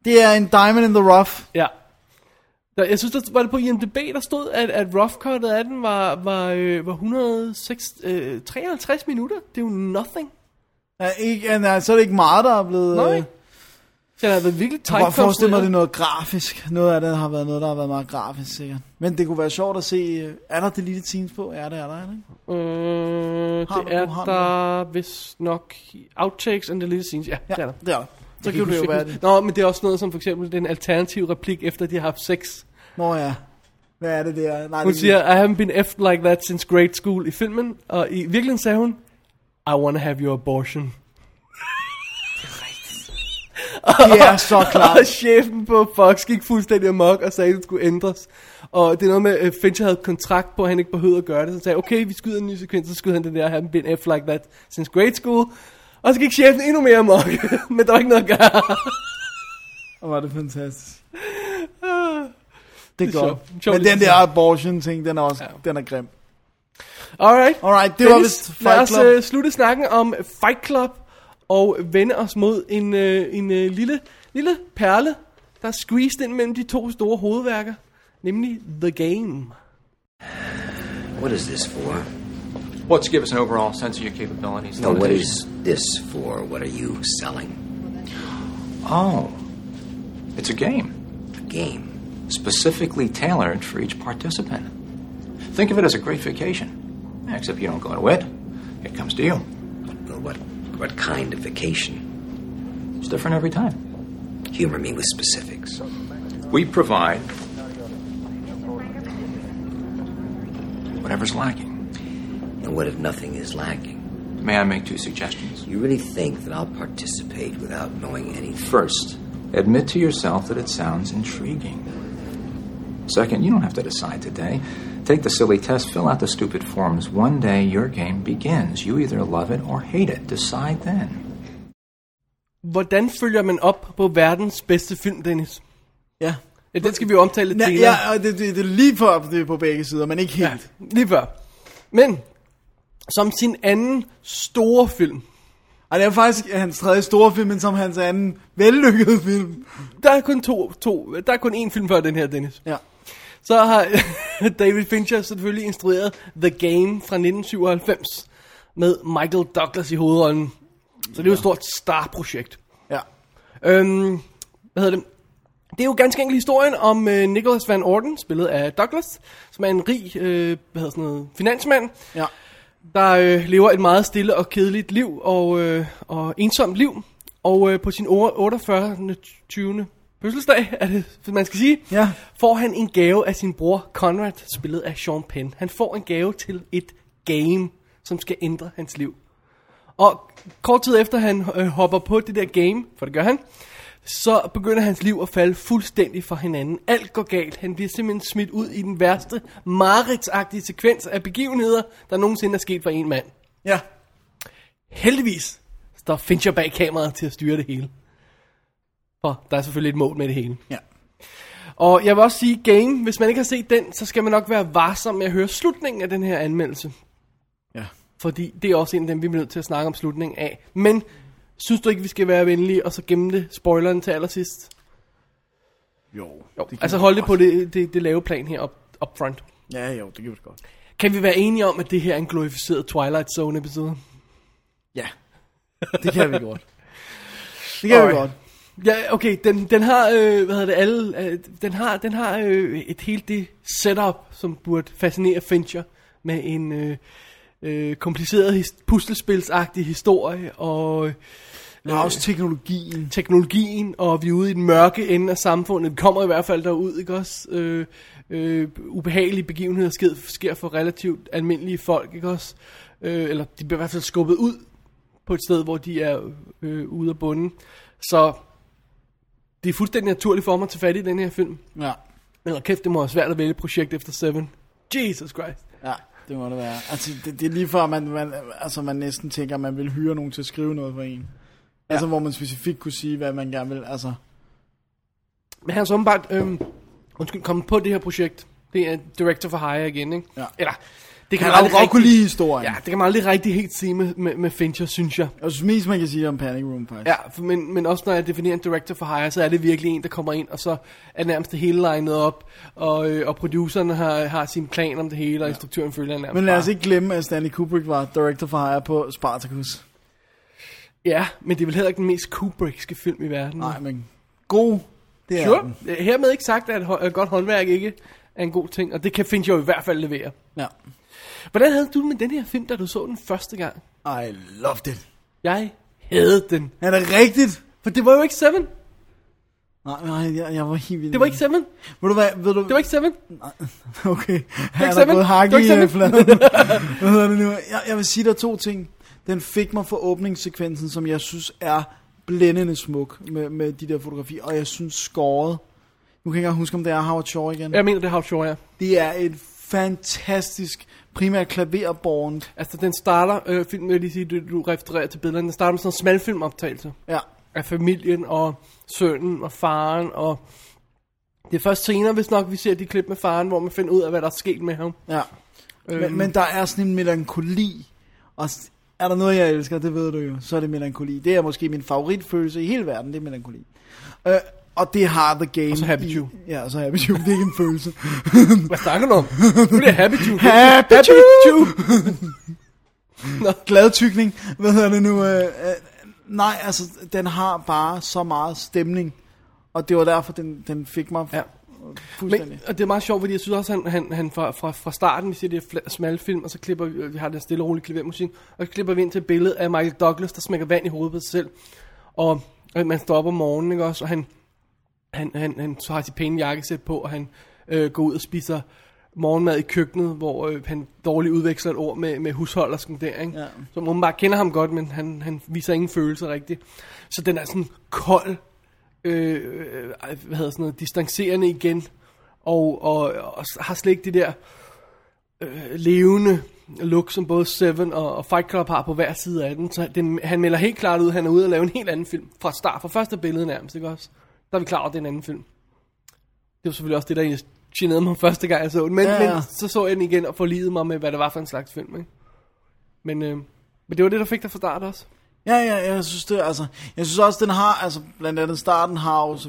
Speaker 2: det er en diamond in the rough.
Speaker 3: Ja. Der- Jeg synes, der var det på IMDb, der stod, at, at roughcutet af den var, var, øh, var 153 øh, 53 minutter. Det er jo nothing.
Speaker 2: Ja, ikke, ja, nej, så er det ikke meget, der er blevet...
Speaker 3: Nej.
Speaker 2: øh,
Speaker 3: Så jeg har været virkelig
Speaker 2: Jeg kan godt forestille mig,
Speaker 3: tight
Speaker 2: det er noget grafisk. Noget af det har været noget, der har været meget grafisk, sikkert. Men det kunne være sjovt at se... øh, Er der deleted scenes på? Ja, det er der, er der ikke?
Speaker 3: Øh,
Speaker 2: Har
Speaker 3: det
Speaker 2: du-
Speaker 3: er
Speaker 2: har du
Speaker 3: der vist nok i outtakes and deleted scenes. Ja, ja. det er der.
Speaker 2: det er der. Så
Speaker 3: Jeg
Speaker 2: kan
Speaker 3: ikke
Speaker 2: det jo
Speaker 3: huske,
Speaker 2: være
Speaker 3: hvad-
Speaker 2: det.
Speaker 3: Nå, men det er også noget som for eksempel den alternative replik, efter de har haft sex.
Speaker 2: Nå ja. Hvad er det der? Nej,
Speaker 3: Hun
Speaker 2: det-
Speaker 3: siger, I haven't been effed like that since grade school i filmen. Og i virkeligheden sagde hun, I wanna have your abortion.
Speaker 2: Det er
Speaker 3: <laughs>
Speaker 2: så klart.
Speaker 3: Og chefen på Fox gik fuldstændig amok og sagde, at det skulle ændres. Og det er noget med, at Fincher havde kontrakt på, at han ikke behøvede at gøre det. Så han sagde, okay, vi skyder en ny sekvens, så skyder han det der, han been F like that since grade school. Og så gik chefen endnu mere amok, <laughs> men der var ikke noget at gøre.
Speaker 2: Og var det fantastisk.
Speaker 3: Det
Speaker 2: Det
Speaker 3: er
Speaker 2: er ligesom godt.
Speaker 3: sjovt. Sjovt
Speaker 2: Men
Speaker 3: lille
Speaker 2: den der
Speaker 3: ting.
Speaker 2: abortion ting, den er også den er grim.
Speaker 3: Alright.
Speaker 2: Alright, det var vist
Speaker 3: lad
Speaker 2: Fight
Speaker 3: os
Speaker 2: Club.
Speaker 3: øh, slutte snakken om Fight Club og vende os mod en, øh, en øh, lille, lille perle, der er squeezed ind mellem de to store hovedværker, nemlig The Game.
Speaker 10: What is this for?
Speaker 13: Well, to give us an overall sense of your capabilities.
Speaker 10: No, what is this for? What are you selling?
Speaker 13: Oh, it's a game,
Speaker 10: A game.
Speaker 13: specifically tailored for each participant. Think of it as a great vacation, except you don't go to it. It comes to you.
Speaker 10: Well, what what kind of vacation?
Speaker 13: It's different every time.
Speaker 10: Humor me with specifics.
Speaker 13: We provide whatever's lacking.
Speaker 10: And what if nothing is lacking?
Speaker 13: May I make two suggestions?
Speaker 10: You really think that I'll participate without knowing anything?
Speaker 13: First, admit to yourself that it sounds intriguing. Second, you don't have to decide today. Take the silly test, fill out the stupid forms. One day your game begins. You either love it or hate it. Decide then.
Speaker 3: Hvordan følger man op på verdens bedste film, Dennis?
Speaker 2: Ja.
Speaker 3: Ja, den skal vi jo omtale lidt
Speaker 2: Ja,
Speaker 3: senere.
Speaker 2: ja og det, det, det er lige for det er på begge sider, men ikke helt.
Speaker 3: Ja, lige før. Men, som sin anden store film,
Speaker 2: Og det er faktisk hans tredje store film, men som hans anden vellykkede film.
Speaker 3: der er kun to, to der er kun én film før den her, Dennis.
Speaker 2: Ja.
Speaker 3: Så har <laughs> David Fincher selvfølgelig instrueret The Game fra 1997 med Michael Douglas i hovedånden. Så det er jo et stort star-projekt.
Speaker 2: Ja.
Speaker 3: Øhm, hvad hedder det? Det er jo ganske enkelt historien om øh, Nicholas Van Orden, spillet af Douglas, som er en rig øh, hvad hedder sådan noget, finansmand,
Speaker 2: Ja.
Speaker 3: der øh, lever et meget stille og kedeligt liv og, øh, og ensomt liv. Og øh, på sin 48. 20. fødselsdag, er det, man skal sige,
Speaker 2: Ja.
Speaker 3: får han en gave af sin bror Conrad, spillet af Sean Penn. Han får en gave til et game, som skal ændre hans liv. Og kort tid efter han øh, hopper på det der game, for det gør han, så begynder hans liv at falde fuldstændig fra hinanden. Alt går galt. Han bliver simpelthen smidt ud i den værste, mareridsagtige sekvens af begivenheder, der nogensinde er sket for en mand.
Speaker 2: Ja.
Speaker 3: Heldigvis står Fincher bag kameraet til at styre det hele. For der er selvfølgelig et mål med det hele.
Speaker 2: Ja.
Speaker 3: Og jeg vil også sige, Game, hvis man ikke har set den, så skal man nok være varsom med at høre slutningen af den her anmeldelse.
Speaker 2: Ja.
Speaker 3: Fordi det er også en af dem, vi bliver nødt til at snakke om slutningen af. Men synes du ikke, vi skal være venlige og så gemme det spoileren til allersidst?
Speaker 2: Jo.
Speaker 3: jo.
Speaker 2: kan
Speaker 3: altså
Speaker 2: vi
Speaker 3: hold det
Speaker 2: godt.
Speaker 3: på det, det, det lave plan her op, up front.
Speaker 2: Ja, jo, det kan vi godt.
Speaker 3: Kan vi være enige om, at det her er en glorificeret Twilight Zone episode?
Speaker 2: Ja. Det kan vi godt. Det kan vi
Speaker 3: Alright.
Speaker 2: godt.
Speaker 3: Ja, okay, den, den har, øh, hvad hedder det, alle, øh, den har, den har øh, et helt det setup, som burde fascinere Fincher, med en øh, øh, kompliceret his, puslespilsagtig historie, og... Øh,
Speaker 2: Der er også teknologien.
Speaker 3: Teknologien, og vi er ude i den mørke ende af samfundet. Vi kommer i hvert fald derud, ikke også? Øh, øh, ubehagelige begivenheder sker, sker for relativt almindelige folk, ikke også? Øh, eller de bliver i hvert fald skubbet ud på et sted, hvor de er øh, ude af bunden. Så det er fuldstændig naturligt for mig at tage fat i den her film.
Speaker 2: Ja.
Speaker 3: Men hold kæft, det må være svært at vælge et projekt efter Seven. Jesus Christ.
Speaker 2: Ja, det må det være. Altså, det, det er lige før, man, man, altså, man næsten tænker, at man vil hyre nogen til at skrive noget for en. Ja. Altså, hvor man specifikt kunne sige, hvad man gerne vil. Altså,
Speaker 3: Men han er så åbenbart, øhm, undskyld, kommet på det her projekt. Det er Director for Hire igen, ikke?
Speaker 2: Ja.
Speaker 3: Eller, det kan
Speaker 2: Han
Speaker 3: man
Speaker 2: har jo
Speaker 3: aldrig
Speaker 2: godt kunne
Speaker 3: rigtig-
Speaker 2: lide historien.
Speaker 3: Ja, det kan man aldrig rigtig helt sige med, med, med Fincher, synes jeg.
Speaker 2: jeg synes mest, man kan sige om Panic Room, faktisk.
Speaker 3: Ja, for- men, men også når jeg definerer en director for hire, så er det virkelig en, der kommer ind, og så er nærmest det hele legnet op, og, øh, og produceren har, har sin plan om det hele, og ja. instruktøren følger nærmest
Speaker 2: Men lad os
Speaker 3: bare.
Speaker 2: ikke glemme, at Stanley Kubrick var director for hire på Spartacus.
Speaker 3: Mm. Ja, men det er vel heller ikke den mest Kubrickske film i verden.
Speaker 2: Nej, men god, det er
Speaker 3: sure.
Speaker 2: den.
Speaker 3: Hermed ikke sagt, at hå- at godt håndværk ikke er en god ting, og det kan Fincher jo i hvert fald levere.
Speaker 2: Ja.
Speaker 3: Hvordan havde du det med den her film, da du så den første gang?
Speaker 2: I loved it.
Speaker 3: Jeg havde den.
Speaker 2: Er det rigtigt?
Speaker 3: For det var jo ikke Seven.
Speaker 2: Nej, nej, jeg, jeg var helt vild.
Speaker 3: Det var ikke Seven.
Speaker 2: Ved du hvad, ved du...
Speaker 3: Det var ikke Seven.
Speaker 2: Okay, han
Speaker 3: ikke
Speaker 2: er
Speaker 3: Seven.
Speaker 2: gået
Speaker 3: Det var
Speaker 2: hak i
Speaker 3: ikke Seven.
Speaker 2: øh, fladen. <laughs> Hvad hedder det nu? Jeg, jeg vil sige, der er to ting. Den fik mig for åbningssekvensen, som jeg synes er blændende smuk med, med de der fotografier, og jeg synes skåret. Nu kan jeg ikke engang huske, om det er Howard Shore igen.
Speaker 3: Jeg mener, det har Shore, ja.
Speaker 2: Det er et fantastisk, primært klaverborgen.
Speaker 3: Altså, den starter, øh, filmen vil jeg lige sige, du, du refererer til billederne, den starter med sådan en smalfilmoptagelse
Speaker 2: Ja,
Speaker 3: af familien og sønnen og faren, og det er først senere, hvis nok, vi ser de klip med faren, hvor man finder ud af, hvad der er sket med ham.
Speaker 2: ja.
Speaker 3: Øhm.
Speaker 2: Men, men der er sådan en melankoli, og s- er der noget, jeg elsker, det ved du jo, så er det melankoli. Det er måske min favoritfølelse i hele verden, det er melankoli. Øh, og det har The Game.
Speaker 3: Og så Happy
Speaker 2: i-
Speaker 3: Jew.
Speaker 2: Ja, og så Happy Jew, det er ikke en følelse.
Speaker 3: Hvad snakker du om? Nu bliver jeg happy to.
Speaker 2: Happy Jew!
Speaker 3: <laughs> Nå.
Speaker 2: Glad tykning, hvad hedder det nu? Øh, øh, nej, altså, den har bare så meget stemning, og det var derfor, den, den fik mig
Speaker 3: Ja.
Speaker 2: ja. fuldstændig.
Speaker 3: Men, og det er meget sjovt, fordi jeg synes også, han, han, han fra, fra, fra starten, vi ser det her fla- smalle film, og så klipper vi, vi har den stille og rolige klavermusik, og så klipper vi ind til et billede af Michael Douglas, der smækker vand i hovedet på sig selv, og, og man står op om morgenen, ikke også, og han, han, han, han så har sit pæne jakkesæt på, og han øh, går ud og spiser morgenmad i køkkenet, hvor øh, han dårligt udveksler et ord med, med husholdersken der, ikke?
Speaker 2: Ja.
Speaker 3: Så man bare kender ham godt, men han, han viser ingen følelser rigtigt. Så den er sådan kold, øh, øh, ej, hvad hedder sådan noget, distancerende igen, og, og, og s- har slet ikke det der øh, levende look, som både Seven og, og Fight Club har på hver side af den. Så den, han melder helt klart ud, at han er ude at lave en helt anden film fra start, fra første billede nærmest, ikke også? Der er vi klar over, at det er en anden film. Det var selvfølgelig også det, der generede mig første gang, jeg så den. Men,
Speaker 2: Ja, ja.
Speaker 3: men så så jeg den igen og forlidede mig med, hvad det var for en slags film, ikke? Men, øh, men det var det, der fik dig fra start også.
Speaker 2: Ja, ja, jeg synes det, altså, jeg synes også, den har, altså, blandt andet starten har jo, så,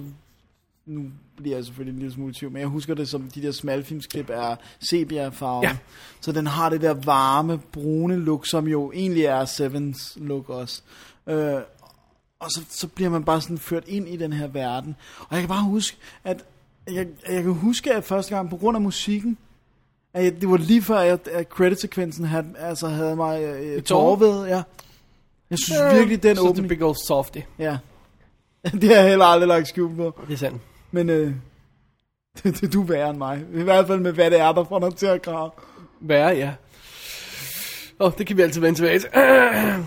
Speaker 2: nu bliver jeg selvfølgelig en lille smule i tvivl, men jeg husker det som, de der smalfilmsklip er sepia-farven,
Speaker 3: Ja.
Speaker 2: ja. så den har det der varme, brune look, som jo egentlig er Sevens look også, øh, og så, så bliver man bare sådan ført ind i den her verden, og jeg kan bare huske, at, jeg, jeg kan huske, at første gang, på grund af musikken, at jeg, det var lige før, at, at credit-sekvensen havde, altså havde mig øh,
Speaker 3: tårer?
Speaker 2: tårved, ja. Jeg synes virkelig, den
Speaker 3: så er
Speaker 2: åbning...
Speaker 3: det big old softy.
Speaker 2: Ja. <laughs> Det har jeg heller aldrig lagt skjul på.
Speaker 3: Det er sandt.
Speaker 2: Men øh, <laughs> det, det, du er værre end mig. I hvert fald med, hvad det er, der får dig til at grave.
Speaker 3: Værre, ja. Åh, oh, det kan vi altid vende tilbage til. <clears throat>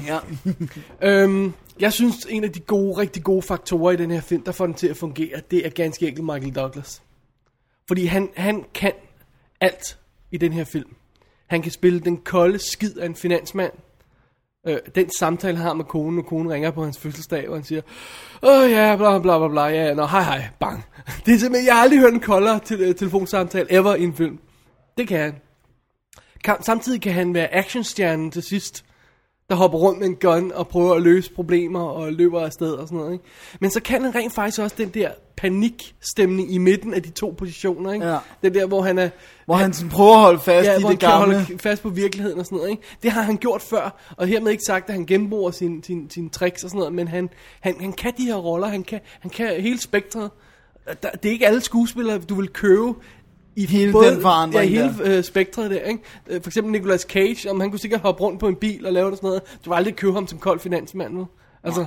Speaker 2: Ja.
Speaker 3: <laughs> øhm, jeg synes, en af de gode, rigtig gode faktorer i den her film, der får den til at fungere, det er ganske enkelt Michael Douglas. Fordi han, han kan alt i den her film. Han kan spille den kolde skid af en finansmand. Øh, den samtale han har med konen, og konen ringer på hans fødselsdag, og han siger, Åh ja, bla bla bla bla, ja, nå, hej hej, bang. <laughs> Det er simpelthen, jeg har aldrig hørt en koldere te- øh, telefonsamtale ever i en film. Det kan han. Kan, samtidig kan han være actionstjernen til sidst. der hopper rundt med en gun og prøver at løse problemer og løber afsted og sådan noget. Ikke? Men så kan han rent faktisk også den der panikstemning i midten af de to positioner. Ikke?
Speaker 2: Ja.
Speaker 3: Det der, hvor han er...
Speaker 2: Hvor han sådan prøver at holde fast
Speaker 3: ja,
Speaker 2: i
Speaker 3: hvor
Speaker 2: Altså, det
Speaker 3: han
Speaker 2: gamle.
Speaker 3: kan holde fast på virkeligheden og sådan noget. Ikke? Det har han gjort før, og hermed ikke sagt, at han genbruger sine sin, sin tricks og sådan noget, men han, han, han kan de her roller, han kan, han kan hele spektret. Der, det er ikke alle skuespillere, du vil købe i
Speaker 2: Hele den forandring
Speaker 3: ja, hele
Speaker 2: der.
Speaker 3: øh, spektret der, ikke? Øh, For eksempel Nicolas Cage, om han kunne sikkert hoppe rundt på en bil og lave det og sådan noget. Du vil aldrig købe ham som kold finansmand, nu. Altså,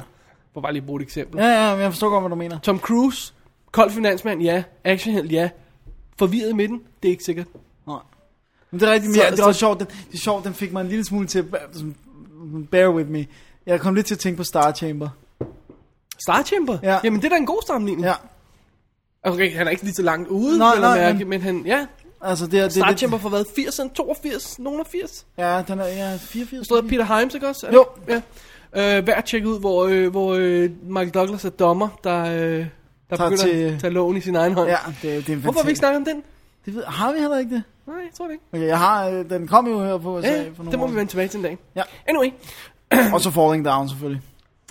Speaker 3: for bare lige at bruge et eksempel.
Speaker 2: Ja, ja, men jeg forstår godt, hvad du mener.
Speaker 3: Tom Cruise, kold finansmand, ja. Actionheld, ja. Forvirret i midten, det er ikke sikkert.
Speaker 2: Nej. Men det er rigtigt, men
Speaker 3: Så-
Speaker 2: ja, det er
Speaker 3: så-
Speaker 2: også sjovt. Den, det er sjovt, den fik mig en lille smule til, at- sådan, bear with me. Jeg kom lidt til at tænke på Star Chamber.
Speaker 3: Star Chamber?
Speaker 2: Ja.
Speaker 3: Jamen, det er da en god sammenligning.
Speaker 2: Ja.
Speaker 3: Okay, han er ikke lige så langt ude,
Speaker 2: Nej,
Speaker 3: nej, nej,
Speaker 2: nej,
Speaker 3: mærke, men...
Speaker 2: men-
Speaker 3: han, ja.
Speaker 2: Altså, det er... Det, er
Speaker 3: Star
Speaker 2: lidt-
Speaker 3: Chamber for hvad? 80'erne? 82? Nogen af 80?
Speaker 2: Ja, den er ja, 84.
Speaker 3: Stod der Peter Himes, ikke også? Er det-
Speaker 2: Jo.
Speaker 3: Ja. Øh, værd at tjekke ud, hvor, øh, hvor øh, Michael Douglas er dommer, der, øh, der
Speaker 2: Tager
Speaker 3: begynder til...
Speaker 2: til-
Speaker 3: at tage loven i sin egen hånd.
Speaker 2: Ja, det, er- det er en
Speaker 3: Hvorfor har vi ikke snakket om den?
Speaker 2: Det ved, har vi heller ikke det?
Speaker 3: Nej, jeg tror det ikke.
Speaker 2: Okay, jeg har, øh, den kom jo her på USA
Speaker 3: Ja,
Speaker 2: for nogle
Speaker 3: det må
Speaker 2: år
Speaker 3: vi
Speaker 2: siden.
Speaker 3: vende tilbage til en dag.
Speaker 2: Ja.
Speaker 3: Anyway,
Speaker 2: Og så Falling Down selvfølgelig.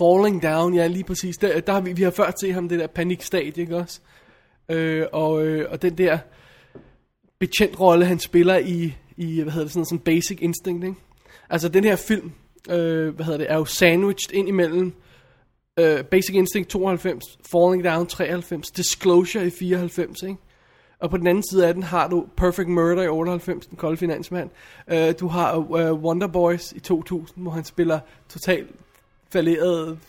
Speaker 3: Falling Down, ja lige præcis. Der, der har vi, vi har før set ham det der panikstadie, ikke også? Øh, og, øh, og den der betjentrolle, han spiller i, i hvad hedder det, sådan som Basic Instinct, ikke? Altså den her film, øh, hvad hedder det, er jo sandwiched ind imellem øh, Basic Instinct 92, Falling Down 93, Disclosure i 94, ikke? Og på den anden side af den har du Perfect Murder i 98, den kolde finansmand. Øh, du har øh, Wonder Boys i 2000, hvor han spiller totalt falderet.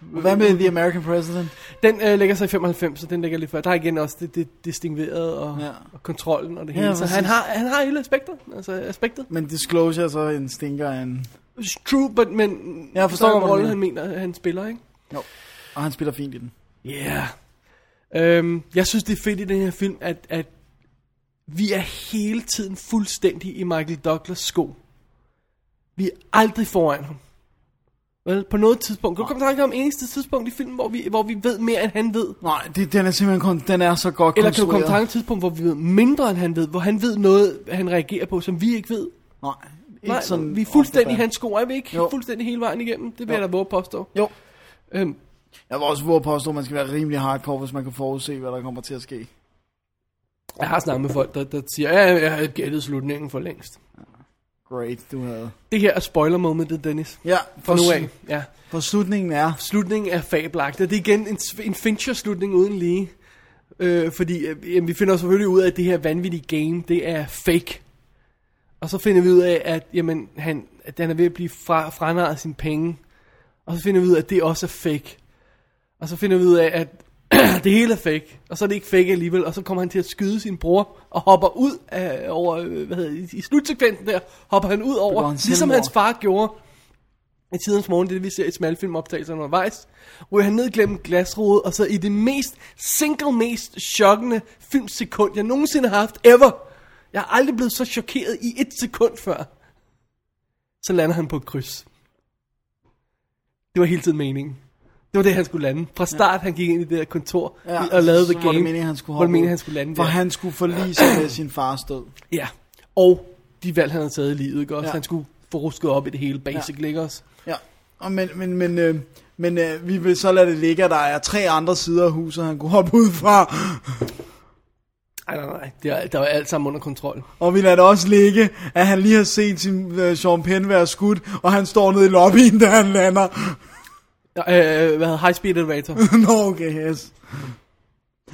Speaker 2: Hvad med The American President?
Speaker 3: Den øh, lægger sig i 95, så den ligger lidt før. Der er igen også det, det distinguerede og, ja.
Speaker 2: Ja.
Speaker 3: og kontrollen og det
Speaker 2: Ja,
Speaker 3: hele. så
Speaker 2: præcis.
Speaker 3: han har, han har hele aspektet. Altså aspektet.
Speaker 2: Men Disclosure er så en stinker af en...
Speaker 3: It's true, but, men
Speaker 2: Jeg forstår,
Speaker 3: der er en
Speaker 2: hvad du
Speaker 3: rolle,
Speaker 2: mener.
Speaker 3: han mener, han spiller, ikke?
Speaker 2: Jo. Og han spiller fint i den.
Speaker 3: Yeah. Øhm, jeg synes, det er fedt i den her film, at, at vi er hele tiden fuldstændig i Michael Douglas sko. Vi er aldrig foran ham. Vel, på noget tidspunkt. Kan du komme i tanke om eneste tidspunkt i filmen, hvor vi, hvor vi ved mere, end han ved?
Speaker 2: Nej, det, den er simpelthen kun, den er så godt
Speaker 3: Eller kan du komme i
Speaker 2: konstrueret.
Speaker 3: tanke om et tidspunkt, hvor vi ved mindre, end han ved? Hvor han ved noget, han reagerer på, som vi ikke ved?
Speaker 2: Nej, ikke
Speaker 3: Nej,
Speaker 2: sådan
Speaker 3: vi er fuldstændig i
Speaker 2: ofte.
Speaker 3: hans sko. Er vi ikke jo.
Speaker 2: Jo.
Speaker 3: fuldstændig hele vejen igennem? Det vil
Speaker 2: Jo.
Speaker 3: jeg da våge at påstå.
Speaker 2: Jo.
Speaker 3: Øhm,
Speaker 2: Jeg vil også våge at påstå, at man skal være rimelig hardcore, hvis man kan forudse, hvad der kommer til at ske.
Speaker 3: jeg har snakket med folk, der, der siger, ja, jeg havde gættet slutningen for længst.
Speaker 2: Great, du havde.
Speaker 3: Det her er spoiler momentet, Dennis.
Speaker 2: Ja,
Speaker 3: For nu af.
Speaker 2: s-
Speaker 3: Ja.
Speaker 2: For slutningen er...
Speaker 3: Slutningen er fabelagtig, og det er igen en, sv- en Fincher-slutning uden lige. Øh, fordi øh, jamen, vi finder selvfølgelig ud af, at det her vanvittige game, det er fake. Og så finder vi ud af, at, jamen, han, at han er ved at blive fra, franarret sine penge. Og så finder vi ud af, at det også er fake. Og så finder vi ud af, at <clears throat> det hele er fake. Og så er det ikke fake alligevel. Og så kommer han til at skyde sin bror og hopper ud af, over, øh, hvad hedder, det, i, i slutsekvensen der, hopper han ud over,
Speaker 2: Begår han
Speaker 3: ligesom
Speaker 2: selvmord.
Speaker 3: hans far gjorde i tidens morgen, det er det, vi ser i smalfilmoptagelserne undervejs, ryger han ned gennem glasrude, og så i det mest, single mest chokkende filmsekund, jeg nogensinde har haft ever. Jeg har aldrig blevet så chokeret i et sekund før. Så lander han på et kryds. Det var hele tiden meningen. Det var det, han skulle lande. Fra start, ja. han gik ind i det der kontor ja, og lavede The Game.
Speaker 2: Hvor det meningen, han skulle
Speaker 3: hvor det
Speaker 2: hoppe
Speaker 3: meningen,
Speaker 2: ud.
Speaker 3: han skulle lande
Speaker 2: For
Speaker 3: der.
Speaker 2: han skulle forlige sig med sin fars død.
Speaker 3: Ja. Og de valg, han havde taget i livet, ikke også? Ja.
Speaker 2: Ja.
Speaker 3: Han skulle få rusket op i det hele, basic, ja. ikke også?
Speaker 2: Ja, og men, men, men, øh, men øh, vi vil så lade det ligge, at der er tre andre sider af huset, han kunne hoppe ud fra.
Speaker 3: Ej, nej, nej. Det var, der var alt sammen under kontrol.
Speaker 2: Og vi lader det også ligge, at han lige har set sin øh, Sean Penn være skudt, og han står nede i lobbyen, <laughs> da han lander.
Speaker 3: Øh, hvad hedder High Speed Elevator.
Speaker 2: Nå, okay, yes.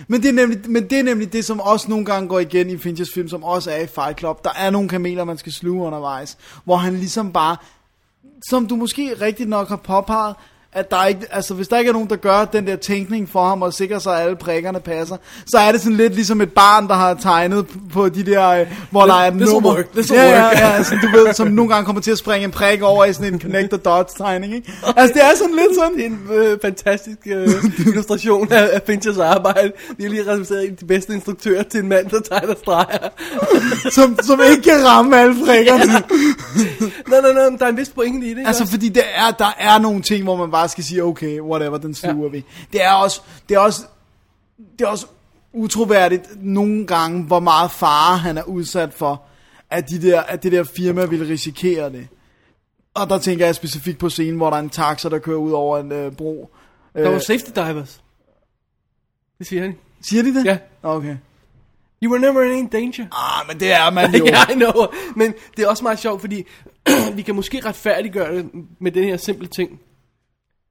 Speaker 2: Men det, er nemlig, men det er nemlig det, som også nogle gange går igen i Finchers film, som også er i Fight Club. Der er nogle kameler, man skal sluge undervejs, hvor han ligesom bare, som du måske rigtigt nok har påpeget, at der ikke, altså hvis der ikke er nogen, der gør den der tænkning for ham og sikrer sig, at alle prikkerne passer, så er det sådan lidt ligesom et barn, der har tegnet på de der, øh, hvor der er et
Speaker 3: This'll
Speaker 2: nummer.
Speaker 3: work, this'll
Speaker 2: ja,
Speaker 3: work.
Speaker 2: ja, ja, sådan, du ved, som nogle gange kommer til at springe en prik over i sådan en connect the dots tegning, ikke? <laughs> Altså det er sådan lidt sådan.
Speaker 3: Det er en øh, fantastisk øh, illustration af, af Finchers arbejde. De har lige resulteret i de bedste instruktører til en mand, der tegner streger.
Speaker 2: som, som ikke kan ramme alle frækkerne.
Speaker 3: nej, nej, nej, men der er en vis pointe i det. ikke
Speaker 2: Altså,
Speaker 3: også?
Speaker 2: fordi der er, der er nogle ting, hvor man bare skal sige, okay, whatever, den sluger
Speaker 3: Ja.
Speaker 2: ja. vi. Det er også, det er også, det er også utroværdigt nogle gange, hvor meget fare han er udsat for, at, de der, at det der firma vil risikere det. Og der tænker jeg specifikt på scenen, hvor der er en taxa, der kører ud over en øh, bro.
Speaker 3: Der var safety divers. Det siger de.
Speaker 2: Siger de det?
Speaker 3: Ja.
Speaker 2: Okay.
Speaker 3: You were never in danger.
Speaker 2: Ah, men det er
Speaker 3: <laughs>
Speaker 2: man jo.
Speaker 3: ja, I know. Men det er også meget sjovt, fordi <clears throat> vi kan måske retfærdiggøre det med den her simple ting.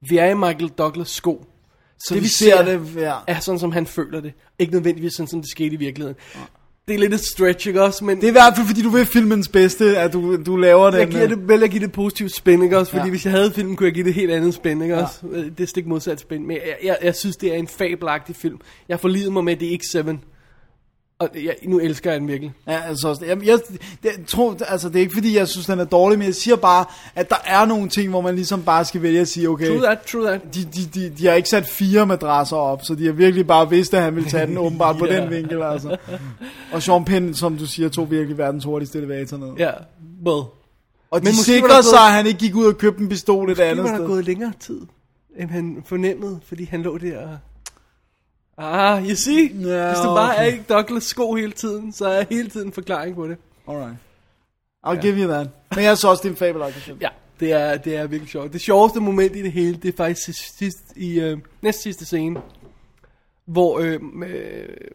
Speaker 3: Vi er i Michael Douglas sko. Så
Speaker 2: Det, vi ser det, ja.
Speaker 3: er sådan, som han føler det. Ikke nødvendigvis sådan, som det skete i virkeligheden. Det er lidt et stretch, ikke også? Men
Speaker 2: Det er i hvert fald, fordi du vil filmens bedste, at du, du laver den. øh,
Speaker 3: jeg giver det, vælger at give det positivt spænd, ikke også? Fordi
Speaker 2: Ja.
Speaker 3: øh, ja. hvis jeg havde filmen, kunne jeg give det et helt andet spænd, ikke også? Øh, Det er stik modsat spænd. Men jeg, jeg, jeg synes, det er en fabelagtig film. Jeg forlider mig med, at det er ikke Seven. Og jeg, nu elsker jeg den virkelig.
Speaker 2: Ja, altså, også- jamen, jeg, jeg tror, altså, det er ikke fordi, jeg synes, den er dårlig, men jeg siger bare, at der er nogle ting, hvor man ligesom bare skal vælge at sige, okay,
Speaker 3: True that, true that.
Speaker 2: De, de, de, de har ikke sat fire madrasser op, så de har virkelig bare vidst, at han ville tage
Speaker 3: <laughs>
Speaker 2: den åbenbart på
Speaker 3: Ja.
Speaker 2: den vinkel, altså. Og Sean Penn, som du siger, tog virkelig verdens hurtigste elevator ned.
Speaker 3: Ja, well.
Speaker 2: Og de men
Speaker 3: Men måske var
Speaker 2: sikrer
Speaker 3: der
Speaker 2: sig,
Speaker 3: gået-
Speaker 2: at han ikke gik ud og købte en pistol et
Speaker 3: Det
Speaker 2: andet
Speaker 3: var der
Speaker 2: sted.
Speaker 3: gået længere tid, end han fornemmede, fordi han lå der og... Ah, you see?
Speaker 2: Ja,
Speaker 3: Hvis du bare
Speaker 2: okay.
Speaker 3: er i Douglas sko hele tiden, så er hele tiden en forklaring på det.
Speaker 2: Alright. I'll give you that. Men jeg så også, det er en fabelagtig film.
Speaker 3: Ja, det er, det er virkelig sjovt. Det sjoveste moment i det hele, det er faktisk sidst, sidst i øh, næst sidste scene, hvor øh, øh,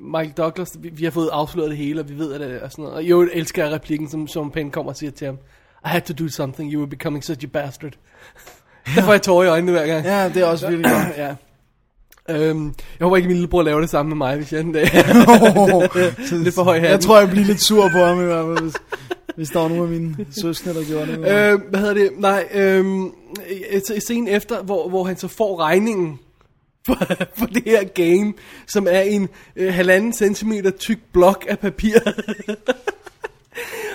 Speaker 3: Michael Douglas, vi, vi har fået afsløret det hele, og vi ved, at det er sådan noget. Og jo, elsker jeg replikken, som, som Penn kommer og siger til ham, I had to do something, you were becoming such a bastard. <laughs> Der får jeg tårer i øjnene hver gang.
Speaker 2: Ja, det er også virkelig <laughs> godt.
Speaker 3: ja. Øhm, jeg håber ikke, min lillebror laver det samme med mig, hvis jeg en dag... <laughs> Lidt for høj hatten.
Speaker 2: Jeg tror, jeg bliver lidt sur på ham i hvert fald, hvis, hvis der var nogen af mine søskende, der gjorde det.
Speaker 3: Øh, hvad hedder det? Nej, øhm, et, et scene efter, hvor, hvor han så får regningen <laughs> for, for det her game, som er en øh, halvanden centimeter tyk blok af papir. <laughs>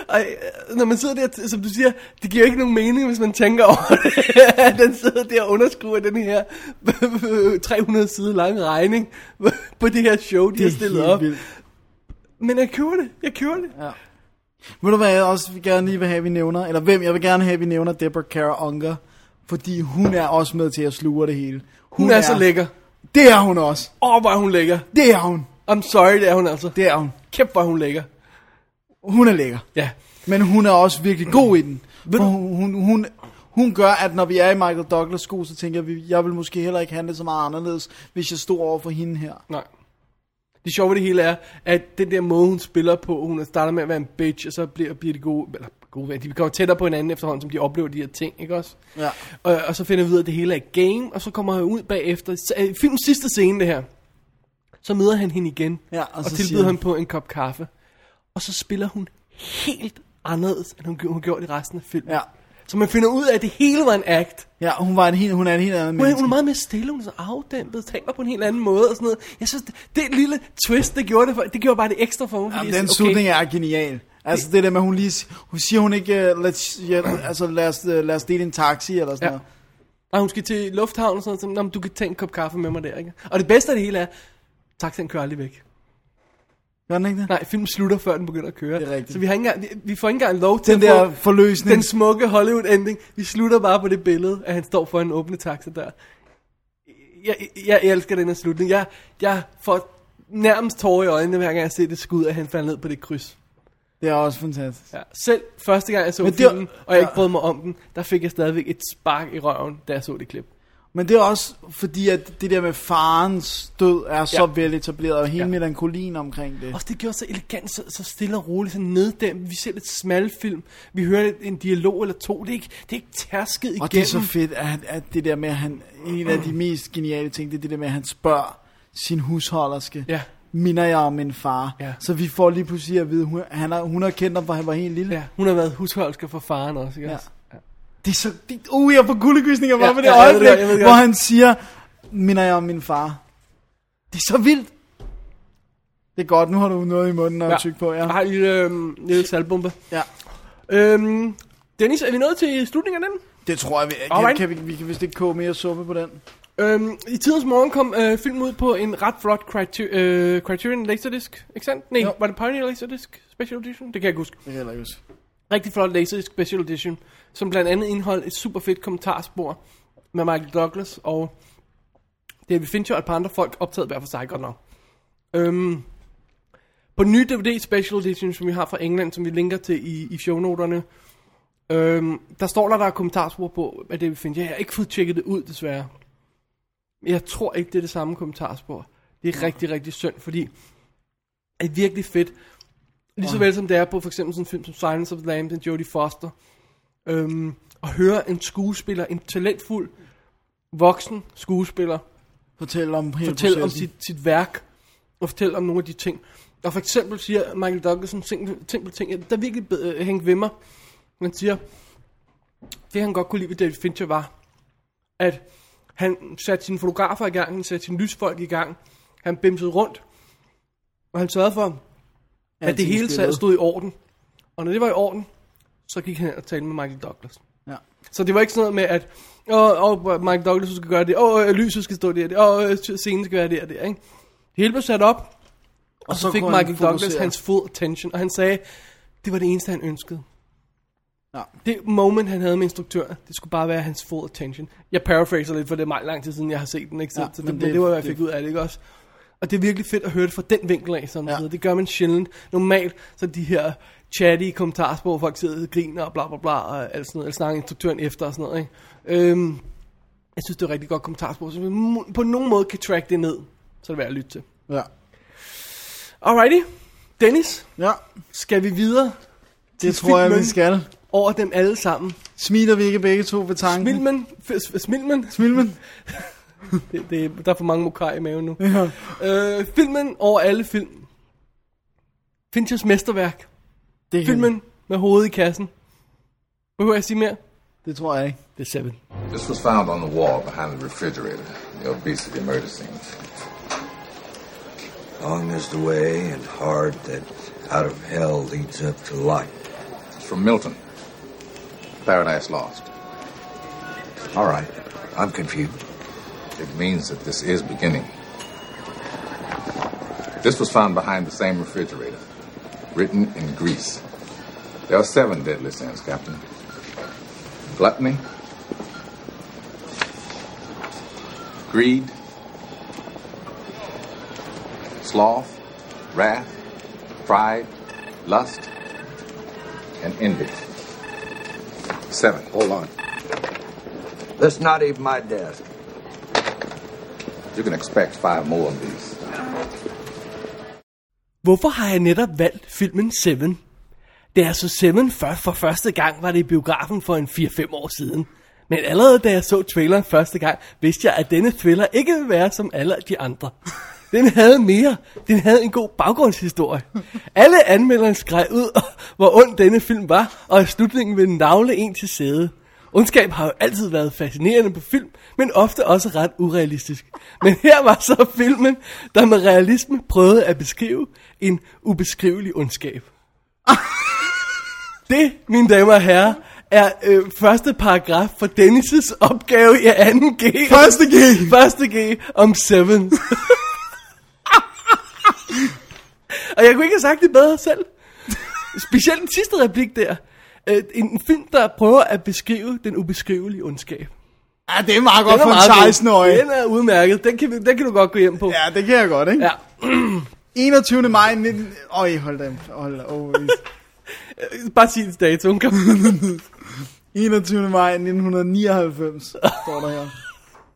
Speaker 3: Og øh, når man sidder der, t- som du siger, det giver ikke nogen mening, hvis man tænker over <laughs> det, at den sidder der og underskriver den her <laughs> 300 sider lange regning <laughs> på det her show, de
Speaker 2: Det
Speaker 3: har
Speaker 2: er
Speaker 3: stillet
Speaker 2: helt
Speaker 3: op.
Speaker 2: vildt.
Speaker 3: Men jeg køber det, jeg køber det.
Speaker 2: Ja. Ved du hvad jeg også vil gerne lige vil have, vi nævner, eller hvem jeg vil gerne have, vi nævner, Deborah Kara Unger, fordi hun er også med til at sluge det hele.
Speaker 3: Hun, hun er, er så lækker.
Speaker 2: Det er hun også.
Speaker 3: Åh, oh, hvor er hun lækker.
Speaker 2: Det er hun.
Speaker 3: I'm sorry, det er hun altså.
Speaker 2: Det er hun.
Speaker 3: Kæft, hvor er hun lækker.
Speaker 2: Hun er lækker.
Speaker 3: Ja.
Speaker 2: Men hun er også virkelig god i den. For hun, hun, hun, hun gør, at når vi er i Michael Douglas sko, så tænker jeg, at jeg vil måske heller ikke handle så meget anderledes, hvis jeg stod over for hende her.
Speaker 3: Nej. Det sjove ved det hele er, at den der måde, hun spiller på, hun starter med at være en bitch, og så bliver, bliver de gode, eller gode venner, de kommer tættere på hinanden efterhånden, som de oplever de her ting, ikke også?
Speaker 2: Ja.
Speaker 3: Og, og så finder vi ud af, at det hele er et game, og så kommer han ud bagefter. Så, øh, filmens sidste scene, det her. Så møder han hende igen,
Speaker 2: Ja, og
Speaker 3: og, og
Speaker 2: så
Speaker 3: tilbyder
Speaker 2: siger han-
Speaker 3: han på en kop kaffe. Og så spiller hun helt anderledes, end hun, gjorde- hun gjorde i resten af filmen.
Speaker 2: Ja.
Speaker 3: Så man finder ud af, at det hele var en act.
Speaker 2: Ja, hun, var en helt, hun er en helt anden
Speaker 3: Hun er, hun er
Speaker 2: menneske.
Speaker 3: meget mere stille, hun er så afdæmpet, taler på en helt anden måde og sådan noget. Jeg synes, det, det lille twist, det gjorde, det, for, det gjorde bare det ekstra for mig. fordi
Speaker 2: Jamen,
Speaker 3: jeg
Speaker 2: den
Speaker 3: synes,
Speaker 2: slutning er genial. Altså det der med, hun lige s- hun siger, hun ikke, uh, let's, yeah, altså, lad, os, uh, lad os dele en taxi eller sådan ja.
Speaker 3: Ja.
Speaker 2: noget.
Speaker 3: Og hun skal til lufthavnen og sådan noget, så, "Nå, men du kan tage en kop kaffe med mig der, ikke? Og det bedste af det hele er, taxaen kører aldrig væk.
Speaker 2: Gør den ikke det?
Speaker 3: Nej, filmen slutter, før den begynder at køre.
Speaker 2: Det er rigtigt.
Speaker 3: Så vi, har ikke engang, vi, vi får ikke engang lov til
Speaker 2: Den
Speaker 3: at
Speaker 2: der
Speaker 3: få
Speaker 2: forløsning.
Speaker 3: den smukke Hollywood-ending. Vi slutter bare på det billede, at han står for en åbne taxa der. Jeg, jeg elsker den her slutning. Jeg, jeg får nærmest tårer i øjnene, hver gang jeg ser det skud, at han falder ned på det kryds.
Speaker 2: Det er også fantastisk.
Speaker 3: Ja, selv første gang jeg så
Speaker 2: Men det-
Speaker 3: filmen, og jeg ikke
Speaker 2: Ja.
Speaker 3: brød mig om den, der fik jeg stadigvæk et spark i røven, da jeg så det klip.
Speaker 2: Men det er også fordi, at det der med farens død er så
Speaker 3: Ja.
Speaker 2: veletableret, og hele
Speaker 3: Ja.
Speaker 2: melankolien omkring det.
Speaker 3: Også det gjorde så elegant, så, så stille og roligt, så neddæmpet. Vi ser lidt smal film, vi hører lidt en dialog eller to, det er ikke, det er ikke tærsket igennem.
Speaker 2: Og det er så fedt, at, han- at det der med, at han, en af de mest geniale ting, det er det der med, at han spørger sin husholderske,
Speaker 3: Ja.
Speaker 2: minder jeg om min far?
Speaker 3: Ja.
Speaker 2: Så vi får lige pludselig at vide, hun, han har, hun har kendt ham, fra han var helt lille.
Speaker 3: Ja, hun har været husholdsker for faren også, ikke
Speaker 2: Ja.
Speaker 3: også? Ja.
Speaker 2: Det er så... Det, uh, jeg får guldegysninger bare
Speaker 3: Ja,
Speaker 2: ja, med det
Speaker 3: ja, jeg ved det
Speaker 2: øjeblik,
Speaker 3: godt, jeg ved det
Speaker 2: hvor
Speaker 3: godt.
Speaker 2: han siger, minder jeg om min far. Det er så vildt. Det er godt, nu har du noget i munden og ja. tyk på, ja.
Speaker 3: Jeg har en lille, øhm, lille salgbombe.
Speaker 2: ja.
Speaker 3: Øhm, Dennis, er vi nået til slutningen af den?
Speaker 2: Det tror jeg, vi,
Speaker 3: Alright.
Speaker 2: kan, kan, vi, vi kan vist ikke koge mere suppe på den.
Speaker 3: Øhm, I tidens morgen kom øh, filmen ud på en ret flot criter- øh, Criterion Laserdisc, ikke sandt? Nej,
Speaker 2: Jo.
Speaker 3: var det Pioneer Laserdisc Special Edition? Det kan jeg ikke huske.
Speaker 2: Det kan jeg heller ikke huske.
Speaker 3: rigtig flot Laserdisc Special Edition, som blandt andet indeholdt et super fedt kommentarspor med Michael Douglas og David Fincher og et par andre folk optaget hver for sig, godt nok. Øhm, på den nye DVD Special Edition, som vi har fra England, som vi linker til i, i shownoterne, Øhm, der står der, der er kommentarspor på, at det vi finder. Jeg har ikke fået tjekket det ud, desværre. Jeg tror ikke, det er det samme kommentarspor. Det er rigtig, rigtig synd, fordi det er virkelig fedt. Lige så vel som det er på for eksempel sådan en film som Silence of the Lambs og Jodie Foster. Øhm, at høre en skuespiller, en talentfuld, voksen skuespiller,
Speaker 2: fortælle om, hele
Speaker 3: fortælle om
Speaker 2: processen.
Speaker 3: sit, sit værk, og fortælle om nogle af de ting. Og for eksempel siger Michael Douglas en ting- simpel ting, der virkelig bed- øh, hængte ved mig. Man siger, det han godt kunne lide ved David Fincher var, at han satte sine fotografer i gang, han satte sine lysfolk i gang, han bimsede rundt, og han sørgede for, at det
Speaker 2: Alting
Speaker 3: hele
Speaker 2: spillede.
Speaker 3: taget stod i orden. Og når det var i orden, så gik han hen og talte med Michael Douglas.
Speaker 2: Ja.
Speaker 3: Så det var ikke sådan noget med, at åh, åh, Mike Douglas du skal gøre det, åh, øh, lyset skal stå der, og det, åh, øh, scenen skal være der, og der, ikke? Det hele blev sat op, og, og så,
Speaker 2: så
Speaker 3: så fik
Speaker 2: kunne han
Speaker 3: Michael Douglas
Speaker 2: fokusere.
Speaker 3: hans full attention, og han sagde, det var det eneste, han ønskede.
Speaker 2: Ja.
Speaker 3: Det moment, han havde med instruktøren, det skulle bare være hans full attention. Jeg paraphraser lidt, for det er meget lang tid siden, jeg har set den, ikke? Så,
Speaker 2: Ja,
Speaker 3: ja, så det,
Speaker 2: men
Speaker 3: men
Speaker 2: det-
Speaker 3: det, var, hvad jeg fik
Speaker 2: det-
Speaker 3: ud af det, ikke også? Og det er virkelig fedt at høre det fra den vinkel af, som ja. Det gør man sjældent. Normalt, så de her chatty kommentarspor, hvor folk sidder og griner og bla bla bla, og alt sådan noget, eller snakker instruktøren efter og sådan noget, ikke? Øhm, jeg synes, det er et rigtig godt kommentarspor, så hvis man mu- på nogen måde kan track det ned, så er det værd at lytte til.
Speaker 2: Ja.
Speaker 3: Alrighty, Dennis,
Speaker 2: ja.
Speaker 3: skal vi videre? til
Speaker 2: Det tror jeg, vi
Speaker 3: filmen
Speaker 2: skal.
Speaker 3: Over dem alle sammen.
Speaker 2: Smiler vi ikke begge to ved tanken?
Speaker 3: Smilman, f- f- Smilman,
Speaker 2: Smilman.
Speaker 3: <laughs> det, det, der er for mange mokaj i maven nu.
Speaker 2: Ja.
Speaker 3: Øh, filmen over alle film. Finchers mesterværk.
Speaker 2: Det er
Speaker 3: filmen med hovedet i kassen. Behøver jeg sige mere?
Speaker 2: Det tror jeg ikke.
Speaker 3: Det er Seven.
Speaker 14: This was found on the wall behind the refrigerator, the obesity murder scene.
Speaker 15: Long is the way and hard that out of hell leads up to light.
Speaker 14: It's from Milton. Paradise Lost. All right. I'm confused. It means that this is beginning. This was found behind the same refrigerator, written in Greece. There are seven deadly sins, Captain. Gluttony, greed, sloth, wrath, pride, lust, and envy. Seven. Hold on.
Speaker 15: That's not even my desk.
Speaker 14: You can expect five more of these.
Speaker 3: Hvorfor har jeg netop valgt filmen Seven? Da jeg så Seven for, for første gang, var det i biografen for en 4-5 år siden. Men allerede da jeg så traileren første gang, vidste jeg, at denne thriller ikke ville være som alle de andre. Den havde mere. Den havde en god baggrundshistorie. Alle anmelderne skreg ud, <laughs> hvor ond denne film var, og i slutningen ville navle en til sæde. Ondskab har jo altid været fascinerende på film, men ofte også ret urealistisk. Men her var så filmen, der med realisme prøvede at beskrive en ubeskrivelig ondskab. Det, mine damer og herrer, er øh, første paragraf for Dennis' opgave i 2G. Første G! <laughs> Første G om 7. og jeg kunne ikke have sagt det bedre selv. Specielt den sidste replik der. Øh, en en film, der prøver at beskrive den ubeskrivelige ondskab.
Speaker 2: Ja, det er meget godt
Speaker 3: Den er
Speaker 2: for en
Speaker 3: meget god.
Speaker 2: 16-årig.
Speaker 3: Den er udmærket. Den kan, vi- den kan du godt gå hjem på.
Speaker 2: Ja, det kan jeg godt, ikke?
Speaker 3: Ja.
Speaker 2: 21. maj 19... Øj, hold da. Hold da. Oh,
Speaker 3: Øh, Bare sig det datoen. kom.
Speaker 2: 21. maj 1999, står der her.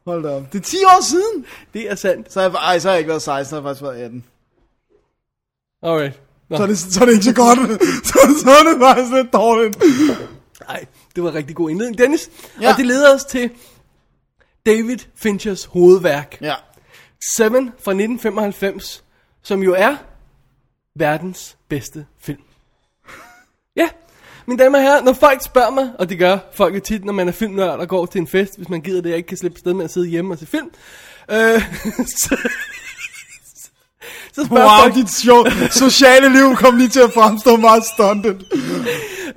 Speaker 2: Hold da op. Det er 10 år siden!
Speaker 3: Det er sandt.
Speaker 2: Så har jeg, ej, så har jeg ikke været 16, så har jeg faktisk været 18.
Speaker 3: Alright. Nå.
Speaker 2: Så er, det, så er det ikke så godt. <laughs> så, så er det faktisk lidt dårligt.
Speaker 3: Nej, det var en rigtig god indledning, Dennis.
Speaker 2: Ja.
Speaker 3: Ja. Og det leder os til David Finchers hovedværk.
Speaker 2: Ja.
Speaker 3: Seven fra 1995, som jo er verdens bedste
Speaker 2: <laughs>
Speaker 3: film. Ja, mine damer og herrer, når folk spørger mig, og det gør folk jo tit, når man er filmnørd og går til en fest, hvis man gider det, jeg ikke kan slippe sted med at sidde hjemme og se film. Øh, <laughs> så, så spørger
Speaker 2: Wow,
Speaker 3: folk,
Speaker 2: dit sjov, sociale liv kom lige til at fremstå meget stunted.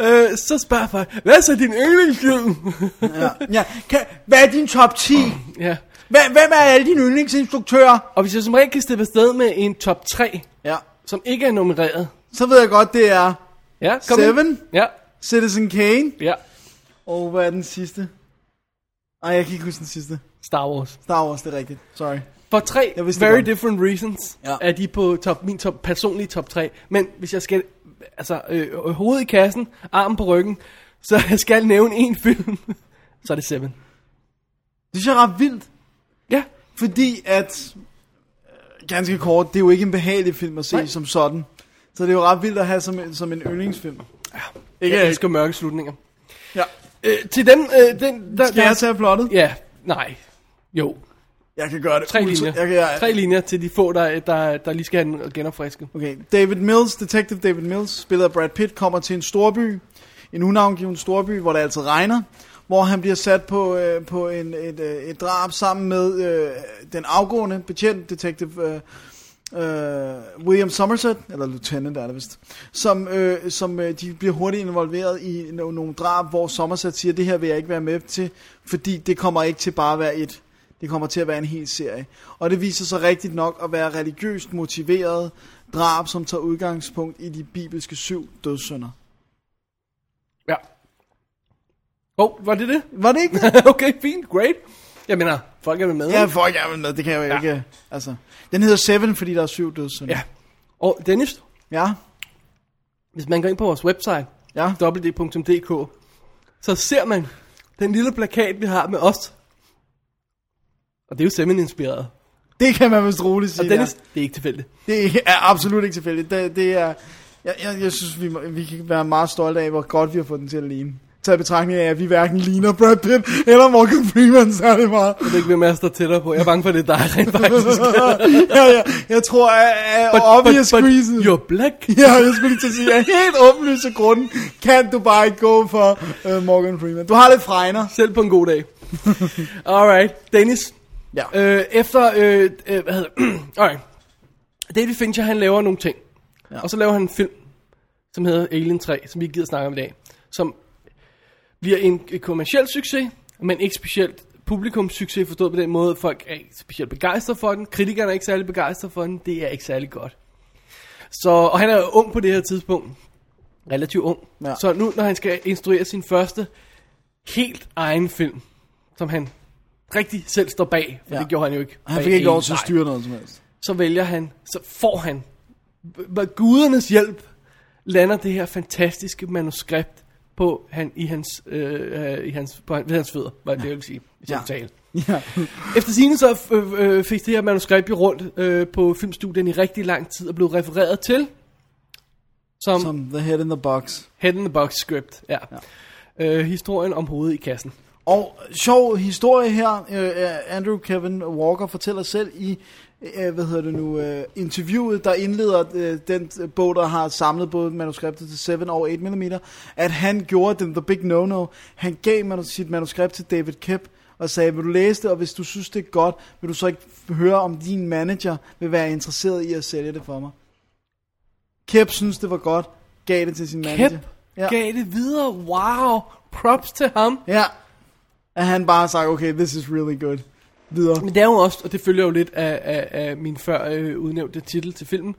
Speaker 3: øh, så spørger folk, hvad er så din yndlingsfilm?
Speaker 2: Ja. ja. Kan, hvad er din top 10?
Speaker 3: <laughs> ja.
Speaker 2: Hvad, hvem er alle dine yndlingsinstruktører?
Speaker 3: Og hvis jeg som regel kan slippe afsted med en top 3,
Speaker 2: ja.
Speaker 3: som ikke er nummereret.
Speaker 2: Så ved jeg godt, det er
Speaker 3: Ja, kom ind.
Speaker 2: Seven,
Speaker 3: Ja,
Speaker 2: Citizen Kane,
Speaker 3: ja.
Speaker 2: og hvad er den sidste? Ej, jeg kan ikke huske den sidste.
Speaker 3: Star Wars.
Speaker 2: Star Wars, det er rigtigt. Sorry.
Speaker 3: For tre
Speaker 2: Jeg vidste det
Speaker 3: very
Speaker 2: godt.
Speaker 3: different reasons
Speaker 2: Ja.
Speaker 3: ja. er de på top, min top, personlige top 3. Men hvis jeg skal altså, øh, hovedet i kassen, armen på ryggen, så <laughs> jeg skal nævne en film, så er det Seven.
Speaker 2: Det synes jeg er ret vildt.
Speaker 3: Ja.
Speaker 2: Fordi at, øh, ganske kort, det er jo ikke en behagelig film at se Nej. som sådan. Så det er jo ret vildt at have som, en- som en yndlingsfim.
Speaker 3: Ja. Ikke, jeg elsker mørke slutninger.
Speaker 2: Ja.
Speaker 3: Øh, til den, øh, den der,
Speaker 2: Skal jeg tage plottet?
Speaker 3: Ja, nej. Jo.
Speaker 2: Jeg kan gøre det.
Speaker 3: Tre
Speaker 2: ultra-
Speaker 3: linjer.
Speaker 2: Jeg kan, jeg,
Speaker 3: Tre linjer til de få, der, der, der lige skal have den genopfrisket.
Speaker 2: Okay. David Mills, Detective David Mills, spillet af Brad Pitt, kommer til en storby, en unavngiven storby, hvor det altid regner, hvor han bliver sat på, øh, på en, et, øh, et drab sammen med øh, den afgående betjent, Detective øh, øh, William Somerset, eller Lieutenant er det vist, som, øh, som øh, de bliver hurtigt involveret i no, nogle drab, hvor Somerset siger, det her vil jeg ikke være med til, fordi det kommer ikke til bare at være et. Det kommer til at være en hel serie. Og det viser sig rigtigt nok at være religiøst motiveret drab, som tager udgangspunkt i de bibelske syv dødssynder.
Speaker 3: Ja. Åh, oh, var det det?
Speaker 2: Var det ikke
Speaker 3: det? <laughs> okay, fint, great. Jeg mener, folk er vel med.
Speaker 2: Ja, folk er vel med, det kan jeg jo ja. ikke. Altså, den hedder Seven, fordi der er syv dødssynder.
Speaker 3: Ja. Og Dennis?
Speaker 2: Ja?
Speaker 3: Hvis man går ind på vores website,
Speaker 2: ja.
Speaker 3: www.dk, så ser man den lille plakat, vi har med os. Og det er jo semi-inspireret.
Speaker 2: Det kan man vist roligt sige.
Speaker 3: Og Dennis,
Speaker 2: ja.
Speaker 3: det er ikke tilfældigt.
Speaker 2: Det er absolut ikke tilfældigt. Det, det er, jeg, jeg, jeg synes, vi, må- vi kan være meget stolte af, hvor godt vi har fået den til at ligne. Taget i betragtning af, at vi hverken ligner Brad Pitt eller Morgan Freeman særlig meget.
Speaker 3: Jeg ved ikke, hvem jeg står tættere på. Jeg er bange for, at det er dig, rent faktisk.
Speaker 2: ja, ja, jeg tror, at
Speaker 3: But-
Speaker 2: uh, <laughs> obvious
Speaker 3: but- but
Speaker 2: reason.
Speaker 3: you're
Speaker 2: <laughs>
Speaker 3: black.
Speaker 2: ja, jeg skulle lige til at sige, at helt åbenlyse grunden kan du bare ikke gå for uh, Morgan Freeman. Du har lidt fregner.
Speaker 3: Selv på en god
Speaker 2: <laughs>
Speaker 3: dag. Alright, Dennis.
Speaker 2: Ja.
Speaker 3: Øh, efter, øh, øh, hvad hedder <clears throat> Alright. David Fincher, han laver nogle ting. Ja. Og så laver han en film, som hedder Alien 3, som vi ikke gider snakke om i dag. Som bliver en en kommerciel succes, men ikke specielt publikumssucces, forstået på den måde, at folk er ikke specielt begejstrede for den. Kritikerne er ikke særlig begejstrede for den. Det er ikke særlig godt. Så, og han er jo ung på det her tidspunkt. Relativt ung.
Speaker 2: Ja.
Speaker 3: Så nu, når han skal instruere sin første helt egen film, som han rigtig selv står bag, for
Speaker 2: Ja.
Speaker 3: ja. det gjorde han jo ikke.
Speaker 2: Han
Speaker 3: bag
Speaker 2: fik ikke lov
Speaker 3: en
Speaker 2: til at
Speaker 3: leg.
Speaker 2: styre noget som helst.
Speaker 3: Så vælger han, så får han, med gudernes hjælp, lander det her fantastiske manuskript på han, i hans, øh, øh, i hans, på, han- ved hans fødder, var det, jeg vil sige, i
Speaker 2: Ja.
Speaker 3: ja. tale.
Speaker 2: Ja.
Speaker 3: Efter sine så øh, øh, fik det her manuskript jo rundt øh, på filmstudien i rigtig lang tid og blev refereret til som, som
Speaker 2: Som the head in the box.
Speaker 3: Head in the Box script. Ja. ja. Øh, historien om hovedet i kassen.
Speaker 2: Og sjov historie her, øh, øh, Andrew Kevin Walker fortæller selv i øh, hvad hedder det nu, øh, interviewet, der indleder øh, den øh, bog, der har samlet både manuskriptet til 7 og 8 mm, at han gjorde den The Big No-No. Han gav manu- sit manuskript til David Kep og sagde, vil du læse det, og hvis du synes, det er godt, vil du så ikke høre, om din manager vil være interesseret i at sælge det for mig. Kep synes, det var godt, gav det til sin manager.
Speaker 3: Kæp ja. gav det videre. Wow. Props til ham.
Speaker 2: Ja. At han bare har sagt, okay, this is really good. Videre.
Speaker 3: Men det er jo også, og det følger jo lidt af, af, af min før øh, udnævnte titel til filmen,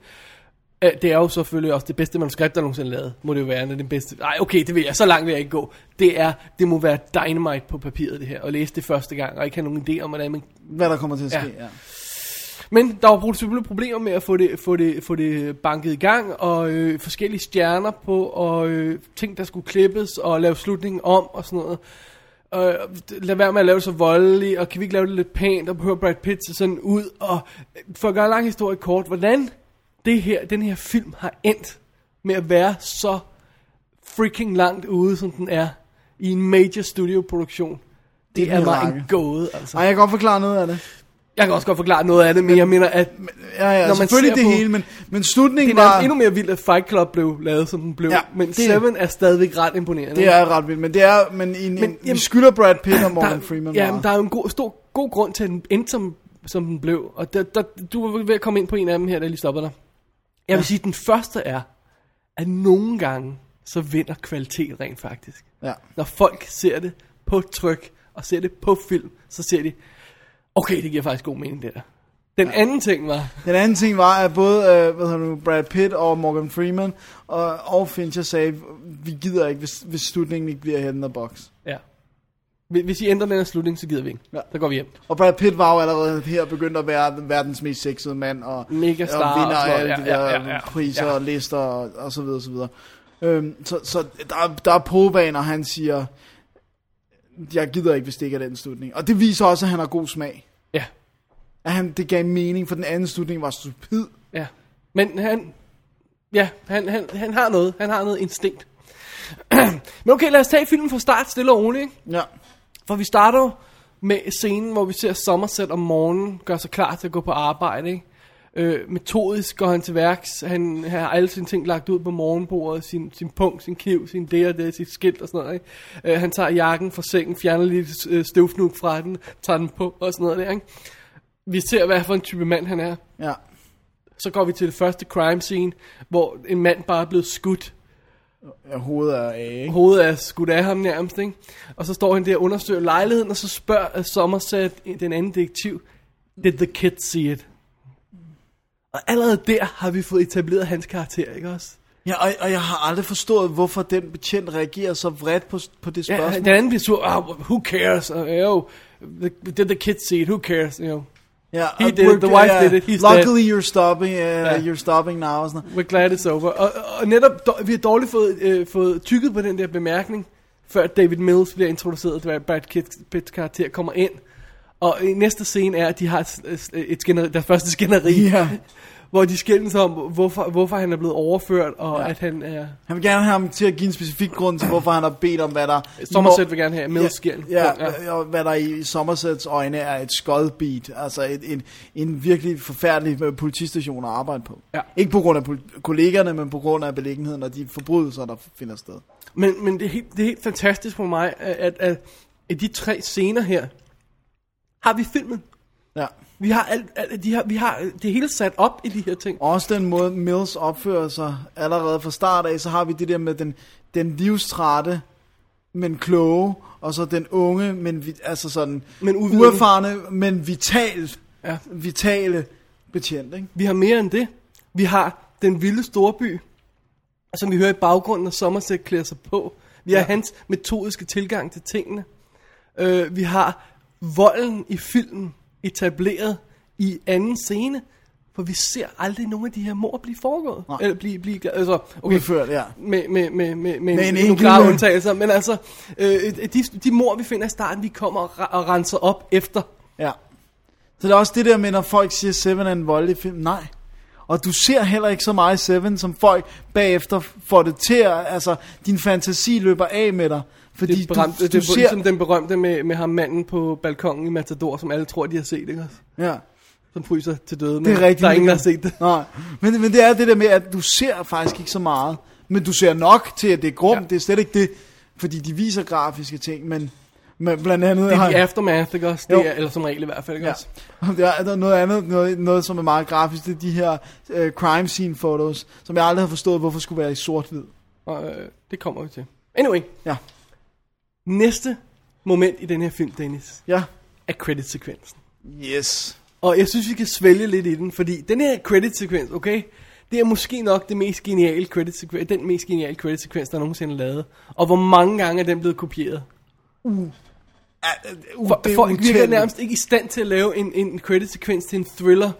Speaker 3: øh, det er jo selvfølgelig også det bedste manuskript, der nogensinde er lavet. Må det jo være, når den bedste... Nej, okay, det vil jeg. Så langt vil jeg ikke gå. Det er, det må være dynamite på papiret, det her. Og læse det første gang, og ikke have nogen idé om, hvordan man...
Speaker 2: Hvad der kommer til at ske, ja.
Speaker 3: Ja. Men der var selvfølgelig problemer med at få det, få det, få det banket i gang, og øh, forskellige stjerner på, og øh, ting, der skulle klippes, og lave slutningen om, og sådan noget. Og øh, lad være med at lave det så voldelig, og kan vi ikke lave det lidt pænt, og behøver Brad Pitt se sådan ud, og øh, for at gøre en lang historie kort, hvordan det her, den her film har endt med at være så freaking langt ude, som den er, i en major studio-produktion. Det,
Speaker 2: Det
Speaker 3: det
Speaker 2: er
Speaker 3: er mig
Speaker 2: mirakel.
Speaker 3: en gåde, altså.
Speaker 2: Ej, jeg kan godt forklare noget af det.
Speaker 3: Jeg kan også godt forklare noget af det, men, jeg mener, at
Speaker 2: Ja, ja,
Speaker 3: Når man
Speaker 2: selvfølgelig
Speaker 3: ser
Speaker 2: det
Speaker 3: på-
Speaker 2: hele, men, men slutningen
Speaker 3: det er
Speaker 2: var...
Speaker 3: nærmest endnu mere vildt, at Fight Club blev lavet, som den blev.
Speaker 2: Ja,
Speaker 3: Ja, men
Speaker 2: det-
Speaker 3: det, Seven er stadigvæk ret imponerende.
Speaker 2: Det er ret vildt, men det er... Men, en, men en, vi skylder Brad
Speaker 3: <clears throat>
Speaker 2: Pitt og Morgan Freeman
Speaker 3: Ja,
Speaker 2: meget.
Speaker 3: men der er jo en god, stor, god grund til, at den endte, som, som den blev. Og der, der, du var ved at komme ind på en af dem her, der lige stopper dig. Jeg vil sige, at den første er, at nogle gange, så vinder kvalitet rent faktisk.
Speaker 2: Ja.
Speaker 3: Når folk ser det på tryk, og ser det på film, så ser de, okay, det giver faktisk god mening, det der. Den ja. anden ting var,
Speaker 2: Den anden ting var, at både øh, hvad hedder det nu, Brad Pitt og Morgan Freeman og, og Fincher sagde, vi gider ikke, hvis, hvis slutningen ikke bliver head in the box.
Speaker 3: Ja. Hvis- Hvis I ændrer den her slutning, så gider vi ikke. Ja. Så går vi hjem.
Speaker 2: Og Brad Pitt var jo allerede her begyndt at være verdens mest sexede mand, og,
Speaker 3: Mega star
Speaker 2: og vinder
Speaker 3: og sådan noget.
Speaker 2: alle de
Speaker 3: Ja,
Speaker 2: der
Speaker 3: ja, ja, ja.
Speaker 2: priser
Speaker 3: Ja.
Speaker 2: og lister og, og så videre og så videre. Øhm, så så der, der er påbaner, han siger, jeg gider ikke, hvis det ikke er den slutning. Og det viser også, at han har god smag.
Speaker 3: Ja.
Speaker 2: At han, det gav mening, for den anden slutning var stupid.
Speaker 3: Ja. Men han, ja, han, han, han har noget. Han har noget instinkt. <clears throat> Men okay, lad os tage filmen fra start stille og roligt. ikke?
Speaker 2: Ja.
Speaker 3: For vi starter jo med scenen, hvor vi ser Somerset om morgenen gør sig klar til at gå på arbejde. Ikke? Øh, metodisk går han til værks. Han har alle sine ting lagt ud på morgenbordet. Sin, sin punkt, sin kniv, sin det og det, sit skilt og sådan noget. Ikke? Øh, han tager jakken fra sengen, fjerner lidt øh, støvfnug fra den, tager den på og sådan noget der. Ikke? Vi ser, hvad for en type mand han er.
Speaker 2: Ja.
Speaker 3: Så går vi til det første crime scene, hvor en mand bare er blevet skudt
Speaker 2: Ja, hovedet er af, ikke?
Speaker 3: Hovedet er skudt af ham nærmest, ikke? Og så står han der og undersøger lejligheden, og så spørger Somerset, den anden detektiv, Did the kid see it? Og allerede der har vi fået etableret hans karakter, ikke også?
Speaker 2: Ja, og, og jeg har aldrig forstået, hvorfor den betjent reagerer så vredt på, på det spørgsmål.
Speaker 3: Ja, den anden bliver sur, oh, who cares? Og, jo, the- did the kid see it? Who cares? You know.
Speaker 2: Ja,
Speaker 3: He
Speaker 2: og
Speaker 3: did it, the
Speaker 2: we're-
Speaker 3: wife
Speaker 2: ja,
Speaker 3: did it, he's
Speaker 2: Luckily
Speaker 3: dead.
Speaker 2: you're stopping, uh,
Speaker 3: Ja.
Speaker 2: you're stopping now. Og sådan noget.
Speaker 3: We're glad it's over. Og, og netop, dår- vi har dårligt fået, øh, fået tykket på den der bemærkning, før David Mills bliver introduceret, da Brad Pitts Pitts karakter kommer ind. Og i næste scene er, at de har et, et, et skænderi, deres første skænderi,
Speaker 2: Ja.
Speaker 3: <laughs> hvor de skændes om, hvorfor, hvorfor han er blevet overført, og ja. at han er...
Speaker 2: Han vil gerne have ham til at give en specifik grund til, hvorfor han har bedt om, hvad der...
Speaker 3: Somerset vil gerne have medskjern.
Speaker 2: Ja,
Speaker 3: Ja.
Speaker 2: ja, og hvad der i Somersets øjne er et skodbeat. Altså et, en, en virkelig forfærdelig øh, politistation at arbejde på.
Speaker 3: Ja.
Speaker 2: Ikke på grund af pol- kollegerne, men på grund af beliggenheden og de forbrydelser, der finder sted.
Speaker 3: Men, men det, er helt, det er helt fantastisk for mig, at, at, at i de tre scener her, har vi filmen.
Speaker 2: Ja.
Speaker 3: Vi har, alt, alt, de har, vi har det hele sat op i de her ting.
Speaker 2: Også den måde, Mills opfører sig allerede fra start af, så har vi det der med den, den livstrætte, men kloge, og så den unge, men vi, altså sådan
Speaker 3: Men uvidende.
Speaker 2: uerfarne, men vital,
Speaker 3: ja.
Speaker 2: vitale betjent, ikke?
Speaker 3: Vi har mere end det. Vi har den vilde storby, som vi hører i baggrunden, når Somerset klæder sig på. Vi har
Speaker 2: Ja.
Speaker 3: hans metodiske tilgang til tingene. Øh, vi har volden i filmen etableret i anden scene, for vi ser aldrig nogen af de her mor blive foregået. Nej. Eller blive, blive altså, okay,
Speaker 2: Udført, ja.
Speaker 3: med, med, med, med,
Speaker 2: Med
Speaker 3: med, med
Speaker 2: en
Speaker 3: en,
Speaker 2: enkelt-
Speaker 3: nogle klare undtagelser. Men altså, øh, de, de mor, vi finder i starten, de kommer og, re- og renser op efter.
Speaker 2: Ja. Så det er også det der med, når folk siger, Seven er en voldelig film. Nej. Og du ser heller ikke så meget Seven, som folk bagefter får det til at, altså, din fantasi løber af med dig. Fordi
Speaker 3: det er berømt,
Speaker 2: du, du
Speaker 3: det er
Speaker 2: ser...
Speaker 3: ligesom den berømte med, med ham manden på balkongen i Matador, som alle tror, de har set, ikke også?
Speaker 2: Ja.
Speaker 3: Som fryser til døde, men
Speaker 2: Det er rigtigt.
Speaker 3: der er ingen, der
Speaker 2: men-
Speaker 3: har set det.
Speaker 2: Nej. Men, men det er det der med, at du ser faktisk ikke så meget. Men du ser nok til, at det er grumt. Ja. Det er slet ikke det. Fordi de viser grafiske ting, men, men blandt andet...
Speaker 3: Det er
Speaker 2: har-
Speaker 3: de aftermath, ikke også?
Speaker 2: Jo.
Speaker 3: Det er, eller som regel i hvert fald, ikke
Speaker 2: <laughs> Ja.
Speaker 3: også?
Speaker 2: Og Der er der er noget andet, noget, noget som er meget grafisk, det er de her øh, crime scene photos, som jeg aldrig har forstået, hvorfor skulle være i sort-hvid.
Speaker 3: Og, øh, det kommer vi til. Anyway.
Speaker 2: Ja.
Speaker 3: Næste moment i den her film, Dennis,
Speaker 2: ja.
Speaker 3: er credit-sekvensen.
Speaker 2: Yes.
Speaker 3: Og jeg synes, vi kan svælge lidt i den, fordi den her credit-sekvens, okay? Det er måske nok det mest geniale credit den mest geniale credit-sekvens, der nogensinde er lavet. Og hvor mange gange er den blevet kopieret?
Speaker 2: Uh. Uh,
Speaker 3: For, folk virker nærmest ikke i stand til at lave en, en credit-sekvens til en thriller,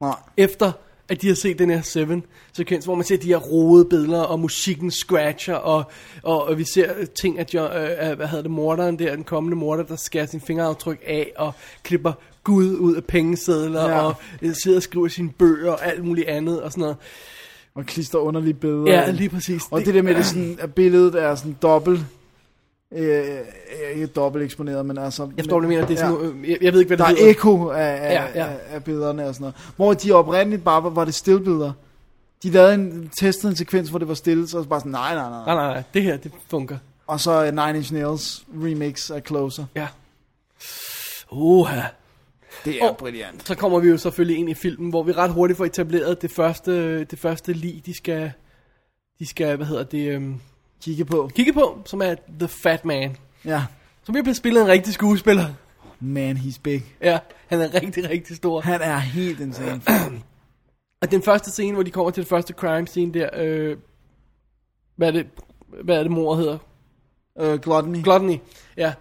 Speaker 2: Nej.
Speaker 3: efter at de har set den her Seven-sekvens, hvor man ser de her rode billeder, og musikken scratcher, og, og, og vi ser ting af, jo, øh, af, hvad hedder det, morderen der, den kommende morder, der skærer sin fingeraftryk af, og klipper Gud ud af pengesedler,
Speaker 2: Ja.
Speaker 3: ja. og øh, sidder og skriver sine bøger, og alt muligt andet, og sådan noget.
Speaker 2: Og klister underlige billeder.
Speaker 3: Ja, lige præcis.
Speaker 2: Og det der med, det sådan, at billedet er sådan dobbelt... Øh, øh, ikke dobbelt eksponeret, men altså...
Speaker 3: Jeg forstår, hvad du mener, det er sådan noget- øh, jeg- jeg ved ikke, hvad det
Speaker 2: der
Speaker 3: hedder.
Speaker 2: er ekko af, af,
Speaker 3: Ja,
Speaker 2: ja,
Speaker 3: ja.
Speaker 2: ja. Af, af, billederne og sådan noget. Hvor de oprindeligt bare var, var det stillbilleder. De lavede en, testede en sekvens, hvor det var stille, så var det bare sådan, nej, nej, nej.
Speaker 3: Nej, nej, nej, det her, det funker.
Speaker 2: Og så øh, Nine Inch Nails remix af Closer.
Speaker 3: Ja. Oha.
Speaker 2: Det er
Speaker 3: Og
Speaker 2: brilliant.
Speaker 3: Så kommer vi jo selvfølgelig ind i filmen, hvor vi ret hurtigt får etableret det første, det første lig, de skal, de skal, hvad hedder det, øhm,
Speaker 2: kigge på.
Speaker 3: Kigge på, som er The Fat Man.
Speaker 2: Ja.
Speaker 3: Som bliver spillet af en rigtig skuespiller.
Speaker 2: Man, he's big.
Speaker 3: Ja, han er rigtig, rigtig stor.
Speaker 2: Han er helt insane. <clears throat>
Speaker 3: Og den første scene, hvor de kommer til det første crime scene der, øh, hvad er det, hvad er det mor hedder?
Speaker 2: Øh, gluttony.
Speaker 3: Gluttony, ja.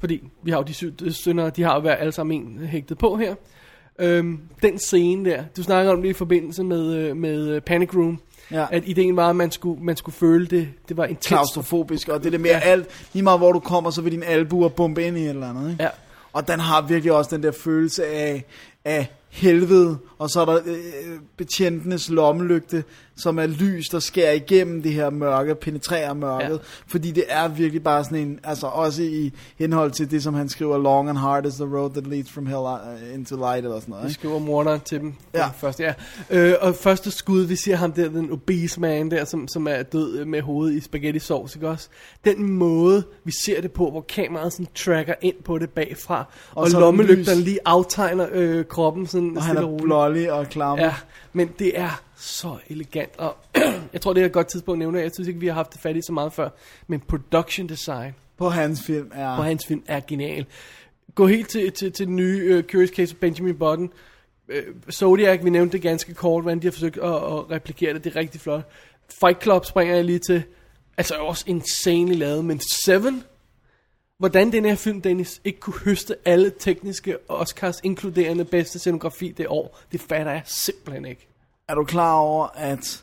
Speaker 3: Fordi vi har jo de syv syndere, de har jo hver alle sammen en øh, hægtet på her. Øhm, den scene der, du snakker om det i forbindelse med, øh, med øh, Panic Room, ja. at ideen var, at man skulle, man skulle føle det, det var intens.
Speaker 2: Klaustrofobisk, og det er det mere ja. alt, lige meget hvor du kommer, så vil din albuer bombe ind i et eller andet. Ikke?
Speaker 3: Ja.
Speaker 2: Og den har virkelig også den der følelse af, af helvede, og så er der øh, betjentenes lommelygte, som er lys, der skærer igennem det her mørke, penetrerer mørket, ja. fordi det er virkelig bare sådan en, altså også i henhold til det, som han skriver, long and hard is the road that leads from hell øh, into light, eller sådan noget.
Speaker 3: Det
Speaker 2: Ikke?
Speaker 3: skriver morderen til dem.
Speaker 2: Ja.
Speaker 3: Først, ja. Øh, og første skud, vi ser ham der, den obese man der, som, som er død med hovedet i spaghetti sovs, ikke også? Den måde, vi ser det på, hvor kameraet sådan tracker ind på det bagfra, og, og
Speaker 2: så er der
Speaker 3: lommelygterne
Speaker 2: lys.
Speaker 3: lige aftegner øh, kroppen sådan
Speaker 2: Og han
Speaker 3: stille
Speaker 2: er
Speaker 3: roligt.
Speaker 2: blålig og klam.
Speaker 3: Ja, men det er så elegant, og <clears throat> jeg tror, det er et godt tidspunkt at nævne, og jeg synes ikke, vi har haft det fat i så meget før, men production design
Speaker 2: På hans film er...
Speaker 3: på hans film er genial. Gå helt til, til, til den nye uh, Curious Case of Benjamin Button. Uh, Zodiac, vi nævnte det ganske kort, hvordan de har forsøgt at, at replikere det, det er rigtig flot. Fight Club springer jeg lige til. Altså også insanely lavet, men Seven... Hvordan den her film, Dennis, ikke kunne høste alle tekniske Oscars, inkluderende bedste scenografi det år, det fatter jeg simpelthen ikke.
Speaker 2: Er du klar over, at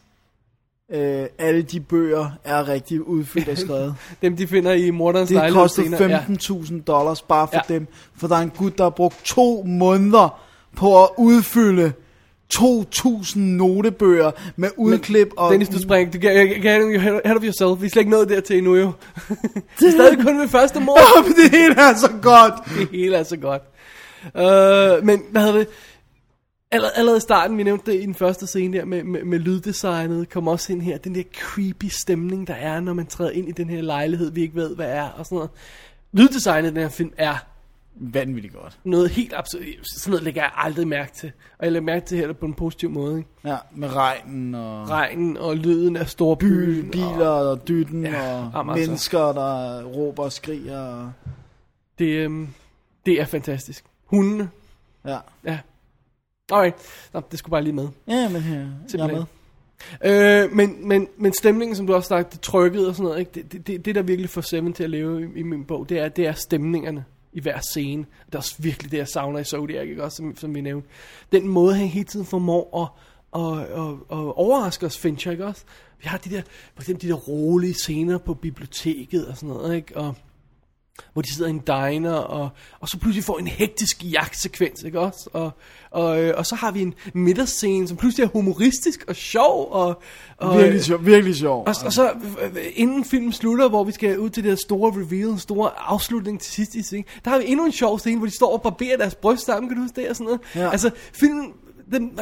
Speaker 2: øh, alle de bøger er rigtig udfyldt og
Speaker 3: <laughs>
Speaker 2: skrevet?
Speaker 3: Dem, de finder i morderens
Speaker 2: Det
Speaker 3: lejlighed
Speaker 2: kostede
Speaker 3: senere,
Speaker 2: 15.000 dollars bare for
Speaker 3: Ja.
Speaker 2: ja. dem, for der er en gut, der har brugt to måneder på at udfylde 2.000 notebøger med udklip og... <laughs>
Speaker 3: Dennis, du springer. Du get, get ahead of yourself. Vi er slet ikke nået dertil endnu, jo. <laughs> det er stadig kun ved første mor.
Speaker 2: Nå, men det hele er så godt.
Speaker 3: det hele er så godt. Uh, men, hvad hedder det? Allerede, allerede i starten, vi nævnte det i den første scene der med, med, med lyddesignet, kom også ind her. Den der creepy stemning, der er, når man træder ind i den her lejlighed, vi ikke ved, hvad er, og sådan noget. Lyddesignet i den her film er
Speaker 2: Vanvittigt godt.
Speaker 3: noget helt absolut. Sådan noget lægger jeg aldrig mærke til. Og jeg lægger mærke til her på en positiv måde. Ikke?
Speaker 2: Ja, med regnen og...
Speaker 3: Regnen og lyden af store
Speaker 2: By,
Speaker 3: byen.
Speaker 2: biler og dytten
Speaker 3: Ja,
Speaker 2: ja, og
Speaker 3: jamen altså.
Speaker 2: mennesker, der råber og skriger. Og...
Speaker 3: Det, øhm, det er fantastisk. Hundene.
Speaker 2: Ja.
Speaker 3: Ja. Alright. Nå, det skulle bare lige med.
Speaker 2: Ja, men her, jeg er med.
Speaker 3: Øh, men, men, men stemningen, som du også snakkede, det trykket og sådan noget, ikke? Det, det, det, det, der virkelig får Seven til at leve i, i min bog, det er, det er stemningerne i hver scene. Det er også virkelig det, jeg savner i Zodiac, ikke? Også, som, som vi nævnte. Den måde, han hele tiden formår at, at, at, at overraske os, Fincher, ikke også? Vi har de der, for eksempel de der rolige scener på biblioteket og sådan noget, ikke? Og, hvor de sidder i en diner, og, og så pludselig får en hektisk jagtsekvens, ikke også? Og, og, øh, og så har vi en middagsscene, som pludselig er humoristisk og sjov, og... og
Speaker 2: Virkelig sjov. Virkelig sjov.
Speaker 3: og, og så øh, øh, inden filmen slutter, hvor vi skal ud til det her store reveal, en store afslutning til sidst i scenen, der har vi endnu en sjov scene, hvor de står og barberer deres bryst sammen, kan du huske det? Og sådan noget.
Speaker 2: Ja.
Speaker 3: Altså, filmen, den,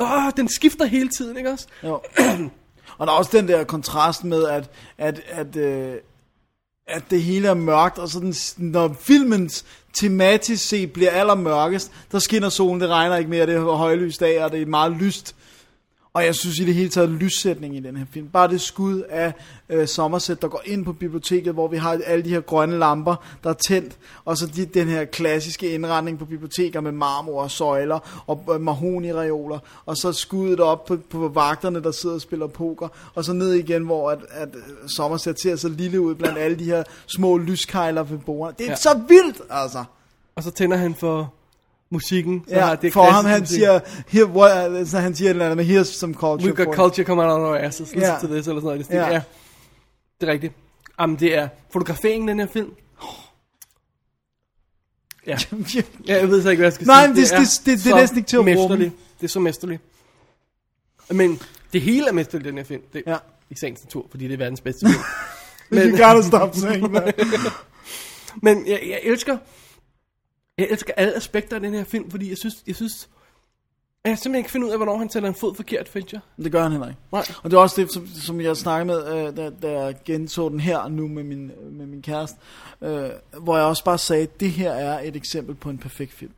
Speaker 3: øh, øh, den skifter hele tiden, ikke også?
Speaker 2: Jo. og der er også den der kontrast med, at, at, at, øh, at det hele er mørkt, og sådan, når filmens tematisk set bliver allermørkest, der skinner solen, det regner ikke mere, det er højlys dag, og det er meget lyst. Og jeg synes i det hele taget lyssætning i den her film. Bare det skud af øh, Somerset, der går ind på biblioteket, hvor vi har alle de her grønne lamper, der er tændt. Og så de, den her klassiske indretning på biblioteker med marmor og søjler og øh, mahoni-reoler. Og så skuddet op på, på vagterne, der sidder og spiller poker. Og så ned igen, hvor at, at øh, Somerset ser så lille ud blandt alle de her små lyskejler ved bordene. Det er
Speaker 3: Ja.
Speaker 2: ja. så vildt, altså.
Speaker 3: Og så tænder han for musikken. Så
Speaker 2: Ja,
Speaker 3: har det
Speaker 2: for ham,
Speaker 3: klassiske
Speaker 2: han
Speaker 3: musik.
Speaker 2: siger, here, what, så han siger et eller andet med, here's some culture. <laughs> for
Speaker 3: We've got
Speaker 2: you."
Speaker 3: culture coming out of our asses. Listen
Speaker 2: Ja.
Speaker 3: to this, eller sådan noget. i den stil.
Speaker 2: Ja.
Speaker 3: Ja. Det er rigtigt. Jamen, det er fotograferingen, den her film. Ja. ja, jeg ved så ikke, hvad jeg skal
Speaker 2: Nej,
Speaker 3: sige.
Speaker 2: men det- det- det- det er
Speaker 3: så
Speaker 2: næsten ikke til at råbe.
Speaker 3: mesterligt. Det er så mesterligt. Men det hele er mesterligt, i den her film. Det er ja. i sagens natur, fordi det er verdens bedste
Speaker 2: <laughs> You
Speaker 3: film.
Speaker 2: gotta stop saying that.
Speaker 3: Men jeg, jeg elsker Jeg elsker alle aspekter af den her film Fordi jeg synes Jeg, synes, jeg simpelthen ikke finde ud af Hvornår han sætter en fod forkert Fincher
Speaker 2: Det gør han heller ikke.
Speaker 3: Nej.
Speaker 2: Og det er også det, som, som jeg snakkede med, øh, da, da jeg genså den her nu med min, med min kæreste, øh, hvor jeg også bare sagde, at det her er et eksempel på en perfekt film.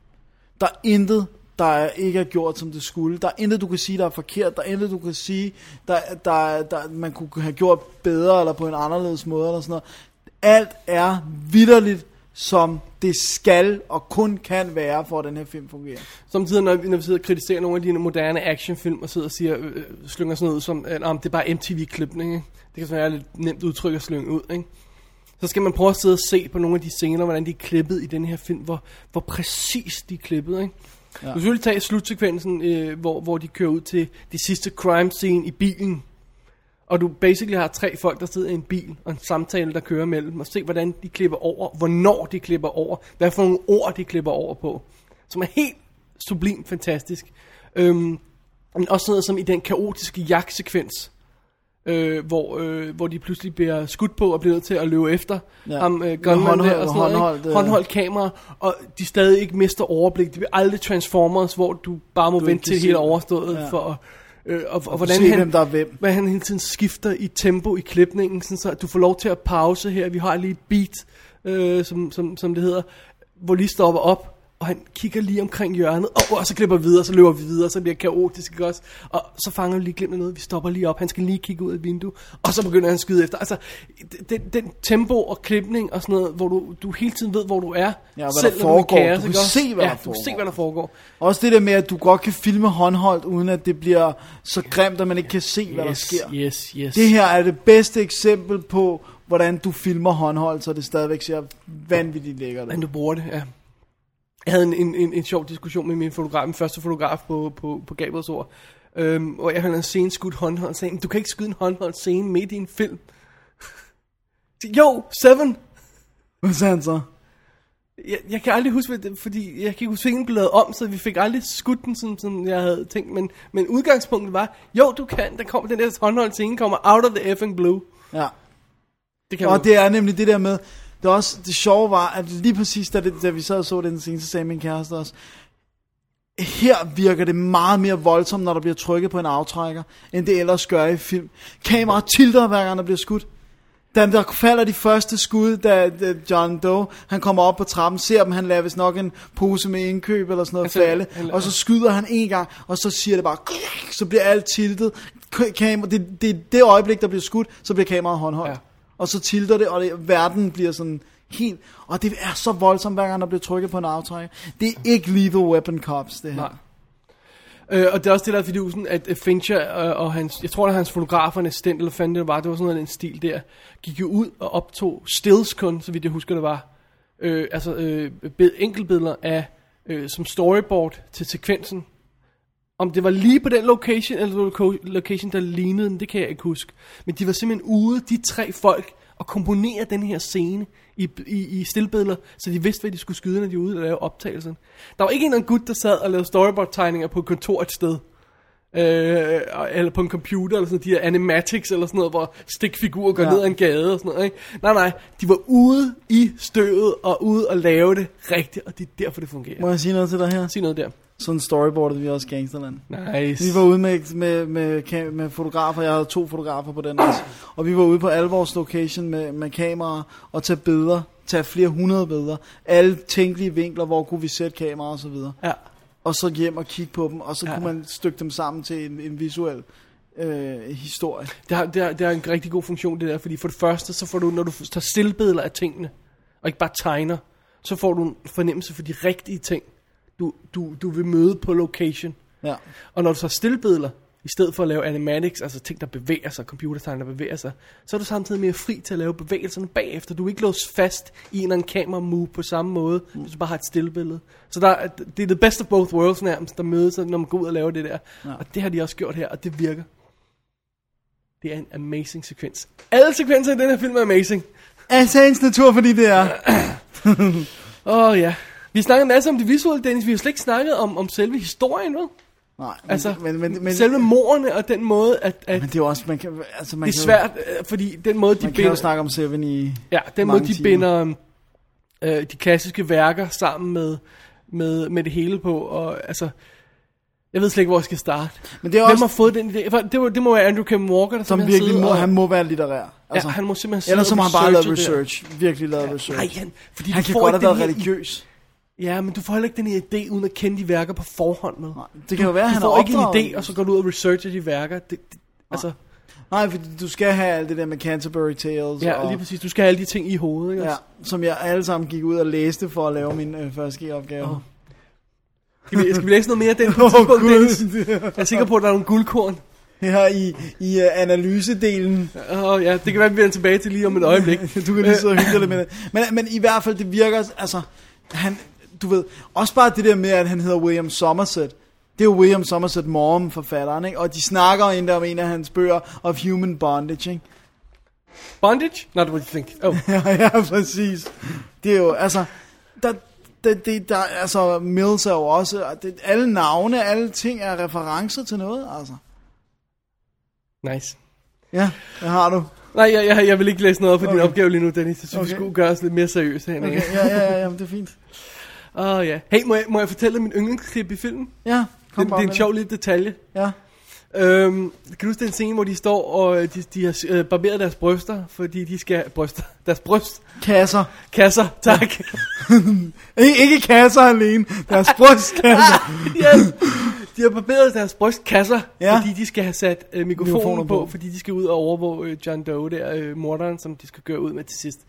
Speaker 2: Der er intet, der er ikke er gjort, som det skulle. Der er intet, du kan sige, der er forkert. Der er intet, du kan sige, der, der, der man kunne have gjort bedre, eller på en anderledes måde, eller sådan noget. Alt er vidderligt, som det skal og kun kan være, for at den her film fungerer.
Speaker 3: Samtidig når, vi- når vi sidder og kritiserer Nogle af de moderne actionfilm Og sidder og siger øh, øh, Slynger sådan noget ud som øh, "Nå, men Det er bare MTV-klipning ikke? Det kan sådan være lidt nemt udtryk At slynge ud ikke? Så skal man prøve at sidde og se På nogle af de scener Hvordan de er klippet i den her film Hvor, hvor præcis de er klippet ikke? Ja. Du kan selvfølgelig tage slutsekvensen, øh, hvor, hvor de kører ud til de sidste crime scene i bilen. Og du basically har tre folk, der sidder i en bil, og en samtale, der kører mellem dem, og se, hvordan de klipper over, hvornår de klipper over, hvad for nogle ord, de klipper over på. Som er helt sublimt fantastisk. Øhm, men også sådan noget som i den kaotiske jagtsekvens, øh, hvor, øh, hvor de pludselig bliver skudt på og bliver nødt til at løbe efter ja. ham, øh, gunman
Speaker 2: Håndhold-
Speaker 3: der, og sådan noget, ikke?
Speaker 2: håndholdt, øh.
Speaker 3: håndholdt kamera, og de stadig ikke mister overblik. De bliver aldrig Transformers, hvor du bare må
Speaker 2: Du ikke
Speaker 3: vente til
Speaker 2: kan
Speaker 3: det
Speaker 2: se
Speaker 3: hele
Speaker 2: det.
Speaker 3: overstået
Speaker 2: Ja.
Speaker 3: ja. for at Øh, og, og,
Speaker 2: Og
Speaker 3: og hvordan
Speaker 2: se,
Speaker 3: han,
Speaker 2: hvem der er hvem.
Speaker 3: Hvad han hele tiden skifter i tempo i klipningen, sådan så at du får lov til at pause her. Vi har lige et beat, øh, som, som, som det hedder, hvor lige stopper op, og han kigger lige omkring hjørnet, og, og så klipper vi videre, så løber vi videre, så bliver det kaotisk, ikke også? Og så fanger vi lige glemt noget, vi stopper lige op, han skal lige kigge ud af vinduet, og så begynder han at skyde efter. Altså, den, den tempo og klipning og sådan noget, hvor du, du hele tiden ved, hvor du er,
Speaker 2: Ja, hvad
Speaker 3: selv
Speaker 2: der
Speaker 3: når den er
Speaker 2: foregår.
Speaker 3: kaos,
Speaker 2: du kan
Speaker 3: ikke også?
Speaker 2: se, hvad
Speaker 3: ja,
Speaker 2: der
Speaker 3: du kan
Speaker 2: foregår.
Speaker 3: se, hvad der foregår.
Speaker 2: Også det der med, at du godt kan filme håndholdt, uden at det bliver så grimt, at man ikke kan se, hvad der
Speaker 3: Yes,
Speaker 2: sker.
Speaker 3: yes, yes.
Speaker 2: Det her er det bedste eksempel på, hvordan du filmer håndholdt, så det stadigvæk ser vanvittigt lækkert ud.
Speaker 3: Men du bruger det, ja. Jeg havde en, en, en, en sjov diskussion med min fotograf, min første fotograf på, på, på Gabriels ord, øhm, hvor jeg havde en scene skudt håndholdt scene. Du kan ikke skyde en håndholdt scene midt i en film. <laughs> jo, Seven!
Speaker 2: Hvad sagde han så?
Speaker 3: Jeg, jeg kan aldrig huske, hvad det, fordi jeg kan ikke huske, at den blev lavet om, så vi fik aldrig skudt den, som, som jeg havde tænkt. Men, men udgangspunktet var, jo, du kan, der kommer, den der håndholdt scene kommer out of the effing blue.
Speaker 2: Ja.
Speaker 3: Det kan
Speaker 2: Kan og
Speaker 3: man-
Speaker 2: det er nemlig det der med, det, er også, det sjove var, at lige præcis da, det, da vi sad og så den scene, så sagde min kæreste også, her virker det meget mere voldsomt, når der bliver trykket på en aftrækker, end det ellers gør i film. Kameraet tilter hver gang, der bliver skudt. Da der falder de første skud, da, da John Doe, han kommer op på trappen, ser dem, han laver vist nok en pose med indkøb eller sådan noget
Speaker 3: Altså,
Speaker 2: falde,
Speaker 3: han-
Speaker 2: og så skyder han en gang, og så siger det bare, klik, så bliver alt tiltet. K- Kamera, det, det, det øjeblik, der bliver skudt, så bliver kameraet håndholdt. Ja. Og så tilter det, og det, verden bliver sådan helt... Og det er så voldsomt, hver gang der bliver trykket på en aftrækker. Det er ikke Lethal Weapon Cops, det her.
Speaker 3: Nej. Øh, og det er også det, der er fidusen, at øh, Fincher øh, og hans, jeg tror, det er hans fotograf og en assistent, eller hvad fanden det var, det var sådan noget, en stil der, gik jo ud og optog stills kun, så vidt jeg husker, det var. Øh, altså øh, bed, enkeltbilleder af, øh, som storyboard til sekvensen. Om det var lige på den location, eller det var loca- location, der lignede den, det kan jeg ikke huske. Men de var simpelthen ude, de tre folk, og komponere den her scene i, i, i stillbilleder, så de vidste, hvad de skulle skyde, når de var ude og lave optagelsen. Der var ikke en eller anden gut, der sad og lavede storyboard-tegninger på et kontor et sted. Øh, og- eller på en computer, eller sådan de her animatics, eller sådan noget, hvor stikfigurer går
Speaker 2: Ja.
Speaker 3: ja. ned ad en gade, og sådan noget, ikke? Nej, nej, de var ude i støvet, og ude og lave det rigtigt, og det er derfor, det fungerer.
Speaker 2: Må jeg sige noget til dig her?
Speaker 3: Sig noget der.
Speaker 2: Sådan storyboardede vi også Gangsterland.
Speaker 3: Nice.
Speaker 2: Vi var ude med, med, med, ka- med fotografer, jeg havde to fotografer på den også. Og vi var ude på Alvors location med, med kameraer og tage billeder, tage flere hundrede billeder. Alle tænkelige vinkler, hvor kunne vi sætte kameraer og så videre.
Speaker 3: Ja.
Speaker 2: Og så hjem og kigge på dem, og så ja.
Speaker 3: Ja.
Speaker 2: kunne man stykke dem sammen til en, en visuel øh, historie.
Speaker 3: Det har, det, har, det har en rigtig god funktion, det der, fordi for det første, så får du, når du tager stillbilleder af tingene, og ikke bare tegner, så får du en fornemmelse for de rigtige ting, du, du, du vil møde på location.
Speaker 2: Ja.
Speaker 3: Og når du tager stillbilleder, i stedet for at lave animatics, altså ting, der bevæger sig, computertegn, der bevæger sig, så er du samtidig mere fri til at lave bevægelserne bagefter. Du er ikke låst fast i en eller anden kamera-move på samme måde, mm. hvis du bare har et stillbillede. Så der, er- det er the best of both worlds nærmest, der mødes, når man går ud og laver det der.
Speaker 2: Ja.
Speaker 3: Ja. Og det har de også gjort her, og det virker. Det er en amazing sekvens. Alle sekvenser i den her film er amazing.
Speaker 2: Altså ens natur, fordi det er...
Speaker 3: Åh oh, ja. Vi snakkede en masse om det visuelle, Dennis. Vi har slet ikke snakket om, om selve historien, vel?
Speaker 2: Nej, men,
Speaker 3: Altså,
Speaker 2: men, men, men,
Speaker 3: selve mordene og den måde, at, at
Speaker 2: men det er jo også, man kan, altså man
Speaker 3: det er
Speaker 2: kan,
Speaker 3: svært, øh, fordi den måde, de
Speaker 2: man kan jo
Speaker 3: binder...
Speaker 2: snakke om Seven i
Speaker 3: Ja, den
Speaker 2: mange
Speaker 3: måde, de
Speaker 2: timer.
Speaker 3: binder øhm, øh, de klassiske værker sammen med, med, med det hele på, og altså... Jeg ved slet ikke, hvor jeg skal starte.
Speaker 2: Men det er
Speaker 3: Hvem
Speaker 2: også-
Speaker 3: har fået den idé? For Det, må- det må være Andrew Kim Walker, der
Speaker 2: Som
Speaker 3: simpelthen
Speaker 2: virkelig
Speaker 3: sidder
Speaker 2: må,
Speaker 3: og-
Speaker 2: han må være litterær. Altså,
Speaker 3: ja, han må simpelthen sidde
Speaker 2: Ellers så
Speaker 3: og
Speaker 2: må han bare lave
Speaker 3: researche det.
Speaker 2: research. Virkelig lave research.
Speaker 3: Nej, han, fordi
Speaker 2: han
Speaker 3: du
Speaker 2: kan
Speaker 3: får
Speaker 2: godt
Speaker 3: ikke
Speaker 2: have været
Speaker 3: den her i-
Speaker 2: religiøs.
Speaker 3: Ja, men du får heller ikke den her idé, uden at kende de værker på forhånd med. Nej,
Speaker 2: det kan jo være,
Speaker 3: du,
Speaker 2: han
Speaker 3: du
Speaker 2: er
Speaker 3: får ikke
Speaker 2: opdraget.
Speaker 3: en idé, og så går du ud og researcher de værker. Det, det, altså,
Speaker 2: Nej, fordi du skal have alt det der med Canterbury Tales.
Speaker 3: ja,
Speaker 2: og,
Speaker 3: lige præcis. Du skal have alle de ting i hovedet, ikke?
Speaker 2: Ja,
Speaker 3: også?
Speaker 2: som jeg alle sammen gik ud og læste for at lave min øh, første opgave. Oh.
Speaker 3: Skal vi, skal vi læse noget mere af den
Speaker 2: <laughs>
Speaker 3: på
Speaker 2: Åh,
Speaker 3: et tidspunkt,
Speaker 2: Gud.
Speaker 3: Dennis? Jeg er sikker på, at der er nogle guldkorn.
Speaker 2: Her i, i uh, analysedelen.
Speaker 3: Åh oh, ja, det kan være, at vi vender tilbage til lige om et øjeblik.
Speaker 2: <laughs> du kan lige sidde og hygge dig lidt med det. Men, men i hvert fald, det virker, altså, han, du ved, også bare det der med, at han hedder William Somerset. Det er jo William Somerset Maugham, forfatteren, ikke? Og de snakker endda om en af hans bøger, Of Human Bondage, ikke?
Speaker 3: Bondage? Not what you think. Oh.
Speaker 2: <laughs> ja, ja, præcis. Det er jo, altså, der, der, der, der altså, Mills er jo også, og det, alle navne, alle ting er referencer til noget, altså.
Speaker 3: Nice.
Speaker 2: Ja, det har du.
Speaker 3: Nej, jeg, jeg, jeg vil ikke læse noget op på okay. din opgave lige nu, Dennis. Jeg synes, okay. vi skulle gøre os lidt mere seriøse herinde.
Speaker 2: Okay, ja, ja, ja, jamen, det er fint.
Speaker 3: Åh, oh, ja. Hey, må jeg, må jeg fortælle min yndlingsklip i filmen?
Speaker 2: Ja,
Speaker 3: kom det, det er en sjov lille detalje.
Speaker 2: Ja.
Speaker 3: Øhm, kan du huske den scene, hvor de står og de, de har øh, barberet deres bryster, fordi de skal... Bryster. Deres bryst.
Speaker 2: Kasser.
Speaker 3: Kasser, tak.
Speaker 2: ikke, ikke kasser alene, deres
Speaker 3: <laughs>
Speaker 2: brystkasser.
Speaker 3: yes. De har barberet deres brystkasser, ja. fordi de skal have sat øh, mikrofonen, mikrofonen på, på, fordi de skal ud og overvåge øh, John Doe, der øh, morderen, som de skal gøre ud med til sidst.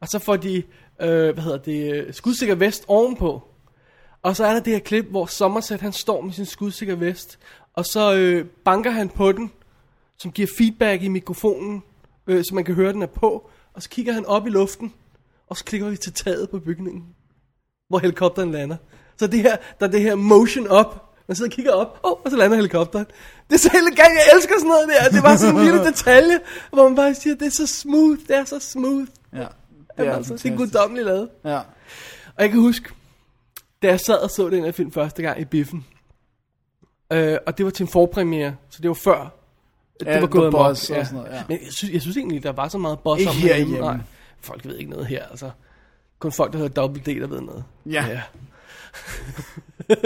Speaker 3: Og så får de, øh, hvad hedder det, skudsikker vest ovenpå. Og så er der det her klip, hvor Somerset han står med sin skudsikker vest, og så øh, banker han på den, som giver feedback i mikrofonen, øh, så man kan høre, at den er på. Og så kigger han op i luften, og så klikker vi til taget på bygningen, hvor helikopteren lander. Så det her, der er det her motion up, man sidder og kigger op, oh, og så lander helikopteren. Det er så elegant, jeg elsker sådan noget der. Det var sådan en lille detalje, hvor man bare siger, det er så smooth, det er så smooth.
Speaker 2: Ja, det
Speaker 3: er, Jamen, altså, det er guddommeligt lavet.
Speaker 2: Ja.
Speaker 3: Og jeg kan huske, da jeg sad og så den her film første gang i biffen, øh, og det var til en forpremiere, så det var før.
Speaker 2: Ja, det var gået boss ja. og sådan noget, ja.
Speaker 3: Men jeg synes, jeg synes egentlig, der var så meget boss
Speaker 2: ikke
Speaker 3: om
Speaker 2: herhjemme. Nej,
Speaker 3: folk ved ikke noget her, altså. Kun folk, der hedder WD, der ved noget.
Speaker 2: Ja. ja.
Speaker 3: <laughs>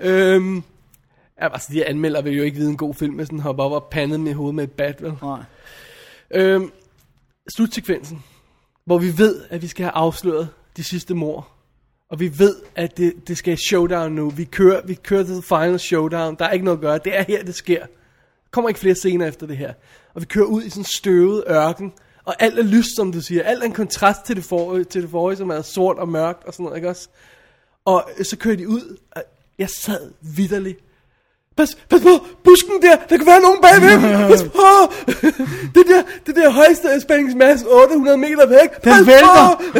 Speaker 3: øhm, altså, de anmelder vil jo ikke vide en god film, hvis den hopper op og pandet med hovedet med et bat, vel?
Speaker 2: Nej.
Speaker 3: Øhm, slutsekvensen, hvor vi ved, at vi skal have afsløret de sidste mor. Og vi ved, at det, det skal showdown nu. Vi kører, vi kører til final showdown. Der er ikke noget at gøre. Det er her, det sker. Der kommer ikke flere scener efter det her. Og vi kører ud i sådan en støvet ørken. Og alt er lyst, som du siger. Alt er en kontrast til det forrige, til det forrige som er sort og mørkt og sådan noget, ikke også? Og øh, så kører de ud, og jeg sad vidderligt. Pas, pas på, busken der, der kan være nogen bagved, pas på, <laughs> det der, det der højeste spændingsmasse, 800 meter væk, pas
Speaker 2: Den
Speaker 3: på.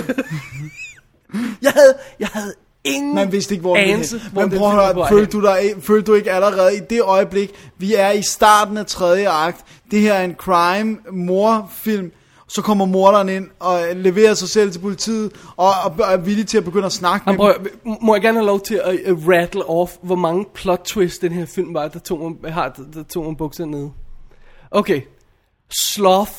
Speaker 3: jeg havde, jeg havde ingen
Speaker 2: Man vidste ikke, hvor
Speaker 3: anelse,
Speaker 2: det Men prøv at høre, følte du, dig, følte du ikke allerede i det øjeblik, vi er i starten af tredje akt, det her er en crime-morfilm, så kommer morderen ind og leverer sig selv til politiet, og, og, og er villig til at begynde at snakke
Speaker 3: Jamen, med prøv, Må jeg gerne have lov til at uh, rattle off, hvor mange plot twists den her film var, der tog mig, har, der, der tog mig bukserne ned. Okay. Sloth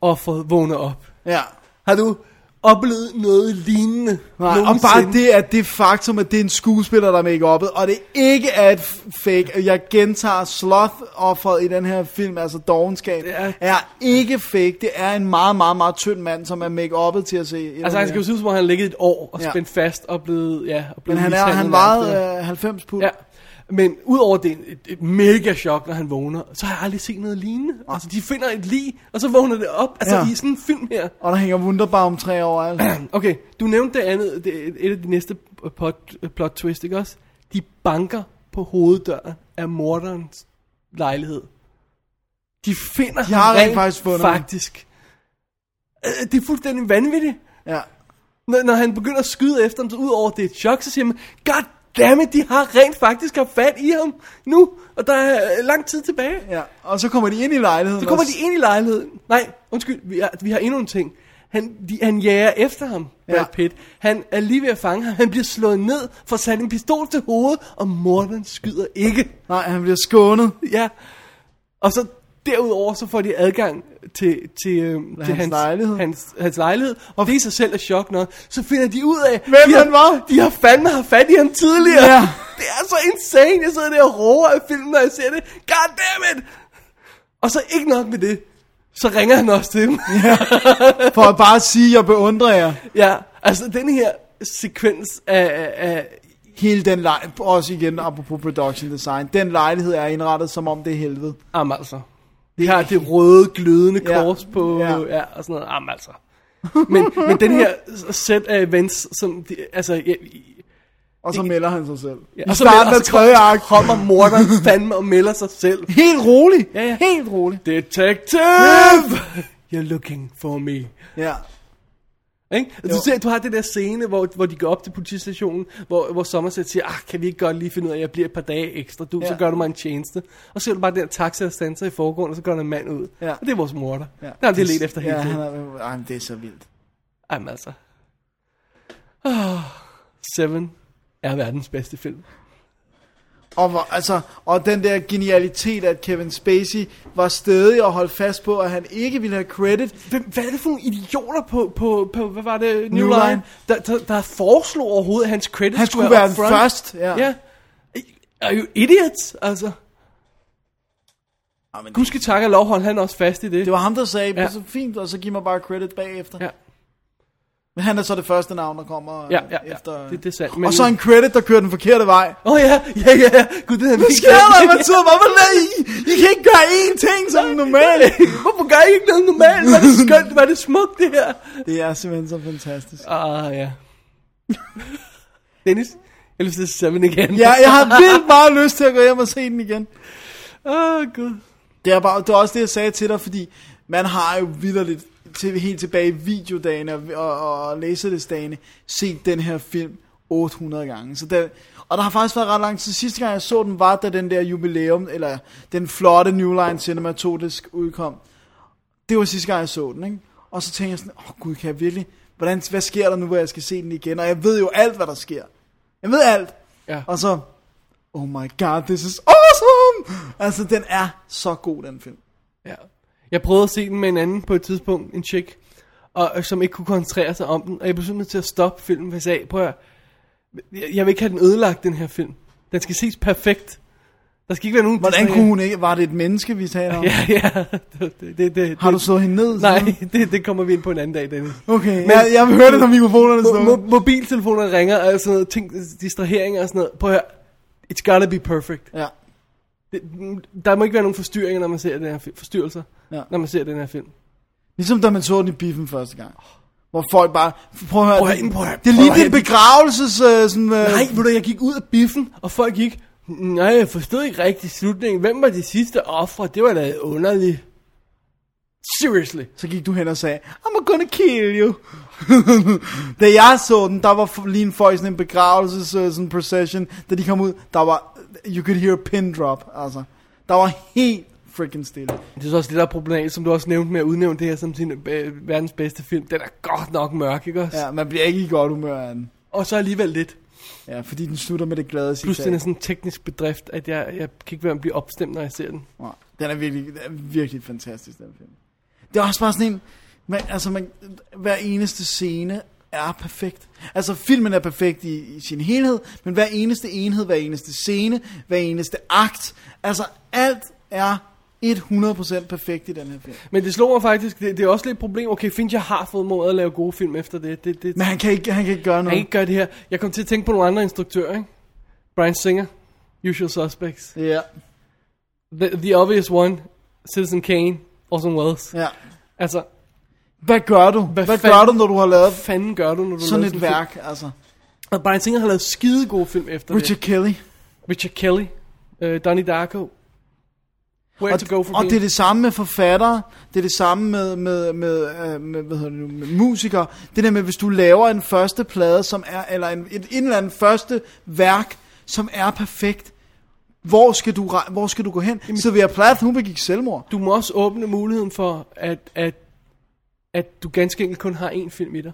Speaker 3: offer vågner op.
Speaker 2: Ja.
Speaker 3: Har du oplevet noget lignende
Speaker 2: Nej, nogensinde? og bare det, at det faktum, at det er en skuespiller, der er make oppet, og det ikke er et fake. Jeg gentager sloth offeret i den her film, altså dogenskab, det er... er ikke fake. Det er en meget, meget, meget tynd mand, som er make oppet til at se.
Speaker 3: Altså han skal jo se ud, som han har ligget et år og ja. spændt fast og blevet, ja, og blevet
Speaker 2: Men han, er, han vejede øh, 90 pund.
Speaker 3: Ja. Men udover det et, et mega chok, når han vågner, så har jeg aldrig set noget lignende. Altså, de finder et lig, og så vågner det op. Altså, ja. i sådan en film her.
Speaker 2: Og der hænger wunderbaum-træer overalt.
Speaker 3: okay, du nævnte det andet, det, et af de næste plot, plot twist, ikke også? De banker på hoveddøren af morderens lejlighed. De finder
Speaker 2: de har rent faktisk fundet
Speaker 3: faktisk. Ham. Det er fuldstændig vanvittigt.
Speaker 2: Ja.
Speaker 3: Når, når han begynder at skyde efter dem, så ud over det er et chok, så siger man, God goddammit, de har rent faktisk haft fat i ham nu, og der er øh, lang tid tilbage.
Speaker 2: Ja, og så kommer de ind i lejligheden.
Speaker 3: Så kommer også. de ind i lejligheden. Nej, undskyld, vi har, vi har endnu en ting. Han, de, han jager efter ham, Brad ja. Pitt. Han er lige ved at fange ham. Han bliver slået ned, får sat en pistol til hovedet, og morderen skyder ikke.
Speaker 2: Nej, han bliver skånet.
Speaker 3: <laughs> Ja, og så derudover så får de adgang til, til, øh,
Speaker 2: hans
Speaker 3: til hans,
Speaker 2: lejlighed.
Speaker 3: Hans, hans lejlighed. Og det i sig selv er chok nok. Så finder de ud af,
Speaker 2: Hvem
Speaker 3: de,
Speaker 2: han
Speaker 3: har,
Speaker 2: var?
Speaker 3: de har fandme haft fat i ham tidligere.
Speaker 2: Ja.
Speaker 3: <laughs> Det er så insane. Jeg sidder der og roer af filmen, når jeg ser det. God damn it! Og så ikke nok med det. Så ringer han også til dem.
Speaker 2: Ja. For at bare sige, at jeg beundrer jer.
Speaker 3: <laughs> Ja, altså den her sekvens af, af
Speaker 2: hele den lejlighed, også igen apropos production design, den lejlighed er indrettet som om det er helvede.
Speaker 3: Jamen altså. De har det røde glødende kors ja, på, ja. ja, og sådan noget. Jamen altså. Men, men den her sæt af events, som, de, altså, jeg,
Speaker 2: og så melder han sig selv. Ja,
Speaker 3: og
Speaker 2: så starten af tredje akt
Speaker 3: kommer morderen fandme og melder sig
Speaker 2: <laughs>
Speaker 3: selv.
Speaker 2: Helt rolig.
Speaker 3: Ja, ja.
Speaker 2: Helt rolig.
Speaker 3: Detective! You're looking for me.
Speaker 2: Ja.
Speaker 3: Ikke? Og Du, ser, du har den der scene, hvor, hvor de går op til politistationen, hvor, hvor Somerset siger, ah, kan vi ikke godt lige finde ud af, at jeg bliver et par dage ekstra, du, ja. så
Speaker 2: Ja.
Speaker 3: gør du mig en tjeneste. Og så ser du bare den der taxa, der standser i forgrunden, og så går der en mand ud.
Speaker 2: Ja.
Speaker 3: Og det er vores morter. Ja. Der er det lidt efter hele
Speaker 2: ja,
Speaker 3: tiden.
Speaker 2: han er, ej, men det er så vildt.
Speaker 3: Jamen altså. Oh, Seven er verdens bedste film.
Speaker 2: Og, hvor, altså, og den der genialitet, at Kevin Spacey var stedig og holdt fast på, at han ikke ville have credit.
Speaker 3: Hvem, hvad er det for nogle idioter på, på, på hvad var det, New,
Speaker 2: New
Speaker 3: Line,
Speaker 2: Line.
Speaker 3: Der, der, der foreslog overhovedet, at hans credits
Speaker 2: Han skulle være den
Speaker 3: upfront.
Speaker 2: først, ja.
Speaker 3: ja. Er jo idiots, altså. Jamen, Gud skal takke at lovhold, han er også fast i det.
Speaker 2: Det var ham, der sagde,
Speaker 3: Ja.
Speaker 2: ja. så fint, og så giv mig bare credit bagefter.
Speaker 3: Ja.
Speaker 2: Men han er så det første navn, der kommer øh,
Speaker 3: Ja, ja, ja.
Speaker 2: efter.
Speaker 3: Det, det er sandt.
Speaker 2: Men... Og så en credit, der kører den forkerte
Speaker 3: <laughs>
Speaker 2: vej.
Speaker 3: Åh oh, ja, ja, ja, ja. Gud, det havde
Speaker 2: Hvad sker der, Mathias? Hvorfor er I? I kan ikke gøre én ting som normalt.
Speaker 3: Hvorfor gør I ikke noget normalt? Var det skønt, var det smukt, det her?
Speaker 2: Det er simpelthen så
Speaker 3: <laughs>
Speaker 2: fantastisk.
Speaker 3: Ah, ja. Dennis, jeg lyst til at se Seven igen.
Speaker 2: Ja, jeg
Speaker 3: <laughs>
Speaker 2: har vildt meget lyst til at gå hjem og se den igen.
Speaker 3: Åh, oh, Gud.
Speaker 2: Det er, bare, det er også det, jeg sagde til dig, fordi man har jo vidderligt til, helt tilbage i videodagene og, og, og laserdisdagene set den her film 800 gange. Så der, og der har faktisk været ret lang tid. Sidste gang jeg så den var, da den der jubilæum, eller den flotte New Line Cinema 2-disk udkom. Det var sidste gang jeg så den, ikke? Og så tænkte jeg sådan, åh oh, gud, kan jeg virkelig, hvordan, hvad sker der nu, hvor jeg skal se den igen? Og jeg ved jo alt, hvad der sker. Jeg ved alt.
Speaker 3: Ja.
Speaker 2: Og så, oh my god, this is awesome! Altså, den er så god, den film.
Speaker 3: Ja. Jeg prøvede at se den med en anden på et tidspunkt, en chick, og, og som ikke kunne koncentrere sig om den, og jeg blev simpelthen nødt til at stoppe filmen, for jeg sagde, prøv at, høre, jeg, jeg vil ikke have den ødelagt, den her film. Den skal ses perfekt. Der skal ikke være nogen...
Speaker 2: Hvordan kunne hun ikke? Var det et menneske, vi taler om?
Speaker 3: <laughs> Ja, ja. <laughs> Det, det, det,
Speaker 2: Har
Speaker 3: det,
Speaker 2: du slået hende ned?
Speaker 3: Nej, det, det kommer vi ind på en anden dag, Dennis.
Speaker 2: Okay, jeg- jeg hørte, når mikrofonerne
Speaker 3: mo-
Speaker 2: stod.
Speaker 3: mo- Mobiltelefoner ringer, og sådan noget, ting, distraheringer og sådan noget. Prøv at høre. It's gotta be perfect.
Speaker 2: Ja.
Speaker 3: Det, der må ikke være nogen forstyrringer, når man ser den her film. Forstyrrelser,
Speaker 2: Ja.
Speaker 3: når man ser den her film.
Speaker 2: Ligesom da man så den i biffen første gang. Hvor folk bare, prøv at høre,
Speaker 3: Prøv at høre den, prøv at høre den,
Speaker 2: det er
Speaker 3: prøv
Speaker 2: lige
Speaker 3: at høre
Speaker 2: en
Speaker 3: den.
Speaker 2: begravelses, øh, sådan, øh,
Speaker 3: Nej, ved du, jeg gik ud af biffen, og folk gik, nej, jeg forstod ikke rigtig slutningen. Hvem var det sidste offer? Det var da underligt. Seriously.
Speaker 2: Så gik du hen og sagde, I'm gonna kill you. <laughs> da jeg så den, der var f- lige en folk sådan en begravelses øh, sådan procession. Da de kom ud, der var, you could hear a pin drop, altså. Der var helt freaking stille.
Speaker 3: Det er så også det, der er problematisk, som du også nævnte med at udnævne det her som sin øh, verdens bedste film. Den er godt nok mørk, ikke også?
Speaker 2: Ja, man bliver ikke i godt humør af den.
Speaker 3: Og så alligevel lidt.
Speaker 2: Ja, fordi den slutter med det glade citat.
Speaker 3: Plus den er sådan en teknisk bedrift, at jeg, jeg kan ikke være med at blive opstemt, når jeg ser den.
Speaker 2: Nej, den er virkelig, den er virkelig fantastisk, den film. Det er også bare sådan en, man, altså man, hver eneste scene er perfekt. Altså filmen er perfekt i, i sin helhed, men hver eneste enhed, hver eneste scene, hver eneste akt, altså alt er 100% perfekt i den her film.
Speaker 3: Men det slog mig faktisk, det, det er også lidt et problem. Okay, Fincher har fået mod at lave gode film efter det. det, det
Speaker 2: Men han kan ikke, han kan ikke gøre
Speaker 3: Han kan
Speaker 2: noget.
Speaker 3: ikke gøre det her. Jeg kom til at tænke på nogle andre instruktører, ikke? Brian Singer, Usual Suspects.
Speaker 2: Ja.
Speaker 3: The, the Obvious One, Citizen Kane, Orson Welles.
Speaker 2: Ja.
Speaker 3: Altså,
Speaker 2: Hvad gør du? Hvad, Hvad gør du, når du har lavet
Speaker 3: fanden gør du, når du
Speaker 2: sådan
Speaker 3: laver
Speaker 2: et
Speaker 3: en
Speaker 2: værk? Altså.
Speaker 3: Film? Og Brian Singer har lavet skide gode film efter
Speaker 2: Richard
Speaker 3: det.
Speaker 2: Kelly.
Speaker 3: Richard Kelly, uh, Donnie Darko, Where
Speaker 2: og,
Speaker 3: to Go From
Speaker 2: og
Speaker 3: Here.
Speaker 2: det er det samme med forfattere, det er det samme med, med, med, øh, med, hvad hedder det nu, med musikere. Det der med, hvis du laver en første plade, som er, eller en, et, en eller anden første værk, som er perfekt, hvor skal du, re- hvor skal du gå hen? Jamen, Sylvia Plath, hun begik selvmord.
Speaker 3: Du må også åbne muligheden for, at, at, at du ganske enkelt kun har én film i dig.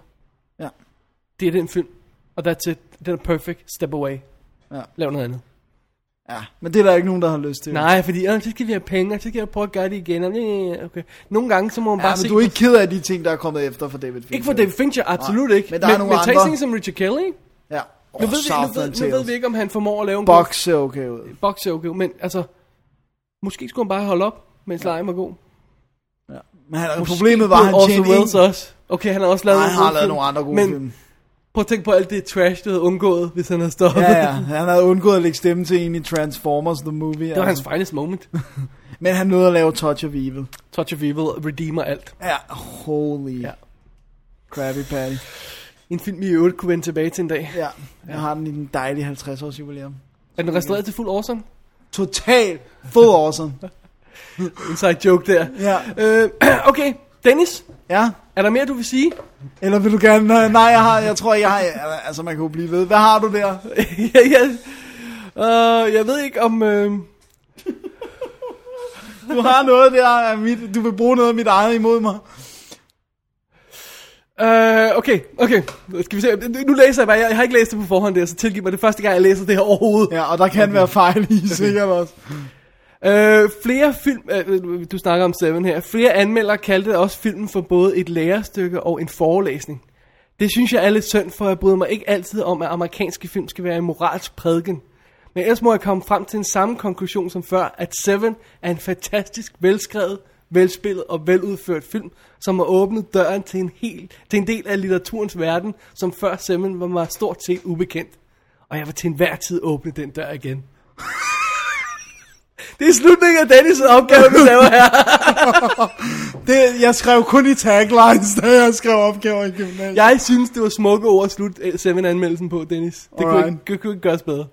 Speaker 2: Ja.
Speaker 3: Det er den film, og that's it. Den er perfect. Step away.
Speaker 2: Ja.
Speaker 3: Lav noget andet.
Speaker 2: Ja, men det er der ikke nogen, der har lyst til.
Speaker 3: Nej, fordi øh, så skal vi have penge, og så skal jeg prøve at gøre det igen. Og, øh, okay. Nogle gange, så må man
Speaker 2: ja,
Speaker 3: bare
Speaker 2: men du er ikke ked af de ting, der er kommet efter for David Fincher.
Speaker 3: Ikke for David Fincher, absolut
Speaker 2: Nej,
Speaker 3: ikke.
Speaker 2: Men der er nogle
Speaker 3: men
Speaker 2: andre.
Speaker 3: tag sådan en som Richard Kelly.
Speaker 2: Ja.
Speaker 3: Oh, nu, ved vi, nu, ved, nu ved vi ikke, om han formår at lave en
Speaker 2: Box ser okay ud.
Speaker 3: god... Box er okay, men altså... Måske skulle han bare holde op, mens ja. lejen var god.
Speaker 2: Men han,
Speaker 3: Måske
Speaker 2: problemet var, at han
Speaker 3: Orson
Speaker 2: tjente
Speaker 3: Welles
Speaker 2: ikke-
Speaker 3: også. Okay, han har også lavet
Speaker 2: Nej,
Speaker 3: nogle
Speaker 2: han har lavet
Speaker 3: gode film,
Speaker 2: nogle andre gode
Speaker 3: men
Speaker 2: film.
Speaker 3: Prøv at tænke på alt det trash, du havde undgået, hvis han havde stoppet.
Speaker 2: Ja, <laughs> ja. Han havde undgået at lægge stemme til en i Transformers The Movie.
Speaker 3: <laughs> det var hans finest moment.
Speaker 2: Men han nåede at lave Touch of Evil.
Speaker 3: Touch of Evil redeemer alt.
Speaker 2: Ja, holy ja. Krabby Patty.
Speaker 3: En film, vi i øvrigt kunne vende tilbage til en dag.
Speaker 2: Ja, jeg har den i den dejlige 50 års jubilæum.
Speaker 3: Er den restaureret til fuld awesome?
Speaker 2: Total full awesome.
Speaker 3: Inside joke der.
Speaker 2: Ja.
Speaker 3: Øh, okay, Dennis?
Speaker 2: Ja?
Speaker 3: Er der mere, du vil sige? <laughs>
Speaker 2: Eller vil du gerne... Nej, nej, jeg, har, jeg tror, jeg har... Altså, man kan jo blive ved. Hvad har du der?
Speaker 3: ja, ja. Uh, jeg ved ikke om... Øh...
Speaker 2: Du har noget der, af mit, du vil bruge noget af mit eget imod mig.
Speaker 3: Uh, okay, okay. Skal vi se. Nu læser jeg bare. Jeg har ikke læst det på forhånd der, så tilgiv mig. Det er første gang, jeg læser det her overhovedet.
Speaker 2: Ja, og der kan okay. være fejl i, sikkert også.
Speaker 3: Øh, flere film, øh, du snakker om Seven her, flere anmeldere kaldte også filmen for både et lærestykke og en forelæsning. Det synes jeg er lidt synd, for jeg bryder mig ikke altid om, at amerikanske film skal være en moralsk prædiken. Men ellers må jeg komme frem til den samme konklusion som før, at Seven er en fantastisk velskrevet, velspillet og veludført film, som har åbnet døren til en, hel, til en del af litteraturens verden, som før Seven var mig stort set ubekendt. Og jeg vil til enhver tid åbne den dør igen. Det er slutningen af Dennis' opgave, vi laver her.
Speaker 2: det, jeg skrev kun i taglines, da jeg skrev opgaver i gymnasiet.
Speaker 3: Jeg synes, det var smukke ord at slutte 7-anmeldelsen på, Dennis. Det kunne ikke, det kunne ikke gøres bedre.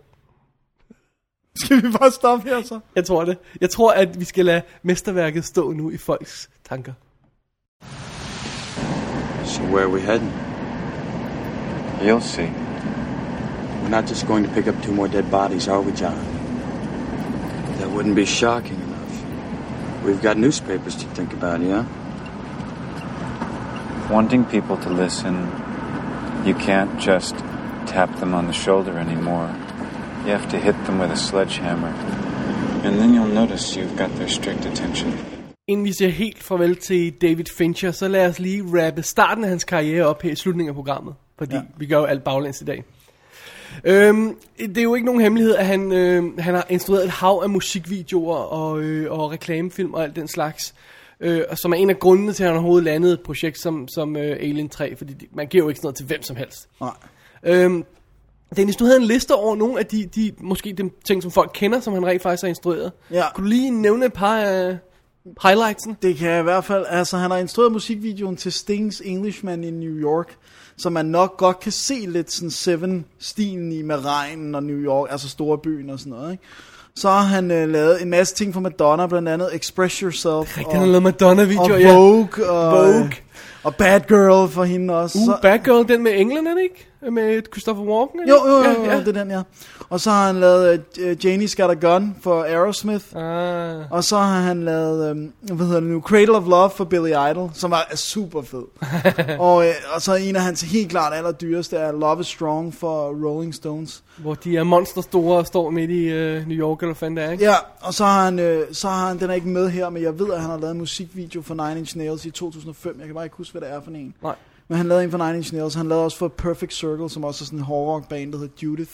Speaker 2: Skal vi bare stoppe her så?
Speaker 3: Jeg tror det. Jeg tror, at vi skal lade mesterværket stå nu i folks tanker.
Speaker 16: So where are we heading? You'll see. We're not just going to pick up two more dead bodies, are we, John? That wouldn't be shocking enough. We've got newspapers to think about, yeah?
Speaker 17: Wanting people to listen, you can't just tap them on the shoulder anymore. You have to hit them with a sledgehammer. And then you'll notice you've got their strict attention.
Speaker 3: Inden vi siger helt farvel til David Fincher, så lad os lige rappe starten af hans karriere op her i slutningen af programmet. Fordi ja. vi gør jo alt baglæns i dag. Øhm, det er jo ikke nogen hemmelighed, at han, øh, han har instrueret et hav af musikvideoer og, øh, og reklamefilm og alt den slags. Øh, og som er en af grundene til, at han overhovedet landede et projekt som, som øh, Alien 3, fordi de, man giver jo ikke sådan noget til hvem som helst.
Speaker 2: Nej.
Speaker 3: Øhm, Dennis, du havde en liste over nogle af de, de måske de ting, som folk kender, som han rent faktisk har instrueret.
Speaker 2: Ja.
Speaker 3: Kunne du lige nævne et par af highlightsen?
Speaker 2: Det kan jeg i hvert fald. Altså, han har instrueret musikvideoen til Stings Englishman in New York så man nok godt kan se lidt sådan Seven-stilen i med regnen og New York, altså store byen og sådan noget, ikke? Så har han øh, lavet en masse ting for Madonna, blandt andet Express Yourself.
Speaker 3: Rigtig, og, han har lavet Madonna-videoer,
Speaker 2: ja. Vogue, og,
Speaker 3: Vogue.
Speaker 2: og Bad Girl for hende også.
Speaker 3: Uh, så, Bad Girl, den med England, er det ikke? Øh, Med Christopher Walken?
Speaker 2: Jo, jo, jo, jo, ja, ja. det er den, ja. Og så har han lavet uh, Janie's Got a Gun for Aerosmith.
Speaker 3: Ah.
Speaker 2: Og så har han lavet, um, hvad hedder det nu, Cradle of Love for Billy Idol, som var er super <laughs> fed. og, uh, og så en af hans helt klart allerdyreste er Love is Strong for Rolling Stones.
Speaker 3: Hvor de er monsterstore og står midt i uh, New York, eller fanden det er, ikke?
Speaker 2: Ja, og så har, han, uh, så har han, den er ikke med her, men jeg ved, at han har lavet en musikvideo for Nine Inch Nails i 2005. Jeg kan bare ikke huske, hvad det er for en.
Speaker 3: Nej.
Speaker 2: Men han lavede en for Nine Inch Nails. Han lavede også for Perfect Circle, som også er sådan en hårdrock band, der hedder Judith,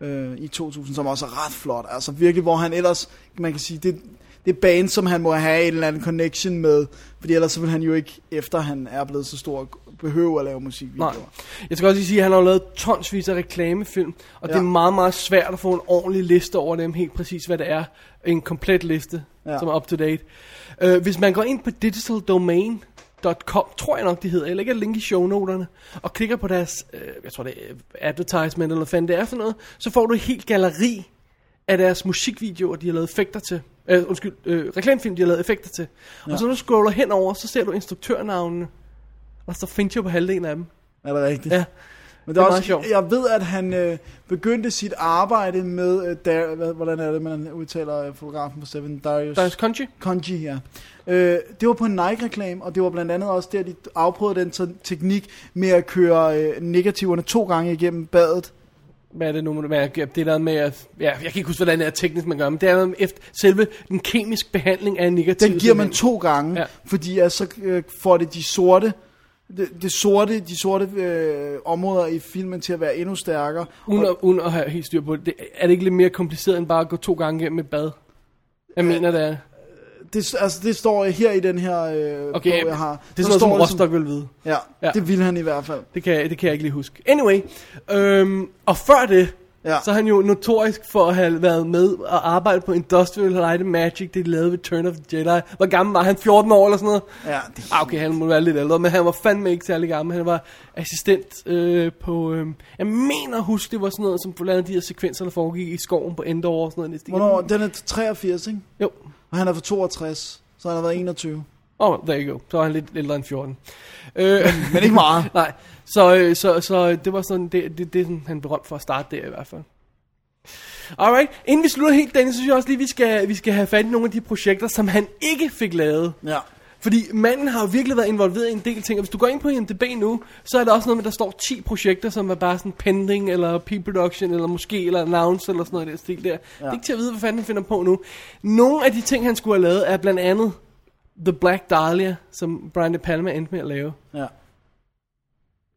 Speaker 2: øh, i 2000, som også er ret flot. Altså virkelig, hvor han ellers, man kan sige, det, det er band, som han må have en eller anden connection med, fordi ellers så vil han jo ikke, efter han er blevet så stor, behøve at lave musikvideoer.
Speaker 3: Nej. Jeg skal også lige sige, at han har lavet tonsvis af reklamefilm, og ja. det er meget, meget svært at få en ordentlig liste over dem, helt præcis hvad det er. En komplet liste, ja. som er up-to-date. Uh, hvis man går ind på Digital Domain, Com, tror jeg nok, de hedder. Jeg lægger et link i shownoterne. Og klikker på deres, øh, jeg tror det er advertisement eller hvad det er for noget. Så får du et helt galeri af deres musikvideoer, de har lavet effekter til. Øh, undskyld, øh, reklamefilm, de har lavet effekter til. Ja. Og så når du scroller henover, så ser du instruktørnavnene. Og så finder jeg på halvdelen af dem.
Speaker 2: Er det rigtigt?
Speaker 3: Ja.
Speaker 2: Men det er, det er også, sjovt. Jeg ved, at han øh, begyndte sit arbejde med, øh, der, hvad, hvordan er det, man udtaler øh, fotografen på Seven, Darius?
Speaker 3: Darius Conchi?
Speaker 2: Conchi, ja. Øh, det var på en Nike-reklame, og det var blandt andet også der, de afprøvede den t- teknik med at køre øh, negativerne to gange igennem badet.
Speaker 3: Hvad er det nu, man det der med at, ja, jeg kan ikke huske, hvordan det er teknisk, man gør, men det er efter selve den kemiske behandling af negativ.
Speaker 2: Den giver man to gange, ja. fordi ja, så øh, får det de sorte, det, det sorte, de sorte øh, områder i filmen til at være endnu stærkere.
Speaker 3: Uden at, uden at have helt styr på det, er det ikke lidt mere kompliceret end bare at gå to gange gennem et bad? Jeg øh, mener, det er...
Speaker 2: Det, altså, det står her i den her øh,
Speaker 3: okay, bog,
Speaker 2: jeg har. ligesom-
Speaker 3: Det er sådan noget, som Rostock vil vide.
Speaker 2: Ja, ja, det vil han i hvert fald.
Speaker 3: Det kan, det kan jeg ikke lige huske. Anyway, øhm, og før det, ja. så er han jo notorisk for at have været med og arbejdet på Industrial Light and Magic, det de lavede ved Turn of the Jedi. Hvor gammel var han? 14 år eller sådan noget?
Speaker 2: Ja, det
Speaker 3: er... Ah, Okay, han må være lidt ældre, men han var fandme ikke særlig gammel. Han var assistent øh, på... Øh, jeg mener, husk, det var sådan noget, som blandt de her sekvenser, der foregik i skoven på Endor og sådan noget.
Speaker 2: Hvornår? Den er 83, ikke?
Speaker 3: Jo.
Speaker 2: Og han er fra 62, så han har været 21.
Speaker 3: Oh, there you go. Så er han lidt ældre end 14.
Speaker 2: Øh, Men ikke meget.
Speaker 3: <laughs> nej. Så, øh, så, så det var sådan, det, det, det er sådan, han er berømt for at starte der i hvert fald. Alright, inden vi slutter helt, Dennis, synes jeg også lige, vi skal, vi skal have fat i nogle af de projekter, som han ikke fik lavet.
Speaker 2: Ja.
Speaker 3: Fordi manden har jo virkelig været involveret i en del ting, og hvis du går ind på IMDb nu, så er der også noget med, der står 10 projekter, som er bare sådan pending, eller pre-production, eller måske, eller announce, eller sådan noget i den stil der. Ja. Det er ikke til at vide, hvad fanden han finder på nu. Nogle af de ting, han skulle have lavet, er blandt andet The Black Dahlia, som Brian De Palma endte med at lave.
Speaker 2: Ja.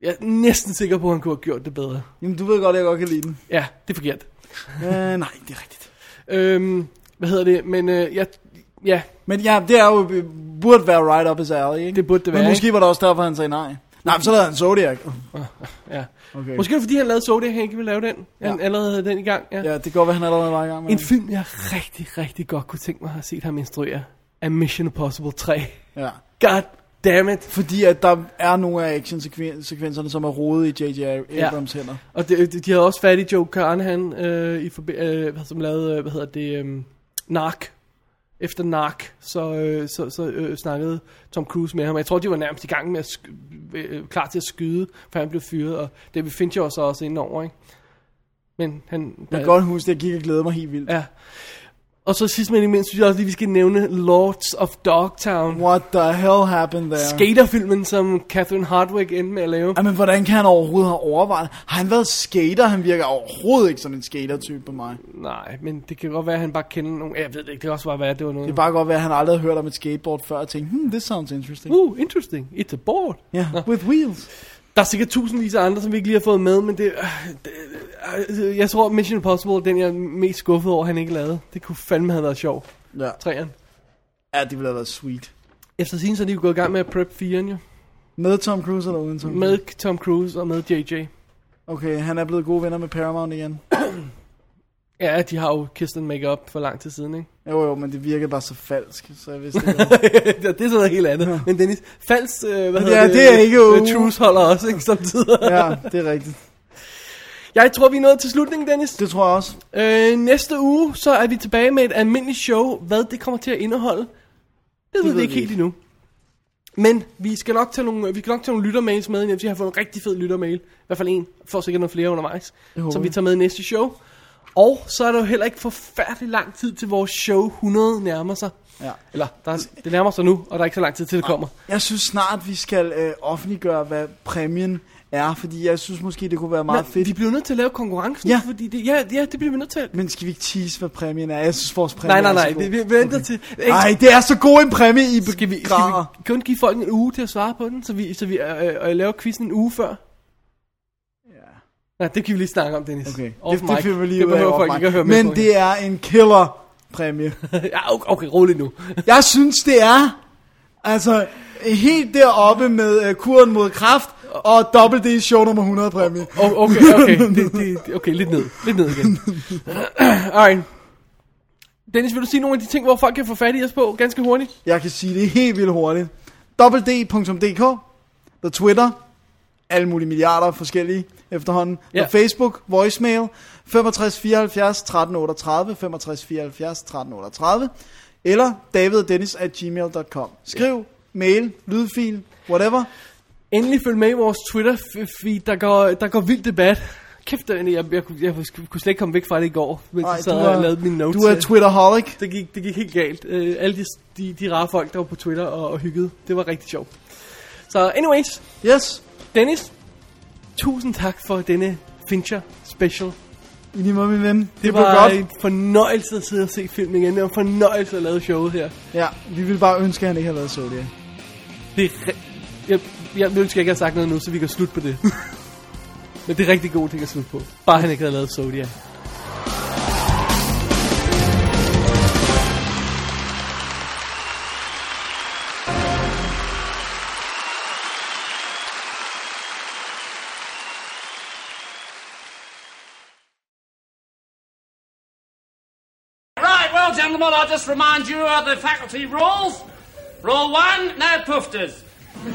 Speaker 3: Jeg er næsten sikker på, at han kunne have gjort det bedre.
Speaker 2: Jamen, du ved godt, at jeg godt kan lide den.
Speaker 3: Ja, det er forkert.
Speaker 2: øh, nej, det er rigtigt.
Speaker 3: Øhm, hvad hedder det? Men øh, jeg... Ja,
Speaker 2: Men ja, det er jo, øh, burde være right up his alley, ikke?
Speaker 3: Det burde det
Speaker 2: Men
Speaker 3: være,
Speaker 2: måske var det også derfor, han sagde nej. Nej, men så lavede han Zodiac.
Speaker 3: ja.
Speaker 2: Okay.
Speaker 3: Okay. Måske er det fordi han lavede Zodiac, han ikke ville lave den. Han
Speaker 2: Ja.
Speaker 3: ja. allerede havde den i gang. Ja.
Speaker 2: Ja, det går, hvad han allerede var i gang med.
Speaker 3: En film, jeg rigtig, rigtig godt kunne tænke mig at have set ham instruere, er Mission Impossible 3.
Speaker 2: Ja.
Speaker 3: God damn it.
Speaker 2: Fordi at der er nogle af actionsekvenserne, som er rodet i J.J. Abrams ja. hænder.
Speaker 3: Og de, de, de havde også fat i Joe Carnahan, øh, i forbi, øh, hvad- som lavede, øh, hvad hedder det, øh, Nark. Efter Nark, så, øh, så, så øh, snakkede Tom Cruise med ham. Jeg tror, de var nærmest i gang med at sk- øh, klar til at skyde, for han blev fyret. Og David Fincher var så også inde over, ikke? Men han...
Speaker 2: Jeg kan godt huske, det jeg gik og glædede mig helt vildt.
Speaker 3: Ja. Og så sidst men ikke mindst, synes jeg også lige, vi skal nævne Lords of Dogtown.
Speaker 2: What the hell happened there?
Speaker 3: Skaterfilmen, som Catherine Hardwick endte med at lave.
Speaker 2: Jamen, hvordan kan han overhovedet have overvejet? Har han været skater? Han virker overhovedet ikke som en skater-type på mig.
Speaker 3: Nej, men det kan godt være, at han bare kender nogen. Jeg ved det ikke, det kan også bare være, at det var noget.
Speaker 2: Det kan bare godt være, at han aldrig har hørt om et skateboard før, og tænkte, hmm, this sounds interesting.
Speaker 3: Uh, interesting. It's a board.
Speaker 2: Ja, yeah, with wheels.
Speaker 3: Der er sikkert tusindvis af andre, som vi ikke lige har fået med, men det, øh, det øh, jeg tror, Mission Impossible er den, jeg er mest skuffet over, han ikke lavede. Det kunne fandme have været sjovt.
Speaker 2: Ja.
Speaker 3: Træerne.
Speaker 2: Ja, det ville have været sweet.
Speaker 3: Efter sin så er de jo gået i gang med at prep 4'en, jo.
Speaker 2: Med Tom Cruise eller uden Tom Cruise?
Speaker 3: Med Tom Cruise og med JJ.
Speaker 2: Okay, han er blevet gode venner med Paramount igen.
Speaker 3: Ja, de har jo kistet en make-up for lang tid siden, ikke? <laughs>
Speaker 2: Jo, jo, men det virker bare så falsk, så jeg vidste ikke.
Speaker 3: det er sådan noget helt andet. Ja. Men Dennis, falsk, øh, hvad
Speaker 2: Ja,
Speaker 3: hedder
Speaker 2: det er ikke jo-
Speaker 3: øh, Truce holder også, ikke? Samtidig.
Speaker 2: ja, det er rigtigt.
Speaker 3: Jeg tror, vi er nået til slutningen, Dennis.
Speaker 2: Det tror jeg også.
Speaker 3: Øh, næste uge, så er vi tilbage med et almindeligt show. Hvad det kommer til at indeholde, det ved vi ikke helt endnu. Men vi skal nok tage nogle, vi skal nok tage nogle lyttermails med. Jeg har fået en rigtig fed lyttermail. I hvert fald en. Får sikkert nogle flere undervejs.
Speaker 2: Det håber
Speaker 3: Som
Speaker 2: jeg.
Speaker 3: vi tager med i næste show. Og så er der jo heller ikke forfærdelig lang tid til vores show 100 nærmer sig.
Speaker 2: Ja. Ah,
Speaker 3: Eller, der er, det nærmer sig nu, og der er ikke så lang tid til det kommer.
Speaker 2: Jeg synes snart, vi skal øh, offentliggøre, hvad præmien er, fordi jeg synes måske, det kunne være meget
Speaker 3: Nej,
Speaker 2: fedt.
Speaker 3: Vi bliver nødt til at lave konkurrencen,
Speaker 2: Ja.
Speaker 3: ja. fordi det, ja, ja, det bliver vi nødt til.
Speaker 2: Men skal vi ikke tease, hvad præmien er? Jeg synes, vores præmie
Speaker 3: Nej, nej,
Speaker 2: er
Speaker 3: nej,
Speaker 2: så god.
Speaker 3: det, vi venter okay. til...
Speaker 2: Ej, det er så god en præmie, I
Speaker 3: skal vi, skal vi kun give folk en uge til at svare på den, så vi, så vi øh, øh, laver quizzen en uge før? Ja. Nej, det kan vi lige snakke om, Dennis.
Speaker 2: Okay,
Speaker 3: Off
Speaker 2: det,
Speaker 3: mic.
Speaker 2: det finder vi lige
Speaker 3: det
Speaker 2: ud af.
Speaker 3: behøver
Speaker 2: off
Speaker 3: folk
Speaker 2: mic.
Speaker 3: ikke at høre med
Speaker 2: Men
Speaker 3: på.
Speaker 2: det er en killer præmie.
Speaker 3: ja, okay, okay, rolig nu.
Speaker 2: jeg synes, det er altså helt deroppe med øh, kuren mod kraft og dobbelt D show nummer 100 præmie.
Speaker 3: O- Okay, okay, det, det, det- okay, lidt ned. Lidt ned igen. <clears throat> Alright. Dennis, vil du sige nogle af de ting, hvor folk kan få fat i os på ganske hurtigt?
Speaker 2: Jeg kan sige det helt vildt hurtigt. www.dk, der Twitter, alle mulige milliarder forskellige efterhånden.
Speaker 3: Ja.
Speaker 2: Der Facebook, voicemail, 6574 1338, 6574 1338, eller daviddennis at gmail.com. Skriv, mail, lydfil, whatever.
Speaker 3: Endelig følg med i vores Twitter feed, der går, der går vild debat. Kæft, jeg, jeg, jeg, kunne- jeg, kunne slet ikke komme væk fra det i går, mens
Speaker 2: Ej,
Speaker 3: jeg sad
Speaker 2: du er-
Speaker 3: og lavede mine notes.
Speaker 2: du er
Speaker 3: her.
Speaker 2: Twitterholic.
Speaker 3: Det gik, det gik helt galt. Øh, alle de, de, de rare folk, der var på Twitter og, og hyggede. Det var rigtig sjovt. Så anyways.
Speaker 2: Yes.
Speaker 3: Dennis, tusind tak for denne Fincher special.
Speaker 2: I lige måde, min ven. Det,
Speaker 3: Det
Speaker 2: blev
Speaker 3: var
Speaker 2: godt.
Speaker 3: en fornøjelse at sidde og se filmen igen. Det var en fornøjelse at lave showet her.
Speaker 2: Ja, vi ville bare ønske, at han ikke havde lavet Zodiac.
Speaker 3: Det er ri- jeg, jeg ønsker ikke, at jeg har sagt noget nu, så vi kan slutte
Speaker 2: <laughs>
Speaker 3: på det. Men det er rigtig gode ting at slutte på. Bare han ikke havde lavet Zodiac.
Speaker 18: Right, well, gentlemen, I'll just remind you of the faculty rules. Rule one, no poofters.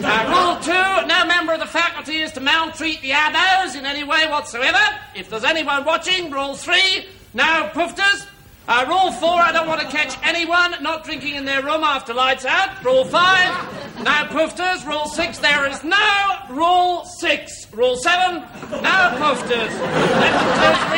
Speaker 18: Uh, rule two, no member of the faculty is to maltreat the addos in any way whatsoever. If there's anyone watching, rule three, no poofters.
Speaker 3: Uh, rule four, I don't want to catch anyone not drinking in their room after lights out. Rule five, no poofters. Rule six, there is no. Rule six. Rule seven, no poofters. Let the toast